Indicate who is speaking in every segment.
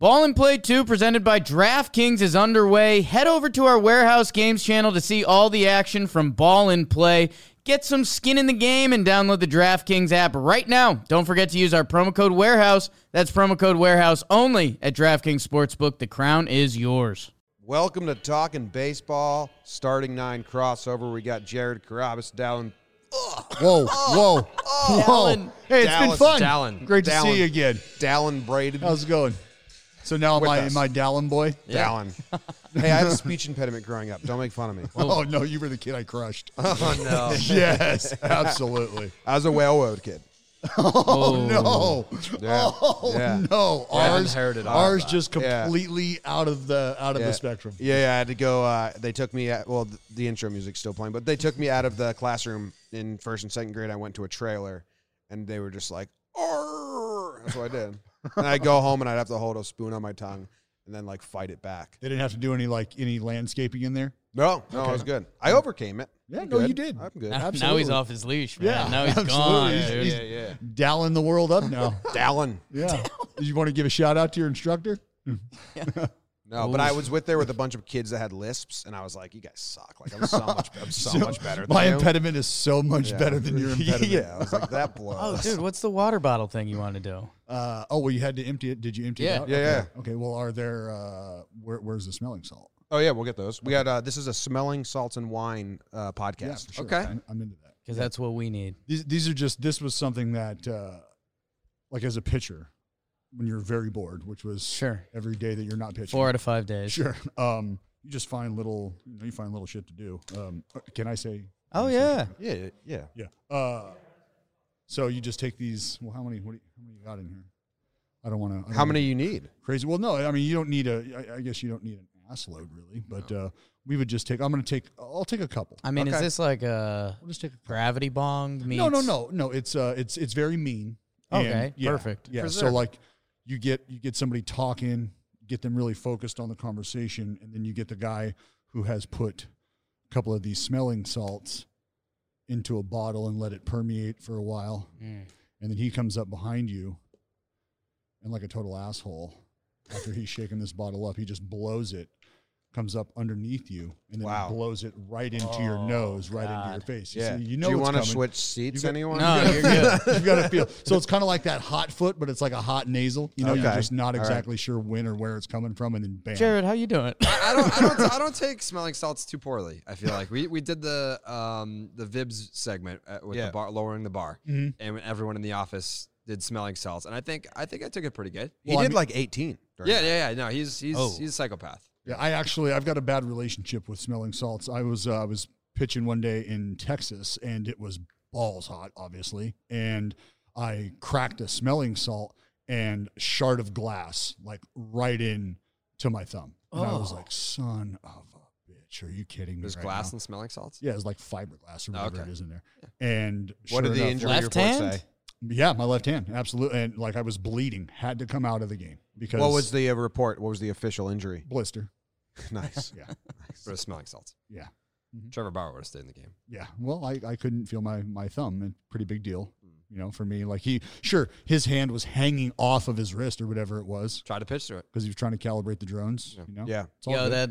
Speaker 1: Ball and Play 2 presented by DraftKings is underway. Head over to our Warehouse Games channel to see all the action from Ball and Play. Get some skin in the game and download the DraftKings app right now. Don't forget to use our promo code Warehouse. That's promo code Warehouse only at DraftKings Sportsbook. The crown is yours.
Speaker 2: Welcome to Talking Baseball, starting nine crossover. We got Jared Carabas, Dallin.
Speaker 3: Whoa, whoa, whoa.
Speaker 1: Dallin.
Speaker 3: Hey, it's
Speaker 2: Dallas,
Speaker 3: been fun.
Speaker 4: Dallin.
Speaker 3: Great to
Speaker 2: Dallin.
Speaker 3: see you again.
Speaker 2: Dallin Braden.
Speaker 3: How's it going? So now am
Speaker 2: With
Speaker 3: I,
Speaker 2: us.
Speaker 3: am I Dallin boy?
Speaker 2: Dallin. hey, I had a speech impediment growing up. Don't make fun of me.
Speaker 3: Oh, no, you were the kid I crushed.
Speaker 4: Oh no.
Speaker 3: yes, absolutely.
Speaker 2: I was a railroad kid.
Speaker 3: Oh, no.
Speaker 2: Yeah.
Speaker 3: Oh
Speaker 2: Yeah.
Speaker 3: no. Ours,
Speaker 4: inherited all
Speaker 3: ours
Speaker 4: that.
Speaker 3: just
Speaker 2: Yeah.
Speaker 3: completely out of the out of
Speaker 2: Yeah.
Speaker 3: the spectrum.
Speaker 2: Yeah, yeah, I had to go. Uh, they took me. At, well, th- the intro music's still playing, but they took me out of the classroom in first and second grade. I went to a trailer, and they were just like, "Arr!" That's what I did. and I'd go home, and I'd have to hold a spoon on my tongue, and then like fight it back.
Speaker 3: They didn't have to do any like any landscaping in there.
Speaker 2: No, no, I was good. I overcame it.
Speaker 3: Yeah,
Speaker 2: I'm
Speaker 3: no,
Speaker 2: good.
Speaker 3: you did.
Speaker 2: I'm good.
Speaker 1: Now, now
Speaker 3: Absolutely.
Speaker 1: he's off his leash, man.
Speaker 3: Yeah,
Speaker 1: now he's
Speaker 3: absolutely.
Speaker 1: gone.
Speaker 3: He's-
Speaker 1: dude.
Speaker 3: he's
Speaker 2: yeah.
Speaker 3: Dallin the world up now.
Speaker 2: Dallin.
Speaker 3: Yeah. Did you want to give a shout out to your instructor?
Speaker 2: No, but I was with there with a bunch of kids that had lisps, and I was like, "You guys suck! Like I'm so much, I'm so, much better." Than
Speaker 3: My
Speaker 2: you.
Speaker 3: impediment is so much
Speaker 2: Yeah.
Speaker 3: better than your impediment.
Speaker 2: yeah, I was like, "That blows."
Speaker 1: Oh, dude, what's the water bottle thing you want to do?
Speaker 3: Uh, oh, well, you had to empty it. Did you empty
Speaker 1: Yeah.
Speaker 3: it out?
Speaker 2: Yeah,
Speaker 3: okay. Okay. Well, are there, uh, where, where's the smelling salt?
Speaker 2: Oh yeah, we'll get those. We got uh, this is a smelling salts and wine uh,
Speaker 3: Yeah,
Speaker 2: podcast.
Speaker 3: for sure.
Speaker 4: Okay.
Speaker 3: I'm, I'm into that.
Speaker 1: Because that's what we need.
Speaker 3: These, these are just, this was something that, uh, like as a pitcher, when you're very bored, which was
Speaker 1: Sure.
Speaker 3: every day that you're not pitching.
Speaker 1: Four out of five days.
Speaker 3: Sure. Um, you just find little, you, know, you find little shit to do. Um, can I say?
Speaker 1: Oh, yeah.
Speaker 2: Yeah, yeah.
Speaker 3: Yeah. Uh, so you just take these, well, how many, what do you, how many you got in here? I don't want to.
Speaker 2: How many you need?
Speaker 3: crazy. Well, no, I mean you don't need a. I, I guess you don't need an ass load really, but uh, we would just take. I'm going to take. I'll take a couple.
Speaker 1: I mean, is
Speaker 2: Okay.
Speaker 1: this like a
Speaker 3: We'll just take a couple.
Speaker 1: gravity bong? Meets
Speaker 3: No, no, no, no. It's uh, it's it's very mean. and-
Speaker 1: Okay,
Speaker 3: yeah,
Speaker 1: perfect.
Speaker 3: Yeah. So
Speaker 2: Preserve.
Speaker 3: like, you get you get somebody talking, get them really focused on the conversation, and then you get the guy who has put a couple of these smelling salts into a bottle and let it permeate for a while,
Speaker 1: Mm.
Speaker 3: and then he comes up behind you, and like a total asshole, after he's shaking this bottle up, he just blows it. Comes up underneath you and then
Speaker 2: Wow.
Speaker 3: blows it right into your nose, right into your
Speaker 1: Oh, God.
Speaker 3: face. You
Speaker 2: Yeah.
Speaker 3: see, you know
Speaker 2: Do you
Speaker 3: it's
Speaker 2: want to
Speaker 3: coming.
Speaker 2: switch seats?
Speaker 3: got-
Speaker 2: anyone?
Speaker 1: No, you're good.
Speaker 3: you got to feel. So it's kind of like that hot foot, but it's like a hot nasal. You know, you're
Speaker 2: Okay.
Speaker 3: just not
Speaker 2: right.
Speaker 3: exactly sure when or where it's coming from, and then bam.
Speaker 1: Jared, how you doing?
Speaker 4: I don't, I don't. I don't take smelling salts too poorly. I feel like we, we did the um the Vibs segment uh, with
Speaker 2: Yeah.
Speaker 4: the bar lowering the bar,
Speaker 3: Mm-hmm.
Speaker 4: and when everyone in the office did smelling salts, and I think I think I took it pretty good.
Speaker 2: He did like 18. during
Speaker 4: Yeah,
Speaker 2: that.
Speaker 4: yeah, yeah. No, he's he's
Speaker 1: Oh.
Speaker 4: he's a psychopath.
Speaker 3: Yeah, I actually I've got a bad relationship with smelling salts. I was uh, I was pitching one day in Texas, and it was balls hot, obviously, and I cracked a smelling salt and shard of glass like right in to my thumb, and I was
Speaker 1: Oh.
Speaker 3: like, "Son of a bitch, are you kidding me?"
Speaker 4: There's
Speaker 3: right
Speaker 4: glass
Speaker 3: now?"
Speaker 4: and smelling salts.
Speaker 3: Yeah, it was like fiberglass or
Speaker 4: Oh,
Speaker 3: whatever
Speaker 4: okay.
Speaker 3: it is in there. And
Speaker 2: What
Speaker 3: sure
Speaker 2: did the
Speaker 3: enough,
Speaker 2: injury
Speaker 1: Left
Speaker 2: report
Speaker 1: hand?
Speaker 2: say?
Speaker 3: Yeah, my left hand, absolutely. And like I was bleeding, had to come out of the game because
Speaker 2: What was the uh, report? What was the official injury?
Speaker 3: blister?
Speaker 2: nice.
Speaker 3: Yeah,
Speaker 4: For the smelling salts.
Speaker 3: yeah, Mm-hmm.
Speaker 4: Trevor Bauer would have stayed in the game.
Speaker 3: yeah. Well, I, I couldn't feel my my thumb, and pretty big deal,
Speaker 2: Hmm.
Speaker 3: you know, for me. Like he, sure, his hand was hanging off of his wrist or whatever it was
Speaker 4: Tried to pitch to it.
Speaker 3: because he was trying to calibrate the drones. You know,
Speaker 2: Yeah.
Speaker 3: It's all
Speaker 1: Yo,
Speaker 3: good.
Speaker 1: that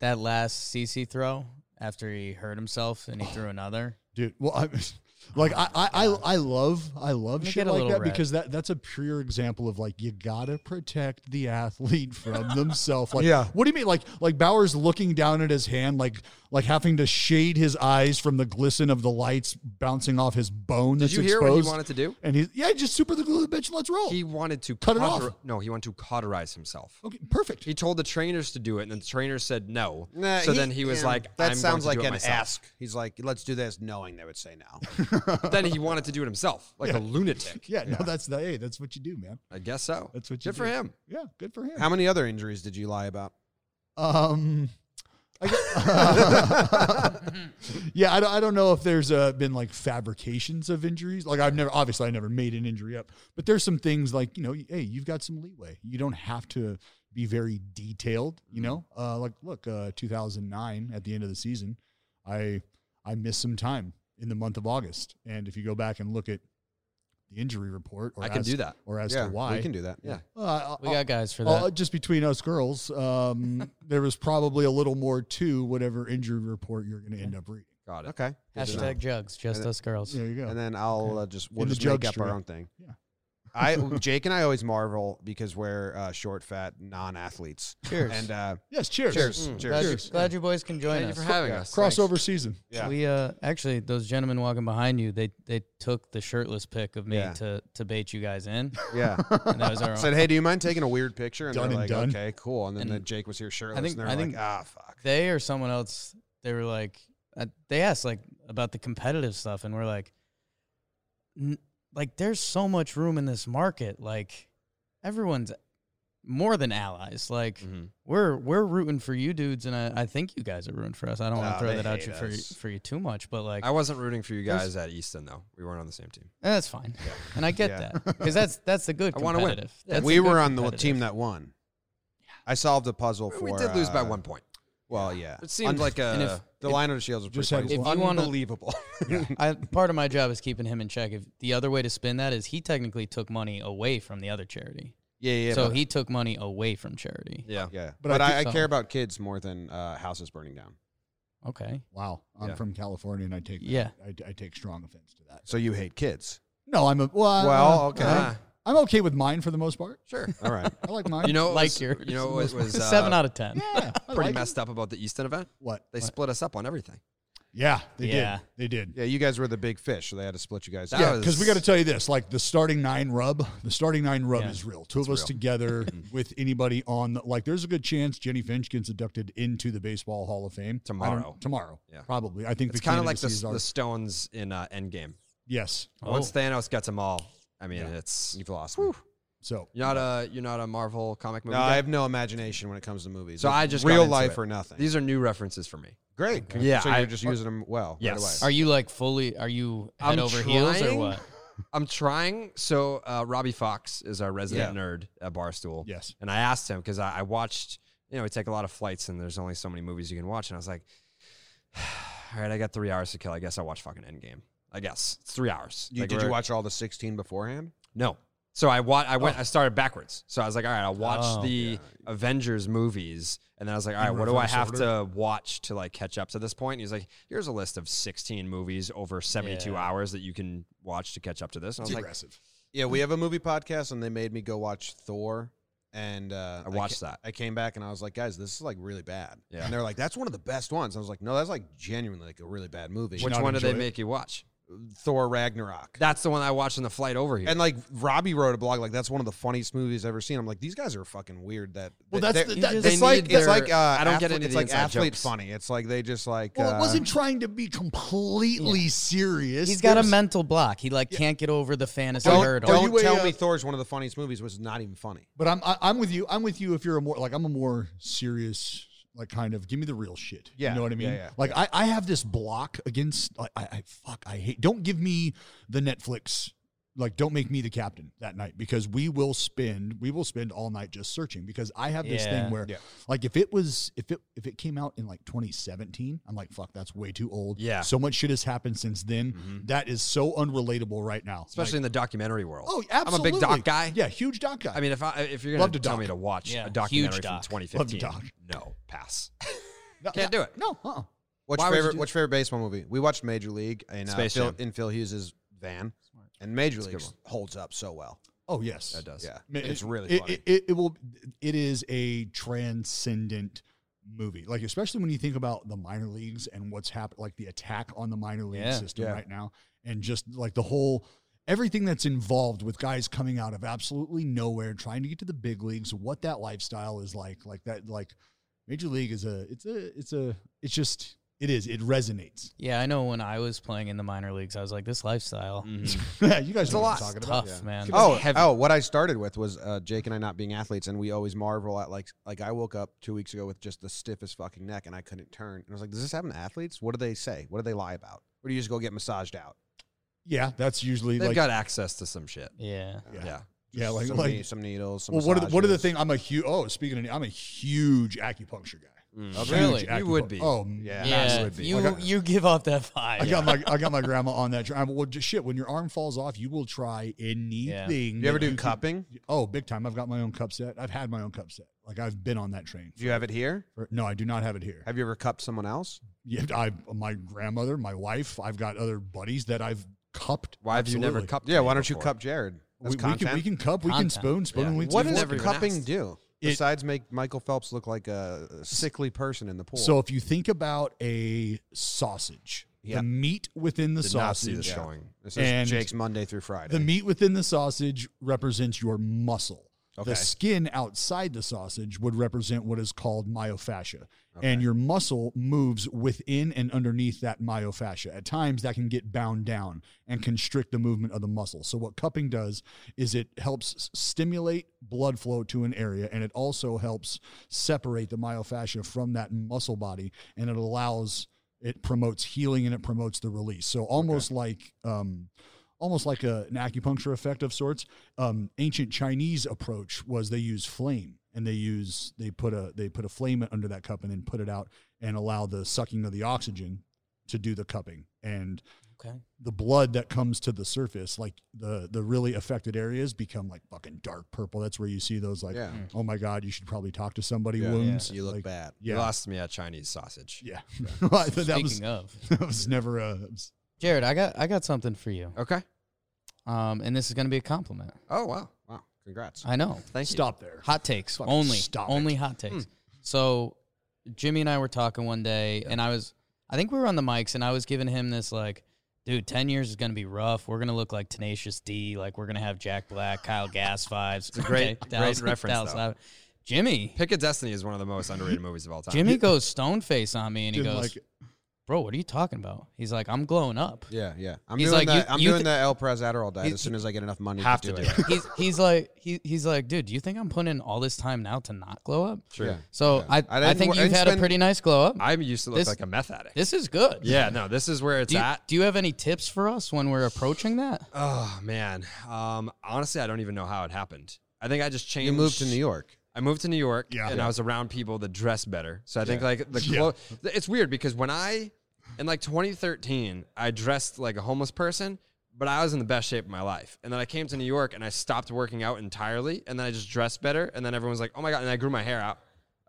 Speaker 1: that last CC throw after he hurt himself and he threw another.
Speaker 3: dude. Well, I, like I, I, I, I love, I love
Speaker 1: me
Speaker 3: shit
Speaker 1: get a
Speaker 3: like
Speaker 1: little
Speaker 3: that
Speaker 1: red.
Speaker 3: because that that's a pure example of like you gotta protect the athlete from themselves. Like,
Speaker 2: Yeah.
Speaker 3: what do you mean? Like, like Bauer's looking down at his hand, like, like having to shade his eyes from the glisten of the lights bouncing off his bone.
Speaker 4: Did
Speaker 3: that's
Speaker 4: you hear
Speaker 3: exposed.
Speaker 4: what he wanted to do?
Speaker 3: And he's yeah, just super the glue, bitch. Let's roll.
Speaker 4: He wanted to
Speaker 3: Oh. Cut it off.
Speaker 4: No, he wanted to cauterize himself.
Speaker 3: okay, perfect.
Speaker 4: He told the trainers to do it, and the trainers said no.
Speaker 2: Nah,
Speaker 4: so then he was
Speaker 2: yeah,
Speaker 4: like,
Speaker 2: "That
Speaker 4: I'm
Speaker 2: sounds
Speaker 4: going
Speaker 2: like
Speaker 4: to do it
Speaker 2: an
Speaker 4: myself.
Speaker 2: ask." He's like, "Let's do this," knowing they would say no.
Speaker 4: But then he wanted to do it himself, like a lunatic.
Speaker 3: Yeah, no, that's the hey, that's what you do, man.
Speaker 4: I guess so.
Speaker 3: That's what you
Speaker 4: Good for
Speaker 3: do.
Speaker 4: him.
Speaker 3: Yeah, good for him.
Speaker 2: How many other injuries did you lie about?
Speaker 3: Um, I gu- yeah, I don't, I don't know if there's uh, been like fabrications of injuries. Like I've never, obviously, I never made an injury up, but there's some things like you know, hey, you've got some leeway. You don't have to be very detailed. You know, uh, like look, uh, 2009 at the end of the season, I I missed some time in the month of August, and if you go back and look at the injury report, or
Speaker 4: I can
Speaker 3: as-
Speaker 4: do that.
Speaker 3: or as
Speaker 2: yeah,
Speaker 3: to why.
Speaker 2: we can do that. Yeah.
Speaker 4: Yeah.
Speaker 3: Well, I-
Speaker 1: We got guys
Speaker 4: Oh,
Speaker 1: for
Speaker 3: Well,
Speaker 1: that.
Speaker 3: just between us girls, um, there was probably a little more to whatever injury report you're going to end up reading.
Speaker 4: Got it.
Speaker 2: Okay. Good to know.
Speaker 1: Hashtag jugs, just
Speaker 2: And-
Speaker 1: us girls.
Speaker 3: There you go.
Speaker 2: And then I'll
Speaker 3: Okay.
Speaker 2: uh, just we'll
Speaker 3: In the
Speaker 2: just make
Speaker 3: judge
Speaker 2: up our
Speaker 3: jury.
Speaker 2: own thing.
Speaker 3: Yeah.
Speaker 2: I Jake and I always marvel because we're uh, short, fat, non-athletes.
Speaker 1: Cheers.
Speaker 2: And uh,
Speaker 3: yes, cheers.
Speaker 2: cheers,
Speaker 4: Mm.
Speaker 1: glad,
Speaker 2: cheers.
Speaker 1: you- glad you boys can join
Speaker 4: Thank you
Speaker 1: us.
Speaker 4: for having us.
Speaker 3: Crossover season.
Speaker 2: Yeah.
Speaker 1: We uh actually those gentlemen walking behind you, they they took the shirtless pic of me
Speaker 2: Yeah.
Speaker 1: to to bait you guys in.
Speaker 2: yeah.
Speaker 1: And that was our own.
Speaker 2: Said, hey, do you mind taking a weird picture? And
Speaker 3: Done
Speaker 2: they're like,
Speaker 3: and done.
Speaker 2: okay, cool. And then
Speaker 1: And
Speaker 2: the Jake was here shirtless,
Speaker 1: think-
Speaker 2: and they're
Speaker 1: I
Speaker 2: like,
Speaker 1: think-
Speaker 2: ah, fuck.
Speaker 1: they or someone else they were like uh, they asked like about the competitive stuff and we're like n- like there's so much room in this market like everyone's more than allies like
Speaker 2: Mm.
Speaker 4: Mhm.
Speaker 1: we're we're rooting for you dudes and I, I think you guys are rooting for us i don't want
Speaker 2: Nah,
Speaker 1: to throw
Speaker 2: Ah, they
Speaker 1: that out
Speaker 2: hate
Speaker 1: you for,
Speaker 2: us.
Speaker 1: for you too much but like
Speaker 4: I wasn't rooting for you
Speaker 1: There's-
Speaker 4: guys at Easton though. We weren't on the same team.
Speaker 1: that's fine and i get
Speaker 2: Yeah.
Speaker 1: that because that's that's the good
Speaker 4: I wanna win.
Speaker 1: competitive That's
Speaker 2: we
Speaker 1: the good
Speaker 2: were on the
Speaker 1: competitive.
Speaker 2: team that won. I solved a puzzle for.
Speaker 4: we did lose by
Speaker 2: uh,
Speaker 4: one point.
Speaker 2: Well, yeah.
Speaker 4: It seemed
Speaker 2: Un-
Speaker 4: like a.
Speaker 1: and if-
Speaker 2: the line of the shields was
Speaker 3: Just
Speaker 2: pretty
Speaker 3: had
Speaker 2: close.
Speaker 1: one- If you wanna-
Speaker 2: unbelievable.
Speaker 1: I, part of my job is keeping him in check. If the other way to spin that is he technically took money away from the other charity,
Speaker 2: yeah, yeah.
Speaker 1: so
Speaker 2: but,
Speaker 1: he took money away from charity.
Speaker 4: yeah.
Speaker 2: yeah,
Speaker 3: But
Speaker 2: but,
Speaker 3: I
Speaker 2: I, I
Speaker 1: think-
Speaker 2: care about kids more than uh, houses burning down.
Speaker 1: Okay,
Speaker 3: Wow. I'm
Speaker 4: Yeah.
Speaker 3: from California and I take
Speaker 1: Yeah.
Speaker 3: I, I take strong offense to that.
Speaker 2: So you hate kids?
Speaker 3: No, I'm a well.
Speaker 2: Well,
Speaker 3: uh,
Speaker 2: okay.
Speaker 3: I'm, I'm okay with mine for the most part.
Speaker 4: Sure.
Speaker 2: All right.
Speaker 3: I like mine.
Speaker 4: You know, what
Speaker 1: Like
Speaker 4: was,
Speaker 1: yours.
Speaker 4: you know what was uh,
Speaker 1: seven out of ten.
Speaker 3: yeah, I
Speaker 4: pretty
Speaker 3: like it.
Speaker 4: messed up about the Easton event?
Speaker 3: What?
Speaker 4: They split us up on everything.
Speaker 3: Yeah, they
Speaker 1: Yeah.
Speaker 3: did. They did.
Speaker 2: Yeah, you guys were the big fish, so they had to split you guys. up.
Speaker 4: That
Speaker 3: Yeah, because we
Speaker 4: was-
Speaker 3: got to tell you this: like the starting nine rub, the starting nine rub
Speaker 1: Yeah.
Speaker 3: is real. Two of us
Speaker 4: real.
Speaker 3: together with anybody on, the, like, there's a good chance Jenny Finch gets inducted into the Baseball Hall of Fame I don't-
Speaker 4: Tomorrow.
Speaker 3: Tomorrow,
Speaker 4: Yeah.
Speaker 3: probably. I think
Speaker 4: It's
Speaker 3: the
Speaker 4: kind of like the,
Speaker 3: candidacies are-
Speaker 4: the Stones in uh, Endgame.
Speaker 3: yes.
Speaker 1: Oh.
Speaker 4: Once Thanos gets them all, I mean, it's
Speaker 2: You've lost. me.
Speaker 3: So
Speaker 4: you're not a you're not a Marvel comic movie.
Speaker 2: No, I
Speaker 4: guy?
Speaker 2: have no imagination when it comes to movies.
Speaker 4: So
Speaker 2: It's
Speaker 4: I just got
Speaker 2: real
Speaker 4: into
Speaker 2: life
Speaker 4: it.
Speaker 2: or nothing.
Speaker 4: These are new references for me.
Speaker 2: great.
Speaker 4: Yeah,
Speaker 2: so you're
Speaker 4: I-
Speaker 2: just using them well.
Speaker 4: Yes.
Speaker 1: Are you like fully? Are you head
Speaker 4: I'm
Speaker 1: over heels or
Speaker 4: trying.
Speaker 1: what?
Speaker 4: I'm trying. So uh, Robbie Fox is our resident nerd at Barstool.
Speaker 3: yes,
Speaker 4: And I asked him because I, I watched, you know, we take a lot of flights and there's only so many movies you can watch. And I was like, all right, I got three hours to kill. I guess I'll watch fucking Endgame. I guess it's three hours.
Speaker 2: You,
Speaker 4: Like,
Speaker 2: did you
Speaker 4: we're-
Speaker 2: watch all the 16 beforehand?
Speaker 4: No. So I wa- I went. I started backwards. So I was like, all right, I'll watch
Speaker 1: Oh.
Speaker 4: the Avengers movies, and then I was like, all right,
Speaker 3: In
Speaker 4: what do I
Speaker 3: reverse
Speaker 4: have
Speaker 3: order?
Speaker 4: to watch to like catch up to this point? And he's like, here's a list of 16 movies over 72
Speaker 1: Yeah.
Speaker 4: hours that you can watch to catch up to this. And I
Speaker 3: it's
Speaker 4: was like,
Speaker 3: aggressive.
Speaker 2: Yeah, we have a movie podcast, and they made me go watch Thor. And uh,
Speaker 4: I watched
Speaker 2: ca-
Speaker 4: that.
Speaker 2: I came back and I was like, guys, this is like really bad.
Speaker 4: Yeah.
Speaker 2: And they're like, that's one of the best ones. I was like, no, that's like genuinely like a really bad movie.
Speaker 3: Did you
Speaker 4: which
Speaker 3: not
Speaker 4: one did they
Speaker 3: enjoy it?
Speaker 4: make you watch?
Speaker 2: Thor Ragnarok.
Speaker 4: That's the one I watched on the flight over here.
Speaker 2: and like Robbie wrote a blog, like that's one of the funniest movies I've ever seen. I'm like, these guys are fucking weird. That
Speaker 3: Well,
Speaker 2: that-
Speaker 3: that's
Speaker 2: they're-
Speaker 3: the-
Speaker 1: that-
Speaker 2: it's
Speaker 1: they
Speaker 2: like
Speaker 4: need
Speaker 2: it's
Speaker 4: their-
Speaker 2: like uh,
Speaker 4: I don't get
Speaker 2: athlete,
Speaker 4: into
Speaker 2: it's
Speaker 4: the
Speaker 2: like
Speaker 4: inside
Speaker 2: athlete
Speaker 4: jokes.
Speaker 2: funny. It's like they just like
Speaker 3: Well,
Speaker 2: uh,
Speaker 3: it wasn't trying to be completely serious.
Speaker 1: He's got a
Speaker 3: There's-
Speaker 1: mental block. He like can't get over the fantasy
Speaker 2: Don't,
Speaker 1: hurdle.
Speaker 2: don't
Speaker 3: Are you a,
Speaker 2: tell
Speaker 3: uh,
Speaker 2: me Thor's one of the funniest movies was not even funny.
Speaker 3: But I'm I, I'm with you. I'm with you. If you're a more like I'm a more serious like kind of give me the real shit.
Speaker 2: Yeah,
Speaker 3: you know what I
Speaker 2: yeah,
Speaker 3: mean.
Speaker 2: yeah,
Speaker 3: like I I have this block against like I, I fuck I hate. Don't give me the Netflix. Like don't make me the captain that night because we will spend we will spend all night just searching because I have this
Speaker 1: Yeah.
Speaker 3: thing where
Speaker 2: Yeah.
Speaker 3: like if it was if it if it came out in like 2017 I'm like fuck that's way too old
Speaker 4: Yeah. Mm-hmm.
Speaker 3: so much shit has happened since then That is so unrelatable right now
Speaker 4: especially in the documentary world.
Speaker 3: like, oh absolutely
Speaker 4: I'm a big doc guy.
Speaker 3: yeah huge doc guy
Speaker 4: I mean, if I if you're
Speaker 3: Love
Speaker 4: gonna
Speaker 3: to
Speaker 4: tell
Speaker 3: doc.
Speaker 4: me to watch
Speaker 1: Yeah,
Speaker 4: a
Speaker 1: huge
Speaker 4: documentary from
Speaker 1: doc.
Speaker 4: 2015,
Speaker 3: doc.
Speaker 4: no pass.
Speaker 3: No,
Speaker 4: can't
Speaker 3: yeah,
Speaker 4: do it.
Speaker 3: no uh-uh.
Speaker 2: What's
Speaker 4: Why
Speaker 2: your
Speaker 4: would you
Speaker 2: favorite?
Speaker 4: do
Speaker 2: What's your favorite baseball movie? We watched Major League in, uh,
Speaker 4: Space
Speaker 2: Phil,
Speaker 4: Jam.
Speaker 2: in Phil Hughes's van, and Major
Speaker 4: That's a good
Speaker 2: League holds up so well.
Speaker 3: Oh yes,
Speaker 4: That does.
Speaker 2: Yeah,
Speaker 3: Man,
Speaker 2: it's
Speaker 3: it-
Speaker 2: really
Speaker 3: it,
Speaker 2: funny.
Speaker 3: It, it, it will. It is a transcendent movie. Like especially when you think about the minor leagues and what's happened, like the attack on the minor league
Speaker 1: Yeah.
Speaker 3: system
Speaker 2: Yeah.
Speaker 3: right now, and just like the whole everything that's involved with guys coming out of absolutely nowhere trying to get to the big leagues, what that lifestyle is like, like that, like major league is a, it's a, it's a, it's just, it is, it resonates.
Speaker 1: yeah, I know. When I was playing in the minor leagues, I was like, this lifestyle
Speaker 3: yeah, you guys know what I'm
Speaker 4: Mm-hmm. lot.
Speaker 3: talking about.
Speaker 1: tough, man.
Speaker 4: Keep it
Speaker 2: Oh,
Speaker 4: heavy.
Speaker 2: oh! What I started with was uh, Jake and I not being athletes, and we always marvel at like like I woke up two weeks ago with just the stiffest fucking neck, and I couldn't turn. And I was like, "Does this happen to athletes? What do they say? What do they lie about? Or do you just go get massaged out?"
Speaker 3: Yeah, that's usually
Speaker 4: They've
Speaker 3: like,
Speaker 4: got access to some shit.
Speaker 1: Yeah,
Speaker 3: Yeah.
Speaker 4: Yeah,
Speaker 3: yeah, like
Speaker 2: some,
Speaker 3: like
Speaker 2: ne- some needles. Some
Speaker 3: Well, what are the, what are the
Speaker 2: massages.
Speaker 3: thing? I'm a huge. Oh, speaking of, I'm a huge acupuncture guy.
Speaker 4: Mm.
Speaker 3: Huge
Speaker 2: Mm-hmm.
Speaker 1: Really? You
Speaker 3: active-
Speaker 4: would be.
Speaker 3: Oh,
Speaker 2: Yeah.
Speaker 1: Yeah,
Speaker 4: would be.
Speaker 1: you
Speaker 3: Like I-
Speaker 1: you give off that vibe.
Speaker 3: I got my I got my grandma on that. Tra- well, just shit. When your arm falls off, you will try anything.
Speaker 2: You ever
Speaker 3: that
Speaker 2: do
Speaker 3: can-
Speaker 2: cupping?
Speaker 3: Oh, big time! I've got my own cup set. I've had my own cup set. Like I've been on that train.
Speaker 2: Do you have it here?
Speaker 3: Or- no, I do not have it here.
Speaker 2: Have you ever cupped someone else?
Speaker 3: Yeah, I my grandmother, my wife. I've got other buddies that I've cupped.
Speaker 4: Why have you never
Speaker 3: Absolutely.
Speaker 4: cupped?
Speaker 2: Yeah,
Speaker 4: me
Speaker 2: why don't you
Speaker 4: before?
Speaker 2: cup Jared?
Speaker 3: We,
Speaker 2: That's
Speaker 3: we can
Speaker 2: content.
Speaker 3: we can cup. We
Speaker 1: Content.
Speaker 3: can spoon. Spoon.
Speaker 4: Yeah.
Speaker 3: and we
Speaker 2: what
Speaker 4: We've
Speaker 2: does
Speaker 4: never even
Speaker 2: cupping
Speaker 4: asked.
Speaker 2: do
Speaker 3: It-
Speaker 2: besides make Michael Phelps look like a sickly person in the pool?
Speaker 3: So if you think about a sausage,
Speaker 2: Yeah.
Speaker 3: the meat within the
Speaker 4: Did not see this
Speaker 3: sausage,
Speaker 4: going.
Speaker 2: this
Speaker 3: and
Speaker 2: is Jake's Monday through Friday.
Speaker 3: the meat within the sausage represents your muscle.
Speaker 2: Okay.
Speaker 3: The skin outside the sausage would represent what is called myofascia.
Speaker 4: Okay.
Speaker 3: And your muscle moves within and underneath that myofascia. At times, that can get bound down and constrict the movement of the muscle. So, what cupping does is it helps s- stimulate blood flow to an area and it also helps separate the myofascia from that muscle body and it allows it promotes healing and it promotes the release. So almost like um almost like a, an acupuncture effect of sorts. Um ancient Chinese approach was they use flame and they use they put a they put a flame under that cup and then put it out and allow the sucking of the oxygen to do the cupping and
Speaker 1: Okay.
Speaker 3: the blood that comes to the surface like the the really affected areas become like fucking dark purple that's where you see those like
Speaker 2: yeah,
Speaker 3: oh my god you should probably talk to somebody
Speaker 2: Yeah.
Speaker 3: wounds
Speaker 2: you look
Speaker 3: Like,
Speaker 2: bad.
Speaker 4: You
Speaker 3: yeah
Speaker 4: lost me at Chinese sausage.
Speaker 3: yeah I thought that
Speaker 1: Speaking
Speaker 3: was
Speaker 1: of,
Speaker 3: that was never a
Speaker 1: Jared, I got I got something for you.
Speaker 4: Okay.
Speaker 1: Um, and this is going to be a compliment.
Speaker 4: Oh wow.
Speaker 2: Wow, congrats.
Speaker 1: I know.
Speaker 4: Thank you.
Speaker 3: stop there
Speaker 1: Hot takes
Speaker 3: Fucking
Speaker 1: only.
Speaker 3: stop it.
Speaker 1: only hot takes. So Jimmy and I were talking one day, and I was, I think we were on the mics, and I was giving him this like, dude, ten years is gonna be rough. We're gonna look like Tenacious D, like we're gonna have Jack Black, Kyle Gass vibes. It's
Speaker 4: a great- great reference, though.
Speaker 1: Jimmy,
Speaker 4: Pick of Destiny is one of the most underrated movies of all time.
Speaker 1: Jimmy goes stone face on me, and he
Speaker 3: Didn't
Speaker 1: goes,
Speaker 3: like it.
Speaker 1: "Bro, what are you talking about?" He's like, "I'm glowing up."
Speaker 2: Yeah, yeah. I'm
Speaker 1: He's
Speaker 2: doing
Speaker 1: like,
Speaker 2: that.
Speaker 1: you-
Speaker 2: I'm
Speaker 1: you
Speaker 2: doing
Speaker 1: th-
Speaker 2: the El Pres Adderall diet
Speaker 1: you-
Speaker 2: as soon as I get enough money.
Speaker 4: have
Speaker 2: to do
Speaker 4: to do
Speaker 2: it.
Speaker 1: He's he's like he, he's like, dude, do you think I'm putting in all this time now to not glow up?
Speaker 4: Sure.
Speaker 2: Yeah.
Speaker 1: So
Speaker 2: Yeah. I
Speaker 1: I, I,
Speaker 2: didn't
Speaker 1: think
Speaker 2: wa-
Speaker 1: you've
Speaker 2: I
Speaker 1: had a
Speaker 2: spend-
Speaker 1: pretty nice glow up.
Speaker 4: I used to look
Speaker 1: This-
Speaker 4: like a meth addict.
Speaker 1: This is good.
Speaker 4: yeah. No. This is where it's
Speaker 1: Do you,
Speaker 4: at.
Speaker 1: do you have any tips for us when we're approaching that?
Speaker 4: Oh man. Um. Honestly, I don't even know how it happened. I think I just changed.
Speaker 2: You moved to New York.
Speaker 4: I moved to New York,
Speaker 3: Yeah.
Speaker 4: and
Speaker 3: Yeah.
Speaker 4: I was around people that dress better. So I think
Speaker 2: Yeah.
Speaker 4: like the clo- it's weird because when I in like 2013, I dressed like a homeless person, but I was in the best shape of my life. And then I came to New York and I stopped working out entirely, and then I just dressed better, and then everyone's like, "Oh my god!" And I grew my hair out.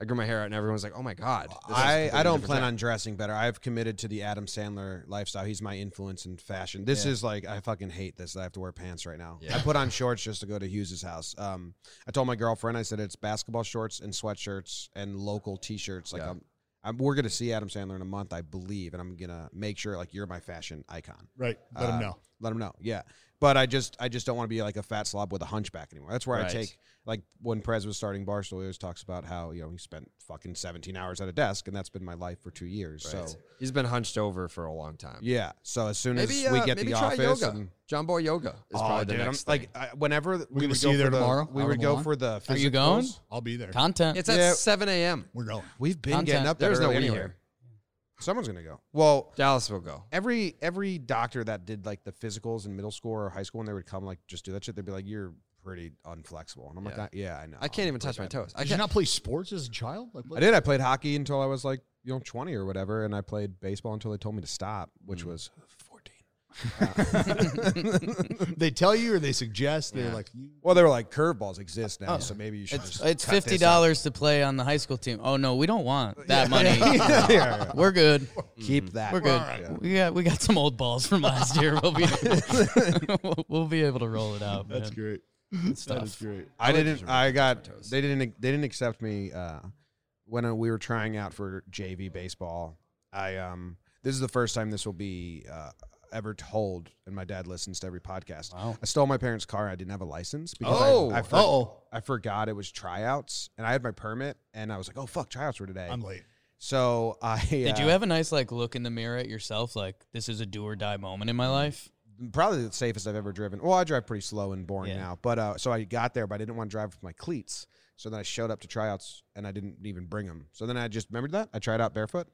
Speaker 4: I grew my hair out, and everyone's like, "Oh my god!" this is a
Speaker 2: I,
Speaker 4: completely
Speaker 2: I don't
Speaker 4: different
Speaker 2: plan
Speaker 4: time."
Speaker 2: on dressing better. I've committed to the Adam Sandler lifestyle. He's my influence in fashion. This is like I fucking hate this. that I have to wear pants right now.
Speaker 4: Yeah.
Speaker 2: I put on shorts just to go to Hughes's house. Um, I told my girlfriend I said it's basketball shorts and sweatshirts and local T-shirts. Like
Speaker 4: Yeah.
Speaker 2: I'm, I'm, we're gonna see Adam Sandler in a month, I believe, and I'm gonna make sure like you're my fashion icon.
Speaker 3: right let
Speaker 2: Uh,
Speaker 3: him know
Speaker 2: Let him know. Yeah. But I just I just don't want to be like a fat slob with a hunchback anymore. That's where I
Speaker 4: Right.
Speaker 2: take like when Prez was starting Barstool, he always talks about how, you know, he spent fucking seventeen hours at a desk and that's been my life for two years.
Speaker 4: Right.
Speaker 2: So
Speaker 4: he's been hunched over for a long time.
Speaker 2: yeah. So as soon
Speaker 4: Maybe
Speaker 2: as we
Speaker 4: uh,
Speaker 2: get
Speaker 4: maybe
Speaker 2: the
Speaker 4: try
Speaker 2: office
Speaker 4: yoga.
Speaker 2: and
Speaker 4: John Boy Yoga is probably the
Speaker 2: I'm-
Speaker 4: next
Speaker 2: like
Speaker 4: thing.
Speaker 2: I, whenever th- we
Speaker 3: gonna
Speaker 2: would
Speaker 3: see
Speaker 2: go
Speaker 3: you there
Speaker 2: for the-
Speaker 3: tomorrow,
Speaker 2: we
Speaker 3: out
Speaker 2: would
Speaker 3: on
Speaker 2: go
Speaker 3: the
Speaker 2: for the
Speaker 1: Are you
Speaker 2: physicals.
Speaker 1: going?
Speaker 3: I'll be there
Speaker 1: Content.
Speaker 4: it's at
Speaker 2: Yeah.
Speaker 4: 7 a.m.
Speaker 3: we're going
Speaker 2: We've been
Speaker 1: Content.
Speaker 2: getting up there.
Speaker 4: There's no
Speaker 2: early
Speaker 4: we
Speaker 2: anyway.
Speaker 4: here.
Speaker 2: Someone's gonna go. Well,
Speaker 4: Dallas will go.
Speaker 2: every every doctor that did like the physicals in middle school or high school, and they would come like just do that shit, they'd be like, "You're pretty unflexible," and I'm like,
Speaker 4: Yeah.
Speaker 2: "I- "Yeah, I know.
Speaker 4: I can't
Speaker 2: I'm
Speaker 4: even touch my
Speaker 2: pretty
Speaker 4: toes. I
Speaker 3: did you
Speaker 4: can't.
Speaker 3: not play sports as a child like
Speaker 2: bad." I did. I played hockey until I was like you know 20 or whatever, and I played baseball until they told me to stop, which was 14.
Speaker 3: they tell you or they suggest they're
Speaker 4: Yeah.
Speaker 3: like you
Speaker 2: Well, they were like curveballs exist now,
Speaker 1: Oh.
Speaker 2: so maybe you should.
Speaker 1: It's,
Speaker 2: just
Speaker 1: it's
Speaker 2: cut this
Speaker 1: fifty dollars to play on the high school team. Oh no, we don't want that
Speaker 2: out.
Speaker 1: money.
Speaker 2: Yeah, yeah, yeah.
Speaker 1: We're good.
Speaker 2: Keep that.
Speaker 1: We're good.
Speaker 2: Mm. Yeah.
Speaker 1: We got we got some old balls from last year. We'll be we'll, we'll be able to roll it out.
Speaker 3: that's
Speaker 1: man.
Speaker 3: great that is
Speaker 1: stuff.
Speaker 3: great
Speaker 2: I
Speaker 4: like
Speaker 2: didn't.
Speaker 4: those
Speaker 2: I got.
Speaker 4: potatoes.
Speaker 2: They didn't. They didn't accept me uh, when uh, we were trying out for JV baseball. I um. This is the first time this will be uh, ever told, and my dad listens to every podcast.
Speaker 1: Wow.
Speaker 2: I stole my parents' car. I didn't have a license because
Speaker 4: Oh.
Speaker 2: I, I, for-
Speaker 3: oh
Speaker 2: I forgot it was tryouts, and I had my permit, and I was like, "Oh fuck, tryouts were today."
Speaker 3: I'm late
Speaker 2: so I
Speaker 1: Did you
Speaker 2: uh,
Speaker 1: have a nice like look in the mirror at yourself? Like this is a do or die moment in my life.
Speaker 2: probably the safest I've ever driven. Well, I drive pretty slow and boring
Speaker 1: Yeah.
Speaker 2: now, but uh, so I got there, but I didn't want to drive with my cleats. So then I showed up to tryouts and I didn't even bring them. So then I just remembered that I tried out barefoot.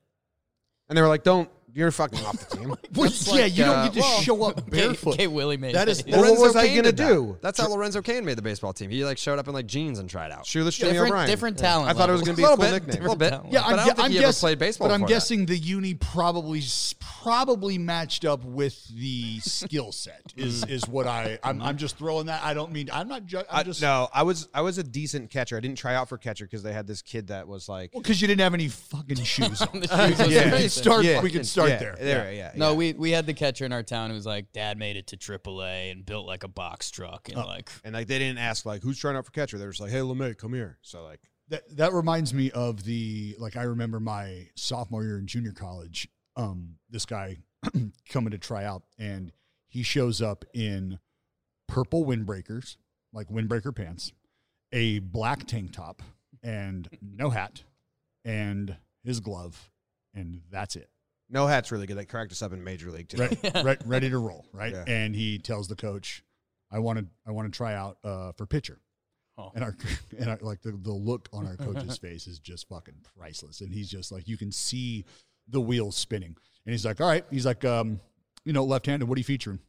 Speaker 2: And they were like, don't, you're fucking off the
Speaker 1: Oh
Speaker 2: team.
Speaker 3: Well,
Speaker 4: That's
Speaker 3: yeah,
Speaker 4: like,
Speaker 3: you
Speaker 4: uh,
Speaker 3: don't get to
Speaker 4: well,
Speaker 3: show up barefoot.
Speaker 1: Okay, Willie made
Speaker 4: That is
Speaker 1: it.
Speaker 2: Well, what
Speaker 4: Lorenzo
Speaker 2: was I
Speaker 4: Cain
Speaker 2: gonna
Speaker 4: did that.
Speaker 2: do?
Speaker 4: That's how Lorenzo Kane made the baseball team. He like showed up in like jeans and tried out.
Speaker 2: Shoeless Jimmy
Speaker 1: different,
Speaker 2: O'Brien.
Speaker 1: different talent.
Speaker 2: I thought it was
Speaker 1: level.
Speaker 2: going to be a
Speaker 4: A
Speaker 2: cool
Speaker 4: little bit,
Speaker 2: nickname.
Speaker 4: a little bit.
Speaker 1: Yeah,
Speaker 4: Yeah, but I don't
Speaker 3: gue-
Speaker 4: think he ever played baseball.
Speaker 3: But I'm
Speaker 4: before that.
Speaker 3: guessing the uni probably s- probably matched up with the skill set. Is is what I I'm, I'm just throwing that. I don't mean I'm not. Ju-
Speaker 2: I,
Speaker 3: I'm just
Speaker 2: no, I was I was a decent catcher. I didn't try out for catcher because they had this kid that was like,
Speaker 3: because you didn't have any fucking shoes on.
Speaker 1: The shoes was
Speaker 3: yeah, we
Speaker 1: amazing.
Speaker 3: can start.
Speaker 2: Yeah.
Speaker 3: We can start
Speaker 2: yeah,
Speaker 3: there.
Speaker 2: there, yeah.
Speaker 1: No,
Speaker 2: yeah.
Speaker 1: we we had the catcher in our town who was like, Dad made it to AAA and built like a box truck
Speaker 2: Oh.
Speaker 1: and like
Speaker 2: and like they didn't ask like who's trying out for catcher. They were just like, hey, LeMay, come here. So like,
Speaker 3: That that reminds me of the like I remember my sophomore year in junior college. Um, this guy coming to try out, and he shows up in purple windbreakers, like windbreaker pants, a black tank top, and no hat, and his glove, and that's it.
Speaker 2: no hat's really good. They cracked us up in major league too.
Speaker 3: Right, re- ready to roll, right?
Speaker 2: Yeah.
Speaker 3: And he tells the coach, "I want to, I want to try out uh, for pitcher."
Speaker 1: Oh.
Speaker 3: And our, and our, like the, the look on our coach's face is just fucking priceless. And he's just like, you can see the wheels spinning. And he's like, "All right," he's like, um, "You know, left-handed. What are you featuring?"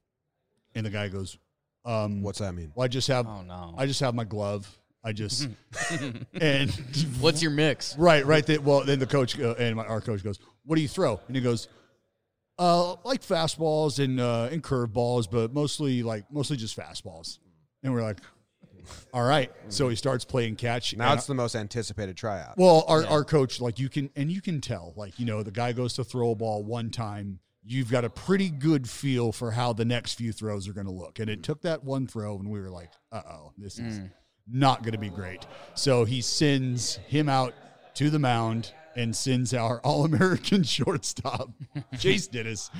Speaker 3: And the guy goes, um,
Speaker 2: What's that mean?
Speaker 3: well, I just have,
Speaker 1: Oh no.
Speaker 3: I just have my glove. I just and
Speaker 1: What's your mix?
Speaker 3: Right, right. They, well, then the coach uh, and my, our coach goes, "What do you throw?" And he goes, "Uh, like fastballs and uh, and curveballs, but mostly like mostly just fastballs." And we're like, "All right." So he starts playing catch.
Speaker 2: Now
Speaker 3: and
Speaker 2: it's the most anticipated tryout.
Speaker 3: well, our, our coach, like you can, and you can tell, like, you know, the guy goes to throw a ball one time, you've got a pretty good feel for how the next few throws are going to look. And it took that one throw, and we were like, uh oh, this is
Speaker 2: Mm.
Speaker 3: not going to be great. So he sends him out to the mound and sends our All American shortstop, Chase Dennis,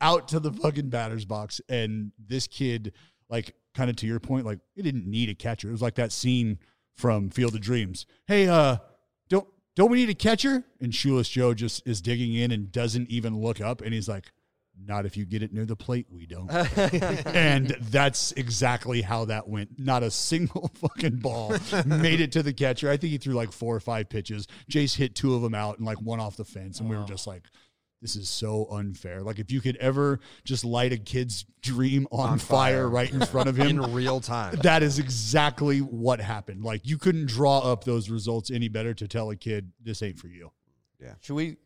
Speaker 3: out to the fucking batter's box. And this kid, like, kind of to your point, like, he didn't need a catcher. It was like that scene from Field of Dreams. Hey, uh, don't don't we need a catcher? And Shoeless Joe just is digging in and doesn't even look up, and he's like, "Not if you get it near the plate, we don't." and that's exactly how that went. Not a single fucking ball made it to the catcher. I think he threw like four or five pitches. Jace hit two of them out and like one off the fence, and we were just like. This is so unfair. Like if you could ever just light a kid's dream on, fire. right in front of him,
Speaker 4: in real time.
Speaker 3: that is exactly what happened. Like you couldn't draw up those results any better to tell a kid this ain't for you.
Speaker 1: Should we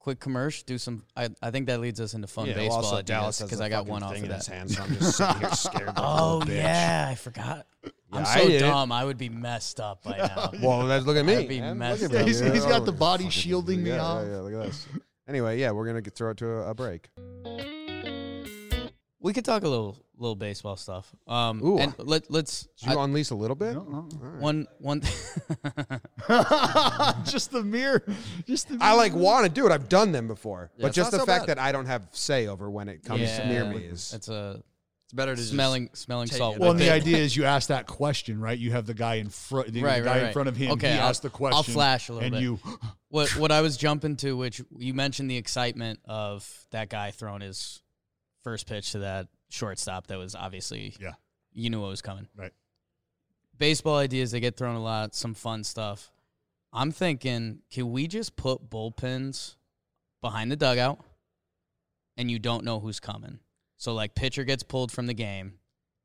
Speaker 1: quick commercial do some I, I think that leads us into fun
Speaker 2: Yeah, well,
Speaker 1: baseball
Speaker 2: also Dallas has
Speaker 1: because
Speaker 2: the
Speaker 1: I got
Speaker 2: fucking
Speaker 1: one off
Speaker 2: thing
Speaker 1: of
Speaker 2: in his
Speaker 1: that.
Speaker 2: hand, so I'm just sitting here scared. like a
Speaker 1: Oh
Speaker 2: little bitch.
Speaker 1: yeah, I forgot. I'm
Speaker 2: Yeah,
Speaker 1: so
Speaker 2: I did.
Speaker 1: dumb. I would be messed up by now.
Speaker 2: Well, that's, look at me.
Speaker 1: That'd be
Speaker 2: man.
Speaker 1: messed
Speaker 2: Look
Speaker 1: up.
Speaker 2: at me.
Speaker 3: He's- he's got the
Speaker 2: Oh, Yeah,
Speaker 3: body
Speaker 2: fucking-
Speaker 3: shielding me
Speaker 2: yeah,
Speaker 3: off.
Speaker 2: Yeah, yeah, look at this. Anyway, yeah, we're gonna get, throw it to a, a break.
Speaker 1: we could talk a little little baseball stuff. Um,
Speaker 2: Ooh.
Speaker 1: and let let's
Speaker 2: Did you unleash a little bit?
Speaker 1: one one.
Speaker 3: just the mere, just the.
Speaker 2: I like want to do it. I've done them before, but
Speaker 4: it's
Speaker 2: just
Speaker 4: not
Speaker 2: the
Speaker 4: so
Speaker 2: fact
Speaker 4: bad.
Speaker 2: that I don't have say over when it comes
Speaker 1: Yeah.
Speaker 2: near me is
Speaker 1: It's a
Speaker 4: It's better to
Speaker 1: smelling smelling
Speaker 4: take
Speaker 1: salt.
Speaker 4: it.
Speaker 3: Well,
Speaker 1: with
Speaker 3: and the
Speaker 1: it.
Speaker 3: idea is you ask that question, right? You have the guy in front, the
Speaker 1: Right,
Speaker 3: guy
Speaker 1: right,
Speaker 3: in
Speaker 1: right.
Speaker 3: front of him.
Speaker 1: Okay,
Speaker 3: he
Speaker 1: I'll-
Speaker 3: asked the
Speaker 1: I'll
Speaker 3: question.
Speaker 1: flash a little
Speaker 3: and
Speaker 1: bit.
Speaker 3: you,
Speaker 1: what what I was jumping to, which you mentioned the excitement of that guy throwing his first pitch to that shortstop that was obviously
Speaker 3: Yeah.
Speaker 1: you knew what was coming.
Speaker 3: Right.
Speaker 1: Baseball ideas they get thrown a lot, some fun stuff. I'm thinking, can we just put bullpens behind the dugout and you don't know who's coming? So like pitcher gets pulled from the game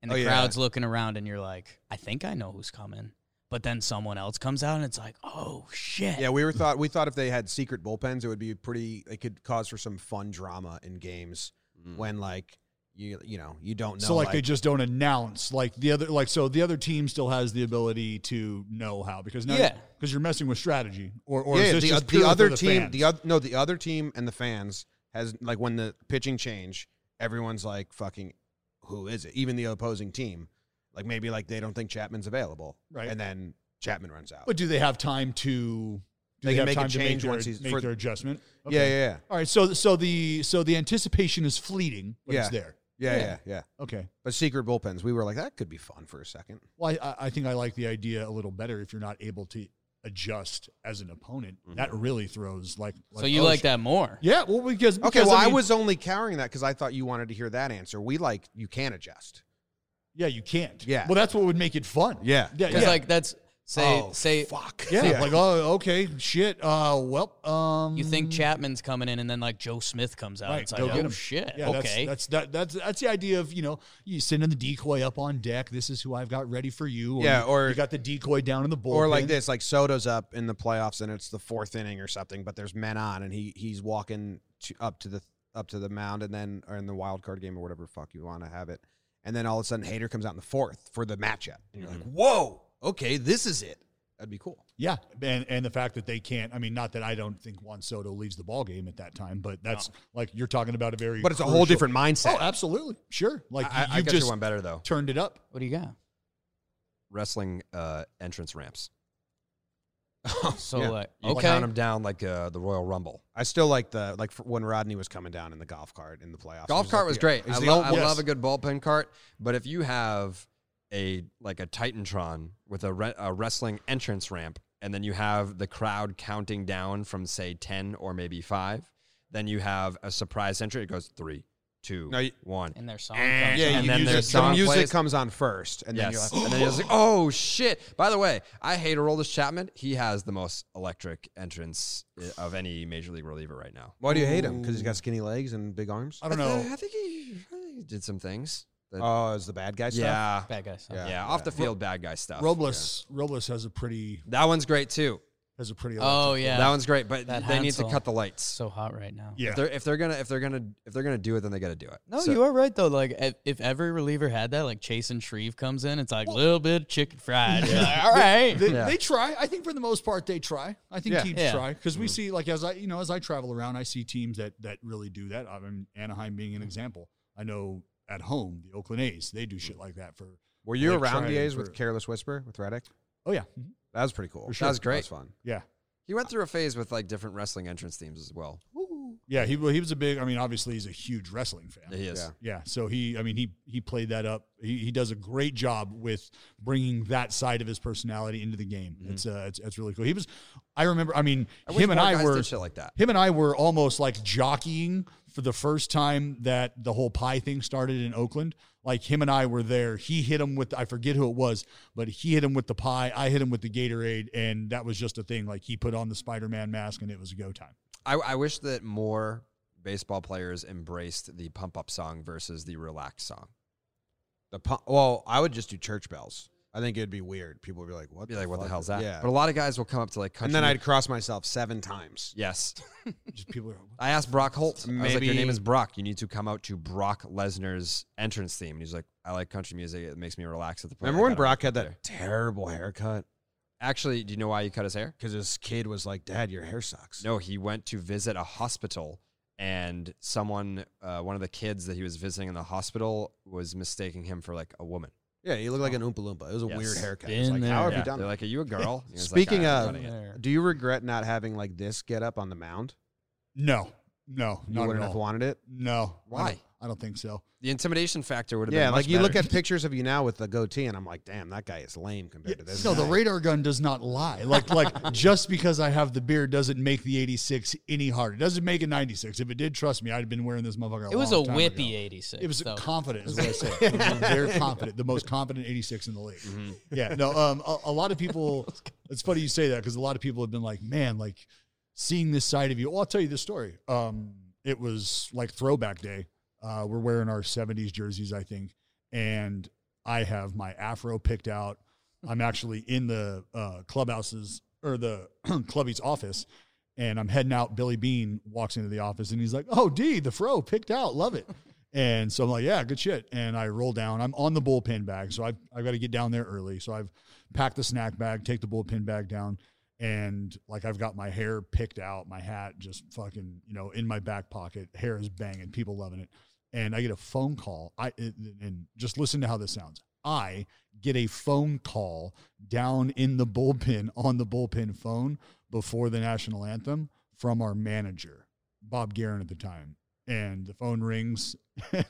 Speaker 1: and the
Speaker 2: Oh, yeah.
Speaker 1: crowd's looking around and you're like, I think I know who's coming. But then someone else comes out and it's like, oh shit.
Speaker 2: Yeah, we were thought we thought if they had secret bullpens, it would be pretty. It could cause for some fun drama in games when like you you know you don't know.
Speaker 3: so like, they just don't announce like the other like so the other team still has the ability to know how because now
Speaker 1: Yeah.
Speaker 3: because you're messing with strategy or or
Speaker 2: yeah,
Speaker 3: is this
Speaker 2: the,
Speaker 3: just
Speaker 2: the
Speaker 3: purely for
Speaker 2: other team,
Speaker 3: fans?
Speaker 2: the other no, the other team and the fans has like when the pitching change, everyone's like fucking, who is it? Even the opposing team, like maybe like they don't think Chapman's available,
Speaker 3: Right.
Speaker 2: And then Chapman runs out.
Speaker 3: But do they have time to? Do
Speaker 2: They can
Speaker 3: have
Speaker 2: make a
Speaker 3: time
Speaker 2: change
Speaker 3: to make,
Speaker 2: once
Speaker 3: their,
Speaker 2: he's-
Speaker 3: make
Speaker 2: for-
Speaker 3: their adjustment.
Speaker 2: Yeah,
Speaker 3: Okay.
Speaker 2: yeah, yeah,
Speaker 3: All right. So so the so the anticipation is fleeting, but it's
Speaker 2: Yeah.
Speaker 3: there.
Speaker 2: yeah,
Speaker 3: Yeah.
Speaker 2: yeah, yeah.
Speaker 3: Okay.
Speaker 2: But secret bullpens, we were like that could be fun for a second.
Speaker 3: Well, I- I, I think I like the idea a little better if you're not able to adjust as an opponent.
Speaker 2: Mm-hmm.
Speaker 3: That really throws like.
Speaker 1: so you
Speaker 3: oh,
Speaker 1: like
Speaker 3: sh-
Speaker 1: that more?
Speaker 3: Yeah. Well, because,
Speaker 2: Okay,
Speaker 3: because,
Speaker 2: well, I,
Speaker 3: mean,
Speaker 2: was only carrying that because I thought you wanted to hear that answer. We like you can adjust.
Speaker 3: Yeah, you can't.
Speaker 2: Yeah.
Speaker 3: Well, that's what would make it fun.
Speaker 2: Yeah.
Speaker 3: Yeah.
Speaker 1: Because
Speaker 3: yeah.
Speaker 1: like that's Say
Speaker 4: Oh,
Speaker 1: say
Speaker 4: fuck.
Speaker 3: Yeah, like oh, okay, shit. Uh, well, um,
Speaker 1: you think Chapman's coming in, and then like Joe Smith comes out.
Speaker 3: Right,
Speaker 1: it's like,
Speaker 3: go
Speaker 1: oh
Speaker 3: get him.
Speaker 1: shit,
Speaker 3: Yeah,
Speaker 1: okay.
Speaker 3: that's, that's that, that's that's the idea of you know you sending the decoy up on deck. This is who I've got ready for you.
Speaker 2: Yeah,
Speaker 3: you-
Speaker 2: or-
Speaker 3: you got the decoy down in the bullpen.
Speaker 2: Or like this, like Soto's up in the playoffs and it's the fourth inning or something, but there's men on and he he's walking to, up to the up to the mound and then or in the wild card game or whatever fuck you want to have it, and then all of a sudden Hater comes out in the fourth for the matchup and you're like,
Speaker 3: Mm-hmm.
Speaker 2: whoa, okay, this is it. That'd be cool.
Speaker 3: Yeah, and and the fact that they can't. I mean, not that I don't think Juan Soto leaves the ball game at that time, but that's like you're talking about a very.
Speaker 2: But it's a
Speaker 3: crucial-
Speaker 2: whole different mindset.
Speaker 3: Oh, absolutely, sure. Like
Speaker 4: I,
Speaker 3: you
Speaker 4: I
Speaker 3: you've
Speaker 4: got
Speaker 3: just
Speaker 4: you one better though.
Speaker 3: turned it up.
Speaker 1: what do you got?
Speaker 4: Wrestling uh, entrance ramps.
Speaker 1: So
Speaker 2: Yeah.
Speaker 1: like,
Speaker 4: You
Speaker 1: okay,
Speaker 4: count them down like uh, the Royal Rumble.
Speaker 2: I still like the like for when Rodney was coming down in the golf cart in the playoffs.
Speaker 4: Golf
Speaker 2: It
Speaker 4: cart
Speaker 2: like,
Speaker 4: was
Speaker 2: yeah,
Speaker 4: great.
Speaker 2: it was
Speaker 4: I,
Speaker 2: the
Speaker 4: lo-
Speaker 2: old-
Speaker 4: I
Speaker 3: yes.
Speaker 4: love a good bullpen cart, but if you have a like a Titantron with a, re- a wrestling entrance ramp, and then you have the crowd counting down from say ten or maybe five, then you have a surprise entry. It goes three, two, one,
Speaker 2: No, you-
Speaker 1: and their song.
Speaker 2: Yeah,
Speaker 1: comes
Speaker 2: you
Speaker 1: on.
Speaker 4: and then
Speaker 2: use
Speaker 4: there's
Speaker 2: it- the
Speaker 4: song
Speaker 2: music
Speaker 4: plays.
Speaker 2: comes on first, and then you're
Speaker 4: yes,
Speaker 2: like,
Speaker 4: and then you're like, "Oh shit!" By the way, I hate Aroldis Chapman. He has the most electric entrance i- of any major league reliever right now.
Speaker 2: why do you hate him? Because he's got skinny legs and big arms.
Speaker 3: I don't
Speaker 4: th-
Speaker 3: know.
Speaker 4: I think he, I think he did some things. that-
Speaker 2: Oh, is the bad guy stuff?
Speaker 4: yeah,
Speaker 1: bad guys.
Speaker 2: Yeah.
Speaker 4: yeah, off the field bad guy stuff.
Speaker 3: Robles Robles has a pretty
Speaker 4: That one's great too.
Speaker 3: has a pretty.
Speaker 1: Oh yeah,
Speaker 4: That one's great, but
Speaker 1: That
Speaker 4: they need to
Speaker 1: Hansel.
Speaker 4: cut the lights.
Speaker 1: so hot right now.
Speaker 3: yeah.
Speaker 4: If they're if they're gonna if they're gonna if they're gonna do it, then they got to do it.
Speaker 1: No,
Speaker 4: So-
Speaker 1: you are right though. Like if, if every reliever had that, like Chase and Shreve comes in, it's like a little bit of chicken fried. You're like, all right.
Speaker 3: They,
Speaker 4: Yeah.
Speaker 3: they try. I think for the most part they try. I think
Speaker 2: Yeah. Mm-hmm.
Speaker 3: teams
Speaker 1: Yeah.
Speaker 3: try because we see like as I you know as I travel around, I see teams that that really do that. I mean Anaheim being
Speaker 2: Mm-hmm.
Speaker 3: an example. I know at home the Oakland A's they do shit like that for.
Speaker 2: Were you
Speaker 3: Like
Speaker 2: around the
Speaker 3: trying
Speaker 2: A's
Speaker 3: for-
Speaker 2: with Careless Whisper with Reddick?
Speaker 3: Oh yeah,
Speaker 2: That was pretty cool.
Speaker 3: For sure.
Speaker 2: That was
Speaker 4: That
Speaker 2: great.
Speaker 4: was
Speaker 2: fun.
Speaker 3: yeah,
Speaker 4: He went through a phase with like different wrestling entrance themes as well.
Speaker 3: yeah. He well, he was a big. I mean, obviously he's a huge wrestling fan.
Speaker 4: He is.
Speaker 2: Yeah.
Speaker 3: Yeah, so he, I mean, he he played that up. He, he does a great job with bringing that side of his personality into the game. It's uh, it's, it's really cool. He was, I remember, I mean,
Speaker 4: Mm-hmm. I wish
Speaker 3: him and
Speaker 4: more
Speaker 3: I
Speaker 4: guys
Speaker 3: were
Speaker 4: did shit like that.
Speaker 3: Him and I were almost like jockeying for the first time that the whole pie thing started in Oakland. Like him and I were there. He hit him with I forget who it was, but he hit him with the pie. I hit him with the Gatorade, and that was just a thing. Like he put on the Spider Man mask, and it was go time.
Speaker 4: I, I wish that more baseball players embraced the pump up song versus the relax song.
Speaker 2: The pu- well, I would just do church bells. I think it'd be weird. People would be like, "What?
Speaker 4: Be like, what the
Speaker 2: fuck
Speaker 4: hell's
Speaker 2: is-"
Speaker 4: that?
Speaker 2: Yeah.
Speaker 4: But a lot of guys will come up to like country.
Speaker 2: and then I'd cross myself seven times.
Speaker 4: yes.
Speaker 3: Just people are.
Speaker 4: I asked Brock Holt. I was like,
Speaker 2: Maybe-
Speaker 4: your name is Brock. You need to come out to Brock Lesnar's entrance theme. And he's like, I like country music. It makes me relax at the.
Speaker 2: Remember when Brock had that
Speaker 4: There.
Speaker 2: terrible haircut?
Speaker 4: Actually, do you know why he cut his hair?
Speaker 2: Because his kid was like, "Dad, your hair sucks."
Speaker 4: No, he went to visit a hospital, and someone, uh, one of the kids that he was visiting in the hospital, was mistaking him for like a woman.
Speaker 2: Yeah, he looked like an Oompa Loompa. It was a
Speaker 4: Oh. Yes.
Speaker 2: weird haircut. It's
Speaker 1: Been
Speaker 2: like,
Speaker 1: there.
Speaker 2: how have
Speaker 4: Yeah.
Speaker 2: you done
Speaker 4: They're
Speaker 2: that?
Speaker 4: like, "Are you a girl?" And he was like,
Speaker 2: Speaking
Speaker 4: "I
Speaker 2: of,
Speaker 4: haven't done it yet."
Speaker 2: do you regret not having like this get up on the mound?
Speaker 3: No, no,
Speaker 2: You
Speaker 3: not at
Speaker 2: wouldn't have
Speaker 3: all.
Speaker 2: wanted it.
Speaker 3: No, I
Speaker 4: Why?
Speaker 3: don't, I don't think so.
Speaker 4: the intimidation factor would have
Speaker 2: Yeah,
Speaker 4: been
Speaker 2: like
Speaker 4: much
Speaker 2: you look
Speaker 4: better.
Speaker 2: at pictures of you now with the goatee, and I'm like, damn, that guy is lame compared to this.
Speaker 3: No, the
Speaker 2: guy."
Speaker 3: radar gun does not lie. Like, like just because I have the beard doesn't make the '86 any harder. It doesn't make it '96. If it did, trust me, I'd have been wearing this motherfucker.
Speaker 1: It was a
Speaker 3: long time ago.
Speaker 1: whippy '86.
Speaker 3: It was
Speaker 1: though.
Speaker 3: confident, is what I said. It was Very confident, the most confident 86 in the league. Yeah, no, um, a, a lot of people. It's funny you say that because a lot of people have been like, "Man, like seeing this side of you." Well, I'll tell you this story. Um, it was like Throwback Day. Uh, we're wearing our 70s jerseys, I think, and I have my afro picked out. I'm actually in the uh, clubhouses or the clubby's office, and I'm heading out. Billy Bean walks into the office and he's like, "Oh, D, the fro picked out, love it." And so I'm like, "Yeah, good shit." And I roll down. I'm on the bullpen bag, so I've I've got to get down there early. So I've packed the snack bag, take the bullpen bag down, and like I've got my hair picked out, my hat just fucking you know in my back pocket. Hair is banging, people loving it. And I get a phone call. I it- and just listen to how this sounds. I get a phone call down in the bullpen on the bullpen phone before the national anthem from our manager, Bob Guerin at the time. And the phone rings. the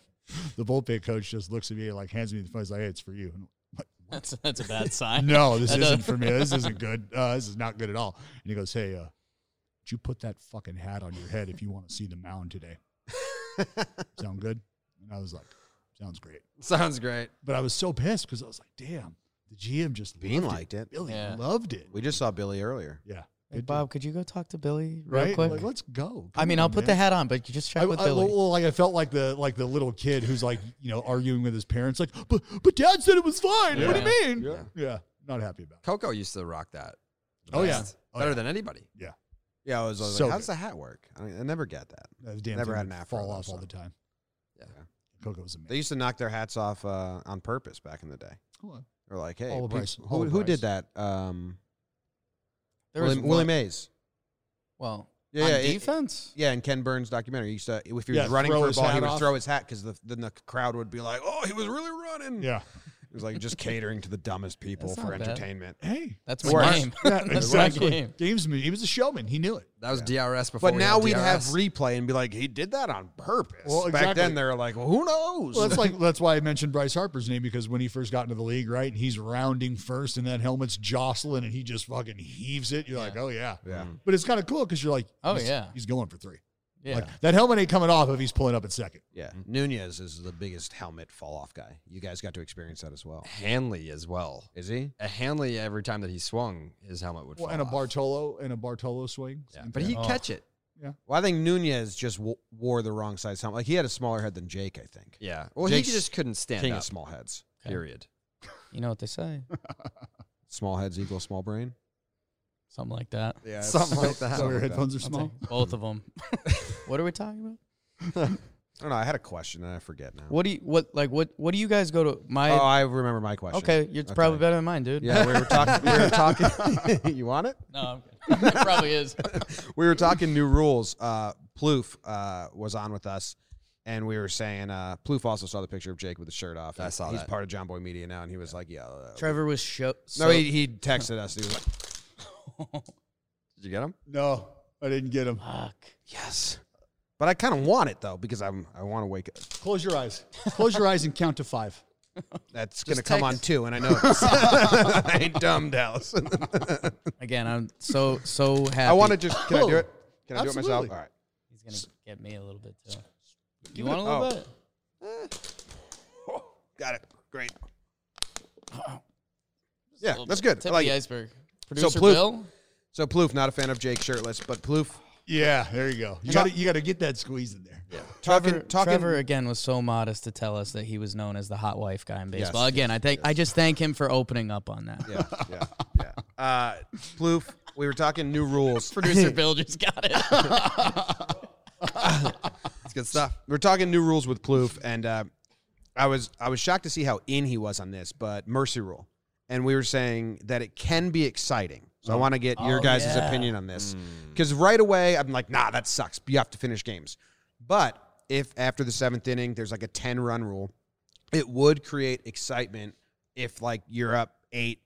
Speaker 3: bullpen coach just looks at me, like hands me the phone. He's like, hey, it's for you. And I'm like,
Speaker 1: That's that's a bad sign.
Speaker 3: no, this
Speaker 1: That
Speaker 3: isn't
Speaker 1: doesn't-
Speaker 3: for me. This isn't good. Uh, this is not good at all. And he goes, hey, uh, would you put that fucking hat on your head if you want to see the mound today? Sound good? And I was like, sounds great.
Speaker 4: Sounds great.
Speaker 3: But I was so pissed because I was like, damn, the GM just
Speaker 2: Bean
Speaker 3: loved
Speaker 2: liked it.
Speaker 3: Billy
Speaker 1: Yeah.
Speaker 3: loved it.
Speaker 2: We just saw Billy earlier.
Speaker 3: Yeah.
Speaker 1: Hey,
Speaker 3: It-
Speaker 1: Bob, could you go talk to Billy real
Speaker 3: right?
Speaker 1: quick?
Speaker 3: Like, let's go.
Speaker 1: I
Speaker 3: Come
Speaker 1: mean,
Speaker 3: on,
Speaker 1: I'll put
Speaker 3: man.
Speaker 1: the hat on, but you just check
Speaker 3: I,
Speaker 1: with
Speaker 3: I-
Speaker 1: Billy.
Speaker 3: well, like I felt like the like the little kid who's like you know arguing with his parents, like, but but Dad said it was fine. What do you mean?
Speaker 2: Yeah.
Speaker 3: Yeah, not happy about. it.
Speaker 4: Coco used to rock that. The
Speaker 3: Oh,
Speaker 4: best.
Speaker 3: yeah. Oh,
Speaker 4: better
Speaker 3: yeah.
Speaker 4: than anybody.
Speaker 2: Yeah, I was, I was
Speaker 3: So
Speaker 2: like, how
Speaker 3: good.
Speaker 2: does the hat work? I, mean, I never get that.
Speaker 3: Uh, The damn
Speaker 2: Never
Speaker 3: thing
Speaker 2: had
Speaker 3: would
Speaker 2: an afro,
Speaker 3: fall
Speaker 2: though,
Speaker 3: off all
Speaker 2: so.
Speaker 3: the time.
Speaker 4: Yeah.
Speaker 3: Coco was amazing.
Speaker 2: They used to knock their hats off uh, on purpose back in the day.
Speaker 3: Hold on.
Speaker 2: Or like, hey,
Speaker 3: Hall of
Speaker 2: who-
Speaker 3: Price.
Speaker 2: who,
Speaker 3: Hall of
Speaker 2: who
Speaker 3: Price.
Speaker 2: did that? Um,
Speaker 1: there
Speaker 2: Willie,
Speaker 1: was
Speaker 2: Willie
Speaker 1: one-
Speaker 2: Mays.
Speaker 1: Well,
Speaker 2: Yeah,
Speaker 1: on
Speaker 2: yeah, it-
Speaker 1: defense.
Speaker 2: Yeah, in Ken Burns' documentary, he used to if he was
Speaker 3: Yeah,
Speaker 2: running
Speaker 3: throw
Speaker 2: for a
Speaker 3: his
Speaker 2: ball, he
Speaker 3: hat
Speaker 2: would
Speaker 3: off.
Speaker 2: throw his hat because the then the crowd would be like, "Oh, he was really running."
Speaker 3: Yeah.
Speaker 2: it was like just catering to the dumbest people
Speaker 1: That's
Speaker 2: for
Speaker 1: not bad.
Speaker 2: entertainment.
Speaker 3: Hey.
Speaker 1: That's my
Speaker 2: It works.
Speaker 1: game.
Speaker 3: Yeah,
Speaker 1: That's my
Speaker 3: exactly.
Speaker 1: game.
Speaker 3: Gamesman. He was a showman. He knew it.
Speaker 4: That was DRS before.
Speaker 2: But
Speaker 4: we
Speaker 2: now
Speaker 4: had
Speaker 2: we'd have
Speaker 4: DRS.
Speaker 2: replay and be like, "He did that on purpose."
Speaker 3: Well,
Speaker 2: Back
Speaker 3: exactly.
Speaker 2: then, they were like, well, "Who knows?"
Speaker 3: Well, that's like that's why I mentioned Bryce Harper's name because when he first got into the league, right, and he's rounding first, and that helmet's jostling, and he just fucking heaves it. You're like, oh yeah,
Speaker 2: yeah,
Speaker 3: but it's kind of cool because you're like,
Speaker 1: Oh,
Speaker 3: he's-
Speaker 1: yeah.
Speaker 3: he's going for three.
Speaker 1: Yeah.
Speaker 3: Like that helmet ain't coming off if he's pulling up in second.
Speaker 2: yeah. Nunez is the biggest helmet fall off guy. You guys got to experience that as well.
Speaker 4: Hanley as well.
Speaker 2: Is he?
Speaker 4: A Hanley every time that he swung, his helmet would
Speaker 3: Well,
Speaker 4: fall
Speaker 3: and a
Speaker 4: off.
Speaker 3: Bartolo and a Bartolo swing.
Speaker 4: Yeah, but he'd
Speaker 1: Oh.
Speaker 4: catch it.
Speaker 2: Well, I think Nunez just w- wore the wrong size helmet. Like he had a smaller head than Jake. I think.
Speaker 4: Yeah. Well,
Speaker 2: Jake's
Speaker 4: he just couldn't stand
Speaker 2: King
Speaker 4: up.
Speaker 2: of small heads.
Speaker 4: Period.
Speaker 1: You know what they say.
Speaker 2: Small heads equal small brain.
Speaker 1: Something like that.
Speaker 2: Yeah,
Speaker 4: Something like that.
Speaker 3: So your headphones are
Speaker 1: I'll
Speaker 3: small.
Speaker 1: take Both of them. what are we talking about?
Speaker 2: I don't know. I had a question and I forget now.
Speaker 1: What do you what like what what do you guys go to my
Speaker 2: oh, I remember my question.
Speaker 1: Okay, it's probably better than mine, dude.
Speaker 2: Yeah, we were talking. we were talking. you want it?
Speaker 1: No, I'm good. it probably is.
Speaker 2: We were talking new rules. Uh, Plouf uh, was on with us, and we were saying uh, Plouf also saw the picture of Jake with the shirt off.
Speaker 4: I saw
Speaker 2: He's
Speaker 4: that.
Speaker 2: part of John Boy Media now, and he was like, "Yeah." uh,
Speaker 1: Trevor was show so,
Speaker 2: no, he, he texted us. He was like,
Speaker 4: Did you get him?
Speaker 3: No, I didn't get him.
Speaker 1: fuck.
Speaker 2: "Yes," but I kind of want it though because I'm I want to wake up.
Speaker 3: Close your eyes. Close your eyes and count to five.
Speaker 2: That's gonna
Speaker 1: Just
Speaker 2: come on
Speaker 1: text.
Speaker 2: too, and I know this. I ain't dumb, Dallas.
Speaker 1: Again, I'm so so happy.
Speaker 2: I want to just. Can I do it? Can I do it myself?
Speaker 3: Absolutely.
Speaker 2: All right.
Speaker 1: He's gonna get me a little bit too. You want a little
Speaker 2: oh.
Speaker 1: bit?
Speaker 2: Got it. Great. Yeah, that's good. I
Speaker 1: Tip
Speaker 2: like
Speaker 1: the
Speaker 2: it.
Speaker 1: iceberg. Producer
Speaker 2: Plu-
Speaker 1: Bill.
Speaker 2: So Plouf, not a fan of Jake shirtless, but Plouf
Speaker 3: Yeah, there you go. You got to you got to get that squeeze in there.
Speaker 2: talking
Speaker 1: Trevor,
Speaker 2: talking
Speaker 1: Trevor again was so modest to tell us that he was known as the hot wife guy in baseball.
Speaker 2: Yes,
Speaker 1: again, I think I just thank him for opening up on that.
Speaker 2: Yeah, yeah, yeah. Uh Plouf, we were talking new rules.
Speaker 1: Producer Bill just got it.
Speaker 4: It's good stuff.
Speaker 2: we are talking new rules with Plouf, and uh, I was I was shocked to see how in he was on this, but mercy rule, and we were saying that it can be exciting. So I want to get your
Speaker 1: Oh,
Speaker 2: guys'
Speaker 1: yeah. Hmm.
Speaker 2: opinion on this because right away I'm like, nah, that sucks. You have to finish games, but if after the seventh inning there's like a ten run rule, it would create excitement if like you're up eight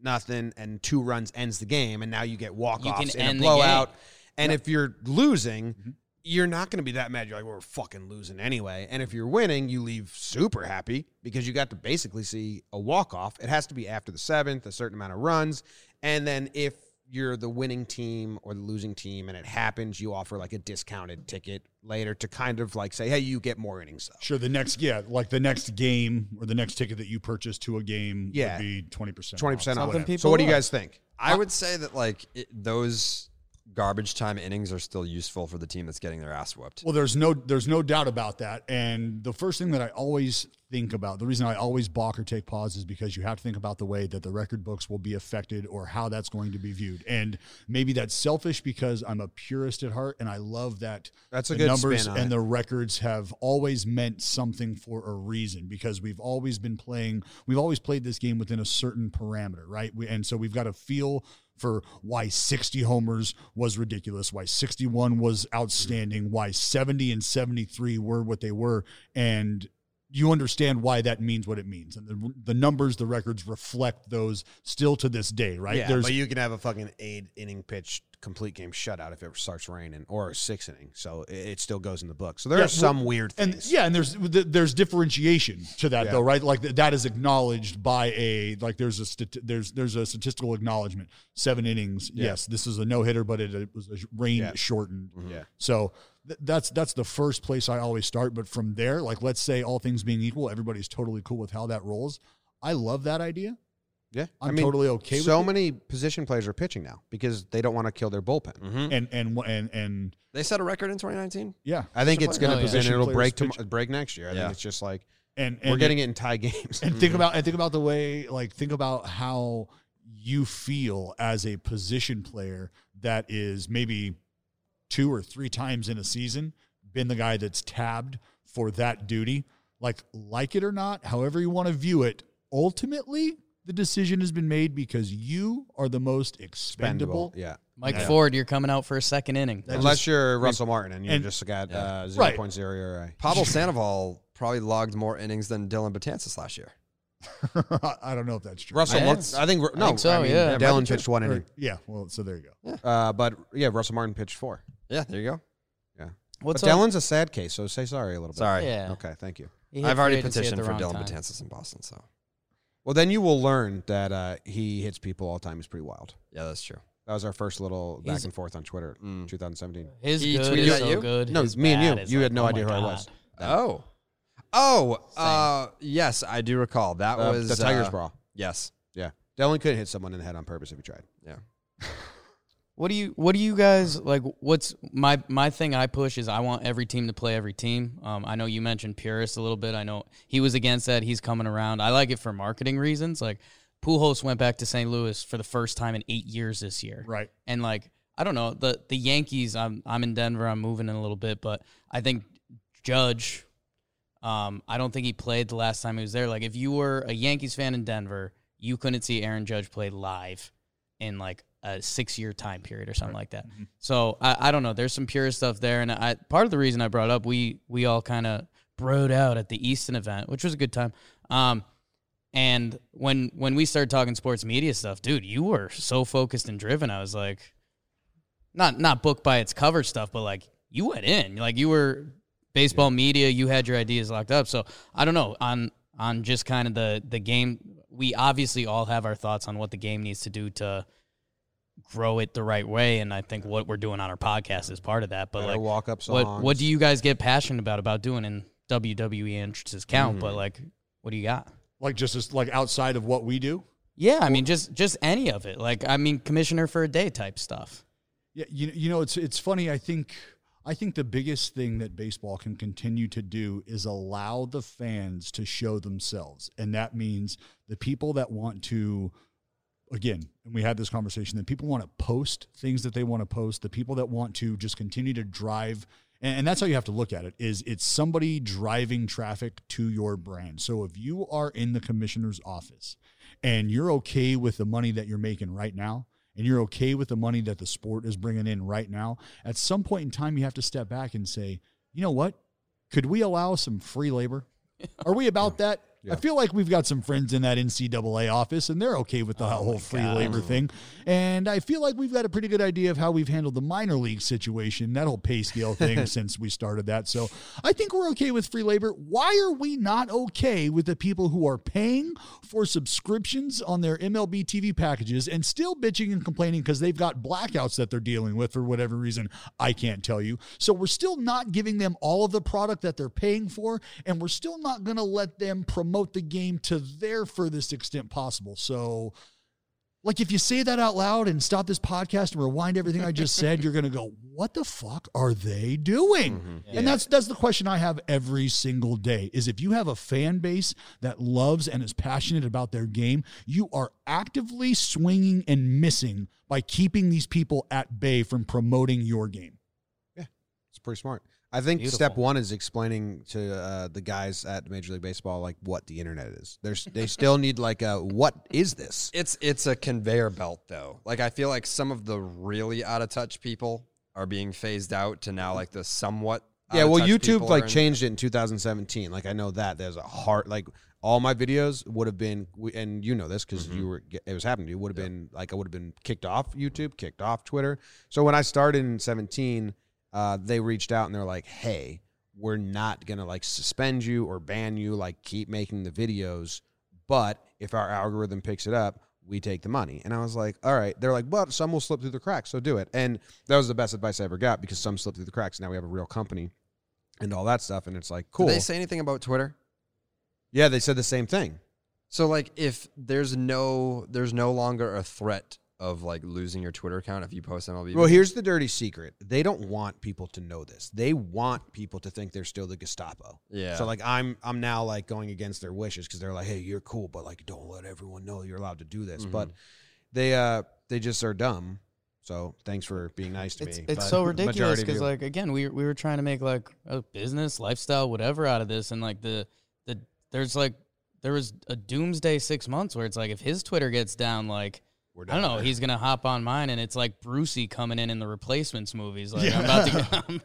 Speaker 2: nothing and two runs ends the game, and now you get walk
Speaker 1: You can
Speaker 2: offs in a
Speaker 1: end the game.
Speaker 2: blowout. And if you're losing, you're not going to be that mad. You're like, we're fucking losing anyway. And if you're winning, you leave super happy because you got to basically see a walk off. It has to be after the seventh, a certain amount of runs. And then if you're the winning team or the losing team and it happens, you offer like a discounted ticket later to kind of like say, hey, you get more innings though.
Speaker 3: Sure, the next yeah, like the next game or the next ticket that you purchase to a game
Speaker 2: Yeah.
Speaker 3: would be twenty percent.
Speaker 2: 20% off.
Speaker 1: Something people
Speaker 2: So, what do you
Speaker 1: love.
Speaker 2: guys think?
Speaker 4: I would say that like it, those garbage time innings are still useful for the team that's getting their ass whooped.
Speaker 3: Well, there's no there's no doubt about that. And the first thing that I always think about, the reason I always balk or take pause is because you have to think about the way that the record books will be affected or how that's going to be viewed. And maybe that's selfish because I'm a purist at heart and I love that
Speaker 2: That's a
Speaker 3: the
Speaker 2: good
Speaker 3: numbers
Speaker 2: spin on
Speaker 3: and
Speaker 2: it.
Speaker 3: the records have always meant something for a reason because we've always been playing we've always played this game within a certain parameter, right? We, and so we've got to feel for why 60 homers was ridiculous, why 61 was outstanding, why 70 and 73 were what they were. And you understand why that means what it means. And the, the numbers, the records reflect those still to this day, right?
Speaker 2: yeah, but you can have a fucking eight inning pitch complete game shutout if it starts raining or a six inning. So it, it still goes in the book. So there
Speaker 3: Yeah,
Speaker 2: are some weird
Speaker 3: and
Speaker 2: things.
Speaker 3: yeah, and there's th- there's differentiation to that
Speaker 2: Yeah.
Speaker 3: though, right? Like th- that is acknowledged by a like there's a stat- there's there's a statistical acknowledgement. Seven innings,
Speaker 2: Yeah.
Speaker 3: yes, this is a no hitter, but it, it was a rain
Speaker 2: Yeah. Mm-hmm.
Speaker 3: shortened.
Speaker 2: Yeah.
Speaker 3: So th- that's that's the first place I always start. But from there, like let's say all things being equal, everybody's totally cool with how that rolls. I love that idea.
Speaker 2: Yeah,
Speaker 3: I'm
Speaker 2: I mean,
Speaker 3: totally okay with
Speaker 2: So
Speaker 3: it.
Speaker 2: many position players are pitching now because they don't want to kill their bullpen.
Speaker 4: Mm. Mm-hmm.
Speaker 3: and and and and
Speaker 4: They set a record in 2019.
Speaker 3: yeah,
Speaker 2: I think it's going
Speaker 1: Oh,
Speaker 2: to
Speaker 1: yeah.
Speaker 2: position.
Speaker 3: Position
Speaker 2: It'll
Speaker 3: players
Speaker 2: break tom-
Speaker 3: pitch-
Speaker 2: break next year. I
Speaker 4: Yeah.
Speaker 2: think it's just like
Speaker 3: and, and
Speaker 2: we're getting it in tie games.
Speaker 3: and think about and think about the way like think about how you feel as a position player that is maybe two or three times in a season been the guy that's tabbed for that duty like like it or not however you want to view it ultimately the decision has been made because you are the most expendable
Speaker 2: Bendable. Yeah.
Speaker 1: Mike
Speaker 3: Yeah.
Speaker 1: Ford, you're coming out for a second inning.
Speaker 3: That
Speaker 2: Unless
Speaker 3: just-
Speaker 2: you're Russell Martin and you
Speaker 3: and-
Speaker 2: just got
Speaker 4: Yeah.
Speaker 2: uh,
Speaker 3: Right.
Speaker 2: 0.0 ERA.
Speaker 4: Pablo Sandoval probably logged more innings than Dylan Batansis last year.
Speaker 3: i don't know if that's true
Speaker 2: Russell,
Speaker 1: Yeah.
Speaker 2: Mar- I think no,
Speaker 1: think so,
Speaker 2: I mean,
Speaker 1: yeah. Yeah, it
Speaker 2: Dallin pitched one
Speaker 3: Or-
Speaker 2: inning,
Speaker 3: yeah well so there you go
Speaker 2: uh, but yeah, Russell Martin pitched four.
Speaker 4: Yeah, there you go.
Speaker 1: What's
Speaker 2: but
Speaker 1: up?
Speaker 2: Dallin's a sad case, so say sorry a little bit.
Speaker 4: Sorry.
Speaker 1: Yeah.
Speaker 2: Okay, thank you.
Speaker 1: He hit
Speaker 4: I've
Speaker 1: free
Speaker 4: already
Speaker 1: agency at
Speaker 4: petitioned
Speaker 1: the
Speaker 4: for
Speaker 1: wrong
Speaker 4: Dylan
Speaker 1: time.
Speaker 4: Batansis in Boston, so
Speaker 2: Well, then you will learn that uh, he hits people all the time. He's pretty wild.
Speaker 4: yeah, that's true.
Speaker 2: That was our first little back
Speaker 1: He's-
Speaker 2: and forth on Twitter,
Speaker 1: Mm-hmm.
Speaker 4: Mm.
Speaker 2: 2017.
Speaker 1: His
Speaker 4: He
Speaker 1: good
Speaker 4: tweeted
Speaker 1: is
Speaker 4: at
Speaker 1: so
Speaker 4: you?
Speaker 1: good.
Speaker 2: No,
Speaker 1: his
Speaker 2: me and you.
Speaker 1: bad is
Speaker 2: You
Speaker 1: like,
Speaker 2: had no
Speaker 1: oh
Speaker 2: idea
Speaker 1: my
Speaker 2: who I
Speaker 1: God.
Speaker 2: was.
Speaker 4: Oh. Oh, uh, yes, I do recall. That
Speaker 2: Uh,
Speaker 4: was
Speaker 2: the Tigers
Speaker 4: uh,
Speaker 2: brawl.
Speaker 4: Yes.
Speaker 2: Yeah, Dallin couldn't hit someone in the head on purpose if he tried.
Speaker 4: Yeah.
Speaker 1: What do you what do you guys like what's my my thing I push is I want every team to play every team. Um, I know you mentioned Purist a little bit. I know he was against that. He's coming around. I like it for marketing reasons. Like Pujols went back to St. Louis for the first time in 8 years this year.
Speaker 3: right
Speaker 1: And like I don't know, the the Yankees I'm I'm in Denver. I'm moving in a little bit, but I think Judge um I don't think he played the last time he was there. Like if you were a Yankees fan in Denver, you couldn't see Aaron Judge play live in like a 6-year time period or something like that. So I, I don't know, there's some pure stuff there and I part of the reason I brought up we we all kind of broed out at the Easton event, which was a good time. Um and when when we started talking sports media stuff, dude, you were so focused and driven. I was like, not not book by its cover stuff, but like you went in, like you were baseball media. You had your ideas locked up. So I don't know on on just kind of the the game. We obviously all have our thoughts on what the game needs to do to grow it the right way, and I think what we're doing on our podcast is part of that. But like,
Speaker 2: walk up songs.
Speaker 1: what what do you guys get passionate about about doing in WWE entrances count? But like, what do you got?
Speaker 3: like just as like outside of what we do
Speaker 1: Yeah, I mean, just just any of it. Like, I mean, commissioner for a day type stuff.
Speaker 3: Yeah, you you know it's it's funny. I think I think the biggest thing that baseball can continue to do is allow the fans to show themselves, and that means the people that want to. Again, and we had this conversation that people want to post things that they want to post. The people that want to just continue to drive, and, and that's how you have to look at it. Is it's somebody driving traffic to your brand. So if you are in the commissioner's office, and you're okay with the money that you're making right now and you're okay with the money that the sport is bringing in right now, at some point in time, you have to step back and say, you know what? Could we allow some free labor? Are we about that? I feel like we've got some friends in that NCAA office and they're okay with the whole free labor thing. And I feel like we've got a pretty good idea of how we've handled the minor league situation, that whole pay scale thing since we started that. So I think we're okay with free labor. Why are we not okay with the people who are paying for subscriptions on their MLB TV packages and still bitching and complaining because they've got blackouts that they're dealing with for whatever reason? I can't tell you. So we're still not giving them all of the product that they're paying for, and we're still not going to let them promote the game to their furthest extent possible. So. Like if you say that out loud and stop this podcast and rewind everything I just said, you're gonna go, "What the fuck are they
Speaker 1: Mm-hmm.
Speaker 3: doing?" And that's that's the question I have every single day: is if you have a fan base that loves and is passionate about their game, you are actively swinging and missing by keeping these people at bay from promoting your game.
Speaker 2: It's pretty smart. I think step
Speaker 1: Beautiful.
Speaker 2: one is explaining to uh, the guys at Major League Baseball like what the internet is. There's they still need like a what is this?
Speaker 4: It's it's a conveyor belt though. Like I feel like some of the really out of touch people are being phased out to now like the somewhat
Speaker 2: Yeah, well,
Speaker 4: out-of-touch
Speaker 2: YouTube
Speaker 4: uh, people
Speaker 2: like
Speaker 4: are in-
Speaker 2: changed it in 2017. Like I know that there's a hard like all my videos would have been we- and you know this because you were it was happening to you would have been like I would have been kicked off YouTube, kicked off Twitter. So when I started in 17, uh, they reached out and they're like, "Hey, we're not gonna like suspend you or ban you. Like keep making the videos, but if our algorithm picks it up." We take the money. And I was like, all right. They're like, but some will slip through the cracks, so do it. And that was the best advice I ever got because some slipped through the cracks. Now we have a real company and all that stuff. And it's like, cool.
Speaker 4: Did they say anything about Twitter?
Speaker 2: yeah, they said the same thing.
Speaker 4: So like if there's no there's no longer a threat of like losing your Twitter account if you post MLB.
Speaker 2: Well, here's the dirty secret. They don't want people to know this. They want people to think they're still the Gestapo.
Speaker 4: yeah.
Speaker 2: So like I'm I'm now like going against their wishes because they're like, hey, you're cool, but like don't let everyone know you're allowed to do this. But
Speaker 4: Mm-hmm.
Speaker 2: they uh they just are dumb. So thanks for being nice to
Speaker 1: It's,
Speaker 2: me.
Speaker 1: it's
Speaker 2: but
Speaker 1: so
Speaker 2: majority
Speaker 1: ridiculous
Speaker 2: of
Speaker 1: because,
Speaker 2: you-
Speaker 1: like, again, we we were trying to make like a business, lifestyle, whatever out of this, and like the the there's like there was a doomsday six months where it's like if his Twitter gets down, like
Speaker 2: we're
Speaker 1: I don't
Speaker 2: done.
Speaker 1: know, he's gonna hop on mine, and it's like Brucey coming in in the replacements movies, like I'm about to,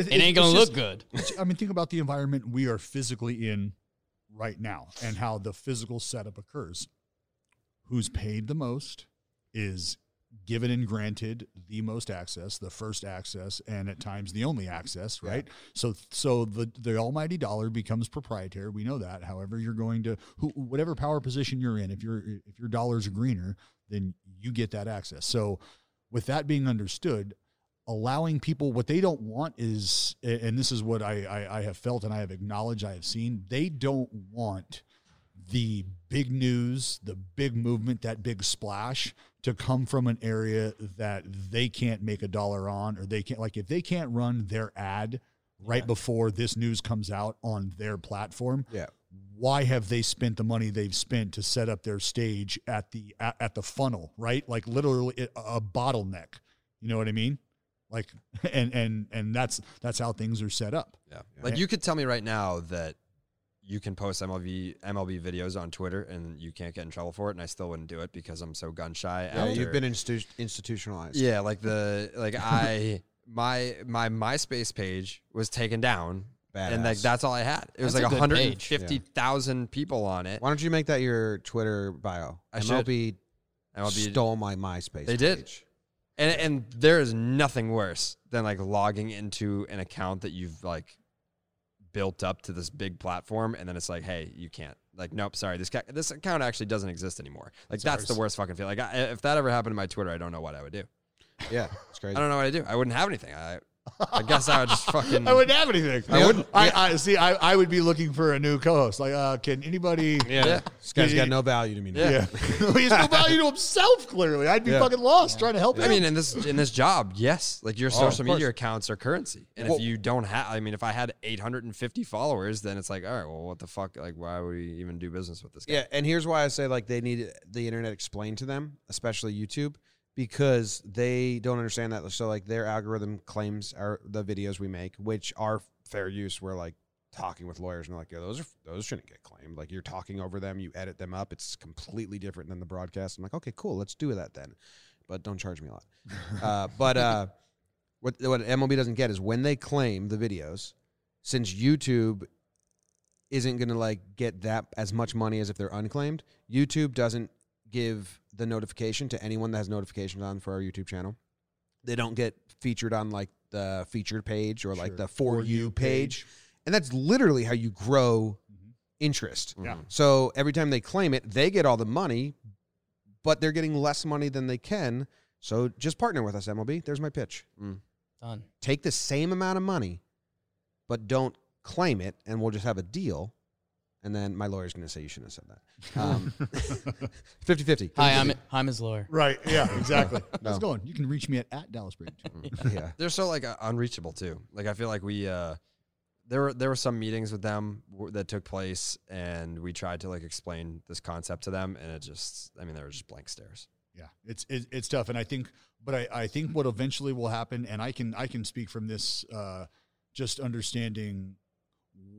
Speaker 1: it ain't gonna
Speaker 3: look
Speaker 1: look
Speaker 3: good.
Speaker 1: good.
Speaker 3: I mean, think about the environment we are physically in right now and how the physical setup occurs. Who's paid the most is given and granted the most access, the first access, and at times the only access,
Speaker 2: Yeah.
Speaker 3: right? So so the the almighty dollar becomes proprietary. We know that. However, you're going to who, whatever power position you're in, if your if your dollars are greener, then you get that access. So with that being understood, allowing people what they don't want is a- and this is what I, I I have felt and I have acknowledged, I have seen, they don't want the big news, the big movement, that big splash to come from an area that they can't make a dollar on or they can't like if they can't run their ad right before this news comes out on their platform
Speaker 2: Yeah.
Speaker 3: why have they spent the money they've spent to set up their stage at the at, at the funnel right like literally a, a bottleneck you know what i mean like and and and that's that's how things are set up
Speaker 4: Yeah. Like you could tell me right now that you can post MLB MLB videos on Twitter and you can't get in trouble for it, and I still wouldn't do it because I'm so gun shy.
Speaker 2: Yeah,
Speaker 4: after-
Speaker 2: you've been institu- institutionalized.
Speaker 4: yeah, like the like I my my MySpace page was taken down, and like
Speaker 2: Badass.
Speaker 4: that's all I had. It was
Speaker 1: That's a
Speaker 4: like
Speaker 1: good page.
Speaker 4: 150,000 people on it.
Speaker 2: Why don't you make that your Twitter bio?
Speaker 4: I should.
Speaker 2: MLB
Speaker 4: MLB
Speaker 2: stole my MySpace.
Speaker 4: They did.
Speaker 2: page.
Speaker 4: and and there is nothing worse than like logging into an account that you've like built up to this big platform and then it's like hey you can't like nope sorry this guy this account actually doesn't exist anymore like that's the worst fucking feeling like I, if that ever happened to my twitter i don't know what i would do
Speaker 2: Yeah, it's
Speaker 4: i
Speaker 2: crazy.
Speaker 4: don't know what i do i wouldn't have anything i i guess i would just fucking
Speaker 3: I wouldn't have anything.
Speaker 4: I wouldn't.
Speaker 3: I,
Speaker 4: Yeah.
Speaker 3: I see. I, I would be looking for a new co-host. Like, uh, can anybody?
Speaker 4: yeah,
Speaker 2: This guy's got no value to me. now.
Speaker 4: Yeah.
Speaker 3: Yeah. He's no value to himself. Clearly, I'd be
Speaker 2: Yeah.
Speaker 3: fucking lost trying to help
Speaker 4: I
Speaker 3: him.
Speaker 4: mean, in this in this job, yes, like your
Speaker 2: Oh,
Speaker 4: social
Speaker 2: of
Speaker 4: media
Speaker 2: course.
Speaker 4: accounts are currency, and
Speaker 2: Well-
Speaker 4: if you don't have, I mean, if I had 850 followers, then it's like, all right, well, what the fuck? Like, why would we even do business with this guy?
Speaker 2: Yeah, and here's why I say like they need the internet explained to them, especially YouTube, because they don't understand that. So like their algorithm claims are the videos we make, which are fair use. We're like talking with lawyers and they're like, yeah, those are those shouldn't get claimed. Like you're talking over them, you edit them up. It's completely different than the broadcast. I'm like, okay, cool, let's do that then, but don't charge me a lot. Uh, but uh, what what MLB doesn't get is when they claim the videos, since YouTube isn't going to like get that as much money as if they're unclaimed. YouTube doesn't give the notification to anyone that has notifications on for our YouTube channel. They don't get featured on like the featured page or like
Speaker 3: Sure.
Speaker 2: the for, you page. Mm-hmm. And that's literally how you grow
Speaker 3: Mhm.
Speaker 2: interest.
Speaker 4: Mm-hmm.
Speaker 3: Yeah.
Speaker 2: So every time they claim it, they get all the money, but they're getting less money than they can. So just partner with us, MLB. There's my pitch
Speaker 1: Done.
Speaker 2: take the same amount of money, but don't claim it, and we'll just have a deal. And then my lawyer's going to say you shouldn't have said that. Um, 50 50.
Speaker 1: Hi, I'm I'm his lawyer.
Speaker 3: Right. Yeah. Exactly. How's
Speaker 2: No.
Speaker 3: it going? You can reach me at, at Dallas Bridge.
Speaker 4: Mm-hmm.
Speaker 2: Yeah.
Speaker 4: They're so like uh, unreachable too. Like I feel like we uh there were there were some meetings with them w- that took place and we tried to like explain this concept to them and it just I mean they were just blank stares.
Speaker 3: yeah it's it, it's tough and i think but I, I think what eventually will happen and i can i can speak from this uh just understanding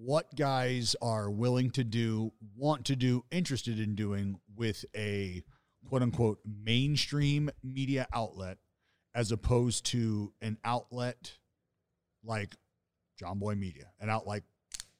Speaker 3: what guys are willing to do want to do interested in doing with a quote unquote mainstream media outlet as opposed to an outlet like john boy media an outlet like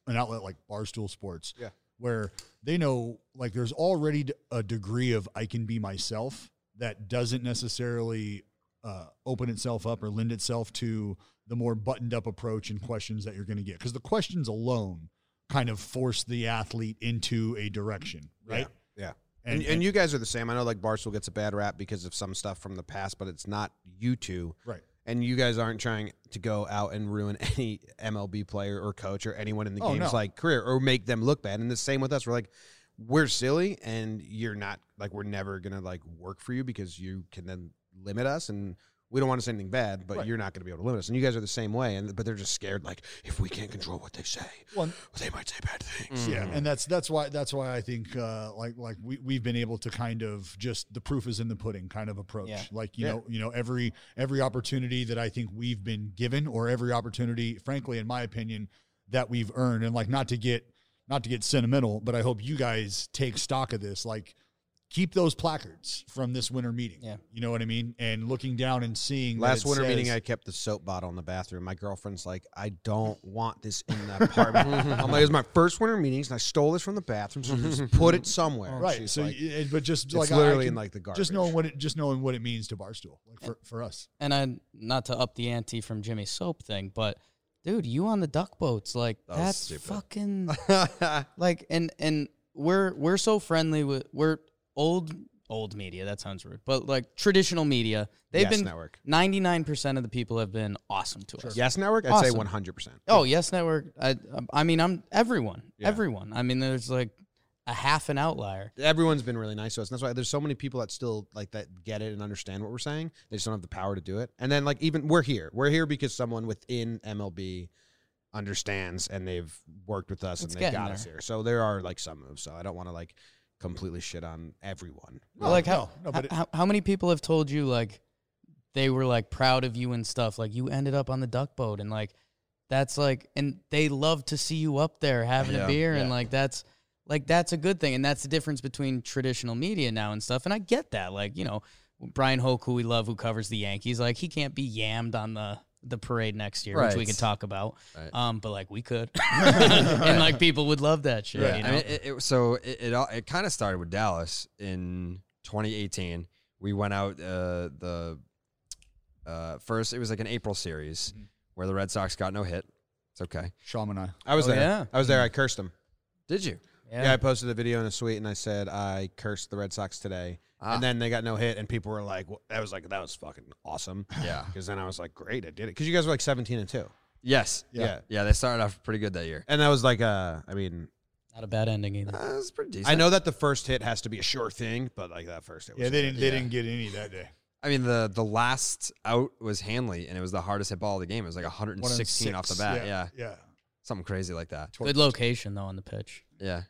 Speaker 3: an outlet like barstool sports
Speaker 2: Yeah.
Speaker 3: where they know like there's already d- a degree of i can be myself that doesn't necessarily uh, open itself up or lend itself to the more buttoned up approach and questions that you're going to get because the questions alone kind of force the athlete into a direction right
Speaker 2: Yeah. And, and you guys are the same. I know like Barstool gets a bad rap because of some stuff from the past, but it's not you two.
Speaker 3: right
Speaker 2: And you guys aren't trying to go out and ruin any MLB player or coach or anyone in the
Speaker 3: Oh,
Speaker 2: game's
Speaker 3: no.
Speaker 2: like career or make them look bad. And the same with us. We're like, we're silly and you're not like we're never gonna like work for you because you can then limit us and we don't want to say anything bad, but
Speaker 3: Right.
Speaker 2: you're not gonna be able to limit us. And you guys are the same way, and but they're just scared like if we can't control what they say,
Speaker 3: Well,
Speaker 2: they might say bad things.
Speaker 4: Mm.
Speaker 3: Yeah, and that's that's why that's why I think uh, like like we we've been able to kind of just the proof is in the pudding kind of approach.
Speaker 1: Yeah.
Speaker 3: Like you
Speaker 2: Yeah.
Speaker 3: know you know every every opportunity that I think we've been given, or every opportunity, frankly, in my opinion, that we've earned, and like not to get not to get sentimental, but I hope you guys take stock of this. Like keep those placards from this winter meeting.
Speaker 1: Yeah.
Speaker 3: you know what I mean. And looking down and seeing that
Speaker 2: Last
Speaker 3: it
Speaker 2: winter meeting,
Speaker 3: says-
Speaker 2: I kept the soap bottle in the bathroom. My girlfriend's like, I don't want this in the apartment. I'm like, it was my first winter meetings, and I stole this from the bathroom, so just put it somewhere. And
Speaker 3: right.
Speaker 2: she's
Speaker 3: So
Speaker 2: like,
Speaker 3: y- it- but just
Speaker 2: it's
Speaker 3: like I- I
Speaker 2: literally
Speaker 3: can-
Speaker 2: in like the garbage.
Speaker 3: Just knowing what it just knowing what it means to Barstool, like for, for us.
Speaker 1: and I not to up the ante from Jimmy's soap thing, but dude, you on the duck boats like
Speaker 4: That was
Speaker 1: that's
Speaker 4: stupid.
Speaker 1: fucking like and and we're we're so friendly with we're old old media that sounds rude, but like traditional media they've
Speaker 2: Yes
Speaker 1: been
Speaker 2: Network.
Speaker 1: ninety nine percent of the people have been awesome to us.
Speaker 2: Yes Network, I'd say
Speaker 1: Awesome.
Speaker 2: 100. percent
Speaker 1: Oh yes, network. I I mean I'm everyone everyone. I mean there's like a half an outlier.
Speaker 2: Everyone's been really nice to us, and that's why there's so many people that still like that get it and understand what we're saying. They just don't have the power to do it. And then like even we're here, we're here because someone within MLB understands and they've worked with us
Speaker 1: It's
Speaker 2: and they
Speaker 1: getting
Speaker 2: got us
Speaker 1: there.
Speaker 2: here. So there are like some moves. So I don't want to like completely shit on everyone.
Speaker 3: No,
Speaker 1: like how,
Speaker 3: no, no, Oh, but it-
Speaker 1: how how many people have told you like they were like proud of you and stuff like you ended up on the duck boat and like that's like and they love to see you up there having
Speaker 4: Yeah,
Speaker 1: a beer and
Speaker 4: yeah.
Speaker 1: like that's like that's a good thing and that's the difference between traditional media now and stuff and I get that like you know Brian Hoke who we love who covers the Yankees like he can't be yammed on the the parade next year which we
Speaker 4: Right.
Speaker 1: can talk about
Speaker 4: Right.
Speaker 1: um but like we could and like people would love that shit
Speaker 3: Right.
Speaker 1: you
Speaker 4: I
Speaker 1: know
Speaker 4: mean, it, it, so it it, all, it kind of started with Dallas in 2018. We went out uh, the uh, first. It was like an April series where the Red Sox got no hit. It's okay.
Speaker 3: Shawn and I.
Speaker 2: I was
Speaker 1: Oh,
Speaker 2: there.
Speaker 1: yeah.
Speaker 2: I was there. I cursed them.
Speaker 4: Did you?
Speaker 2: Yeah. I posted a video in a suite and I said I cursed the Red Sox today,
Speaker 4: Ah.
Speaker 2: and then they got no hit, and people were like, "Wha- "That was like that was fucking awesome."
Speaker 4: Yeah.
Speaker 2: Because then I was like, "Great, I did it." Because you guys were like 17 and two.
Speaker 4: Yes.
Speaker 3: Yeah.
Speaker 2: yeah.
Speaker 4: Yeah, they started off pretty good that year.
Speaker 2: And that was like, uh, I mean,
Speaker 1: not a bad ending either
Speaker 4: Uh, it was pretty decent.
Speaker 2: I know that the first hit has to be a sure thing, but like that first hit was.
Speaker 3: Yeah, they didn't. They
Speaker 4: Yeah.
Speaker 3: didn't get any that day.
Speaker 4: I mean, the the last out was Hanley, and it was the hardest hit ball of the game. It was like 116 off the bat. Yeah.
Speaker 3: yeah.
Speaker 4: something crazy like that.
Speaker 3: Tor-
Speaker 1: Good location though on the pitch.
Speaker 4: Yeah,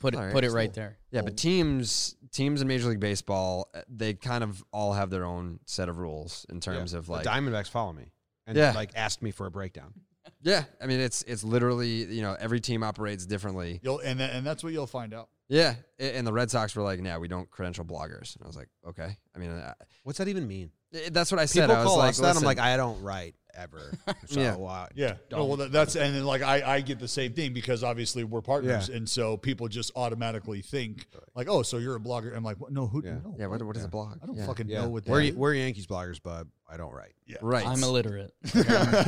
Speaker 1: Put it
Speaker 4: All right,
Speaker 1: put it
Speaker 4: cool.
Speaker 1: right there.
Speaker 4: yeah. But teams teams in Major League Baseball, uh, they kind of all have their own set of rules in
Speaker 2: Yeah.
Speaker 4: terms of
Speaker 2: The
Speaker 4: like.
Speaker 2: Diamondbacks follow me and
Speaker 4: Yeah.
Speaker 2: like asked me for a breakdown.
Speaker 4: yeah, I mean, it's it's literally you know every team operates differently.
Speaker 3: You'll and tha- and that's what you'll find out.
Speaker 4: Yeah, a- and the Red Sox were like, "Nah, we don't credential bloggers." And I was like, "Okay." I mean, I,
Speaker 2: What's that even mean?
Speaker 4: I- that's what I said.
Speaker 2: People
Speaker 4: I was
Speaker 2: call
Speaker 4: like,
Speaker 2: us that. I'm
Speaker 4: "Listen,
Speaker 2: like, I don't write ever. So
Speaker 4: Yeah.
Speaker 2: uh,
Speaker 3: Yeah. No, well, that- that's and then like I I get the same thing because obviously we're partners, and so people just automatically think like, oh, so you're a blogger. I'm like, what? No, who?
Speaker 2: Yeah.
Speaker 3: No,
Speaker 4: yeah, what, what is a blog?
Speaker 3: I don't
Speaker 4: Yeah.
Speaker 3: fucking
Speaker 2: yeah.
Speaker 3: know what
Speaker 2: we're,
Speaker 3: that.
Speaker 2: we're Yankees bloggers, but I don't write.
Speaker 4: right.
Speaker 1: I'm illiterate.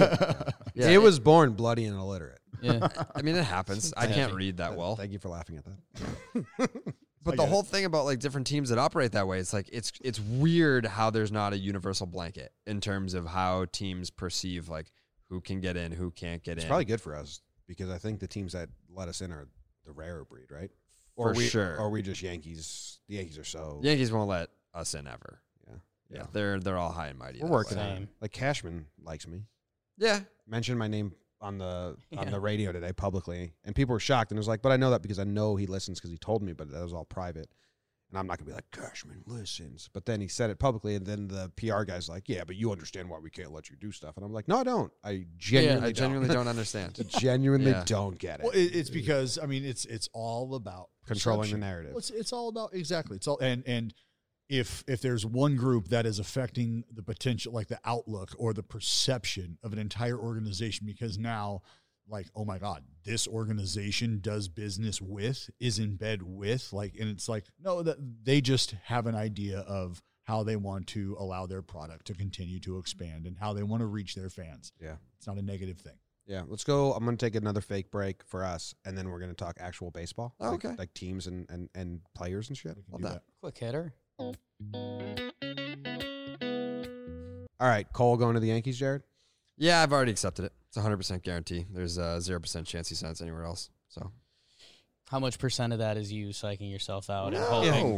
Speaker 4: Yeah,
Speaker 2: it was born bloody and illiterate.
Speaker 1: yeah.
Speaker 4: I mean, it happens. I can't
Speaker 1: Sometimes.
Speaker 4: read that well.
Speaker 2: Thank you for laughing at that.
Speaker 4: But
Speaker 3: I
Speaker 4: the
Speaker 3: get it.
Speaker 4: whole thing about like different teams that operate that way, it's like it's it's weird how there's not a universal blanket in terms of how teams perceive like who can get in, who can't get
Speaker 2: It's
Speaker 4: in.
Speaker 2: probably good for us because I think the teams that let us in are the rarer breed, right? Or
Speaker 4: For
Speaker 2: we,
Speaker 4: sure.
Speaker 2: Or we just Yankees. The Yankees are so.
Speaker 4: The Yankees won't let us in ever.
Speaker 2: Yeah.
Speaker 4: Yeah.
Speaker 2: Yeah.
Speaker 4: They're they're all high and mighty.
Speaker 2: We're
Speaker 4: that
Speaker 2: working
Speaker 4: way.
Speaker 2: on it.
Speaker 1: Same.
Speaker 2: Like Cashman likes me.
Speaker 4: Yeah.
Speaker 2: mentioned my name on the on
Speaker 1: Yeah.
Speaker 2: the radio today publicly, and people were shocked. And it was like, but I know that because I know he listens because he told me, but that was all private. And I'm not gonna be like Cashman listens, but then he said it publicly, and then the PR guy's like, "Yeah, but you understand why we can't let you do stuff." And I'm like, "No, I don't. I genuinely,
Speaker 4: I
Speaker 2: don't.
Speaker 4: genuinely don't understand.
Speaker 2: I genuinely
Speaker 4: Yeah.
Speaker 2: don't get it."
Speaker 3: Well, it, it's because I mean, it's it's all about
Speaker 2: Controlling the
Speaker 3: perception.
Speaker 2: narrative.
Speaker 3: Well, it's it's all about exactly. It's all and and if if there's one group that is affecting the potential, like the outlook or the perception of an entire organization, because now, like, oh my God, this organization does business with, is in bed with, like, and it's like no, that they just have an idea of how they want to allow their product to continue to expand and how they want to reach their fans.
Speaker 2: Yeah.
Speaker 3: it's not a negative thing.
Speaker 2: yeah, let's go. I'm gonna take another fake break for us, and then we're gonna talk actual baseball,
Speaker 4: Oh,
Speaker 2: like,
Speaker 4: okay.
Speaker 2: like teams and and and players and shit.
Speaker 3: We can
Speaker 4: Well
Speaker 3: do
Speaker 4: done.
Speaker 3: that.
Speaker 1: Quick hitter.
Speaker 2: All right, Cole going to the Yankees, Jared.
Speaker 4: yeah, I've uh, already accepted it. It's 100% guarantee. There's a 0% chance he signs anywhere else. So
Speaker 1: How much percent of that is you psyching yourself out and
Speaker 2: No.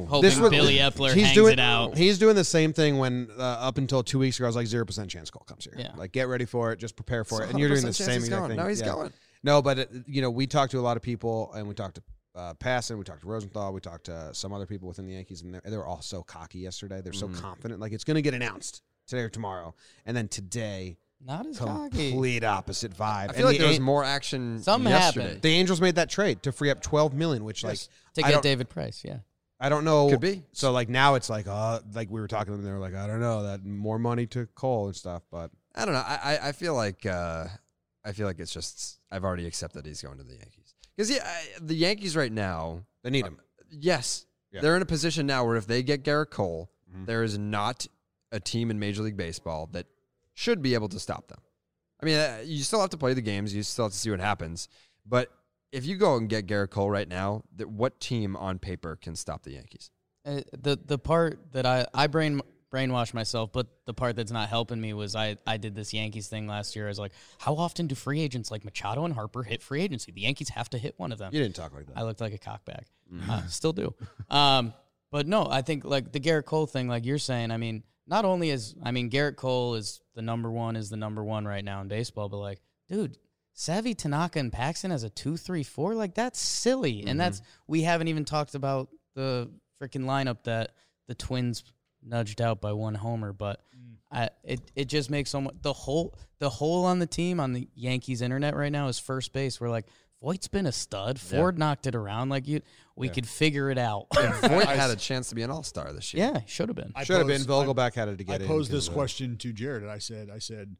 Speaker 1: hoping,
Speaker 2: This
Speaker 1: hoping
Speaker 2: was-
Speaker 1: Billy Epler
Speaker 2: he's
Speaker 1: hangs
Speaker 2: doing
Speaker 1: it out?
Speaker 2: He's doing the same thing when uh, up until two weeks ago, I was like zero percent chance call comes here.
Speaker 1: Yeah.
Speaker 2: Like get ready for it, just prepare for it, and you're doing the same exact
Speaker 4: going.
Speaker 2: thing.
Speaker 4: No, he's
Speaker 2: Yeah.
Speaker 4: going.
Speaker 2: No, but it, you know, we talked to a lot of people, and we talked to uh, Passon, we talked to Rosenthal, we talked to some other people within the Yankees, and they're, they were all so cocky yesterday. They're
Speaker 1: Mm-hmm.
Speaker 2: so confident, like it's going to get announced today or tomorrow, and then today,
Speaker 1: Not as cocky.
Speaker 2: complete opposite vibe.
Speaker 4: I
Speaker 2: and
Speaker 4: feel like
Speaker 2: the
Speaker 4: there was
Speaker 2: An-
Speaker 4: more action
Speaker 1: Something
Speaker 4: yesterday.
Speaker 1: happened.
Speaker 2: The Angels made that trade to free up twelve million, which
Speaker 4: Yes.
Speaker 1: To
Speaker 2: I
Speaker 1: get
Speaker 2: don't-
Speaker 1: David Price, yeah.
Speaker 2: like I don't know
Speaker 4: Could be.
Speaker 2: So like now it's like uh like we were talking to them, they were like I don't know that more money to Cole and stuff, but
Speaker 4: I don't know. I I, I feel like uh, I feel like it's just I've already accepted he's going to the Yankees because yeah, I, the Yankees right now.
Speaker 2: they need him.
Speaker 4: Yes,
Speaker 2: Yeah.
Speaker 4: they're in a position now where if they get Garrett Cole,
Speaker 2: Mhm.
Speaker 4: there is not a team in Major League Baseball that should be able to stop them. I mean, uh, you still have to play the games. You still have to see what happens. But if you go and get Garrett Cole right now, that what team on paper can stop the Yankees?
Speaker 1: Uh, the the part that I I brain brainwashed myself, but the part that's not helping me was I I did this Yankees thing last year. I was like, how often do free agents like Machado and Harper hit free agency? The Yankees have to hit one of them.
Speaker 2: You didn't talk like that.
Speaker 1: I looked like a cockbag. Uh, still do. Um, but no, I think like the Garrett Cole thing, like you're saying. I mean, not only is I mean Garrett Cole is the number one is the number one right now in baseball, but like, dude, Savvy Tanaka and Paxton as a two, three, four, like that's silly, and that's we haven't even talked about the freaking lineup that the Twins nudged out by one homer, but. I, it it just makes so much the whole the hole on the team on the Yankees internet right now is first base. We're like Voight's been a stud. Ford knocked it around like you. We could figure it out. Yeah,
Speaker 4: Voight had a chance to be an All Star this year.
Speaker 1: should have been.
Speaker 3: I
Speaker 2: Should have been
Speaker 3: posed-
Speaker 2: Vogelback had it to
Speaker 3: I
Speaker 2: get in
Speaker 3: posed
Speaker 2: because
Speaker 3: this
Speaker 2: of-
Speaker 3: question to Jared, and I said, I said,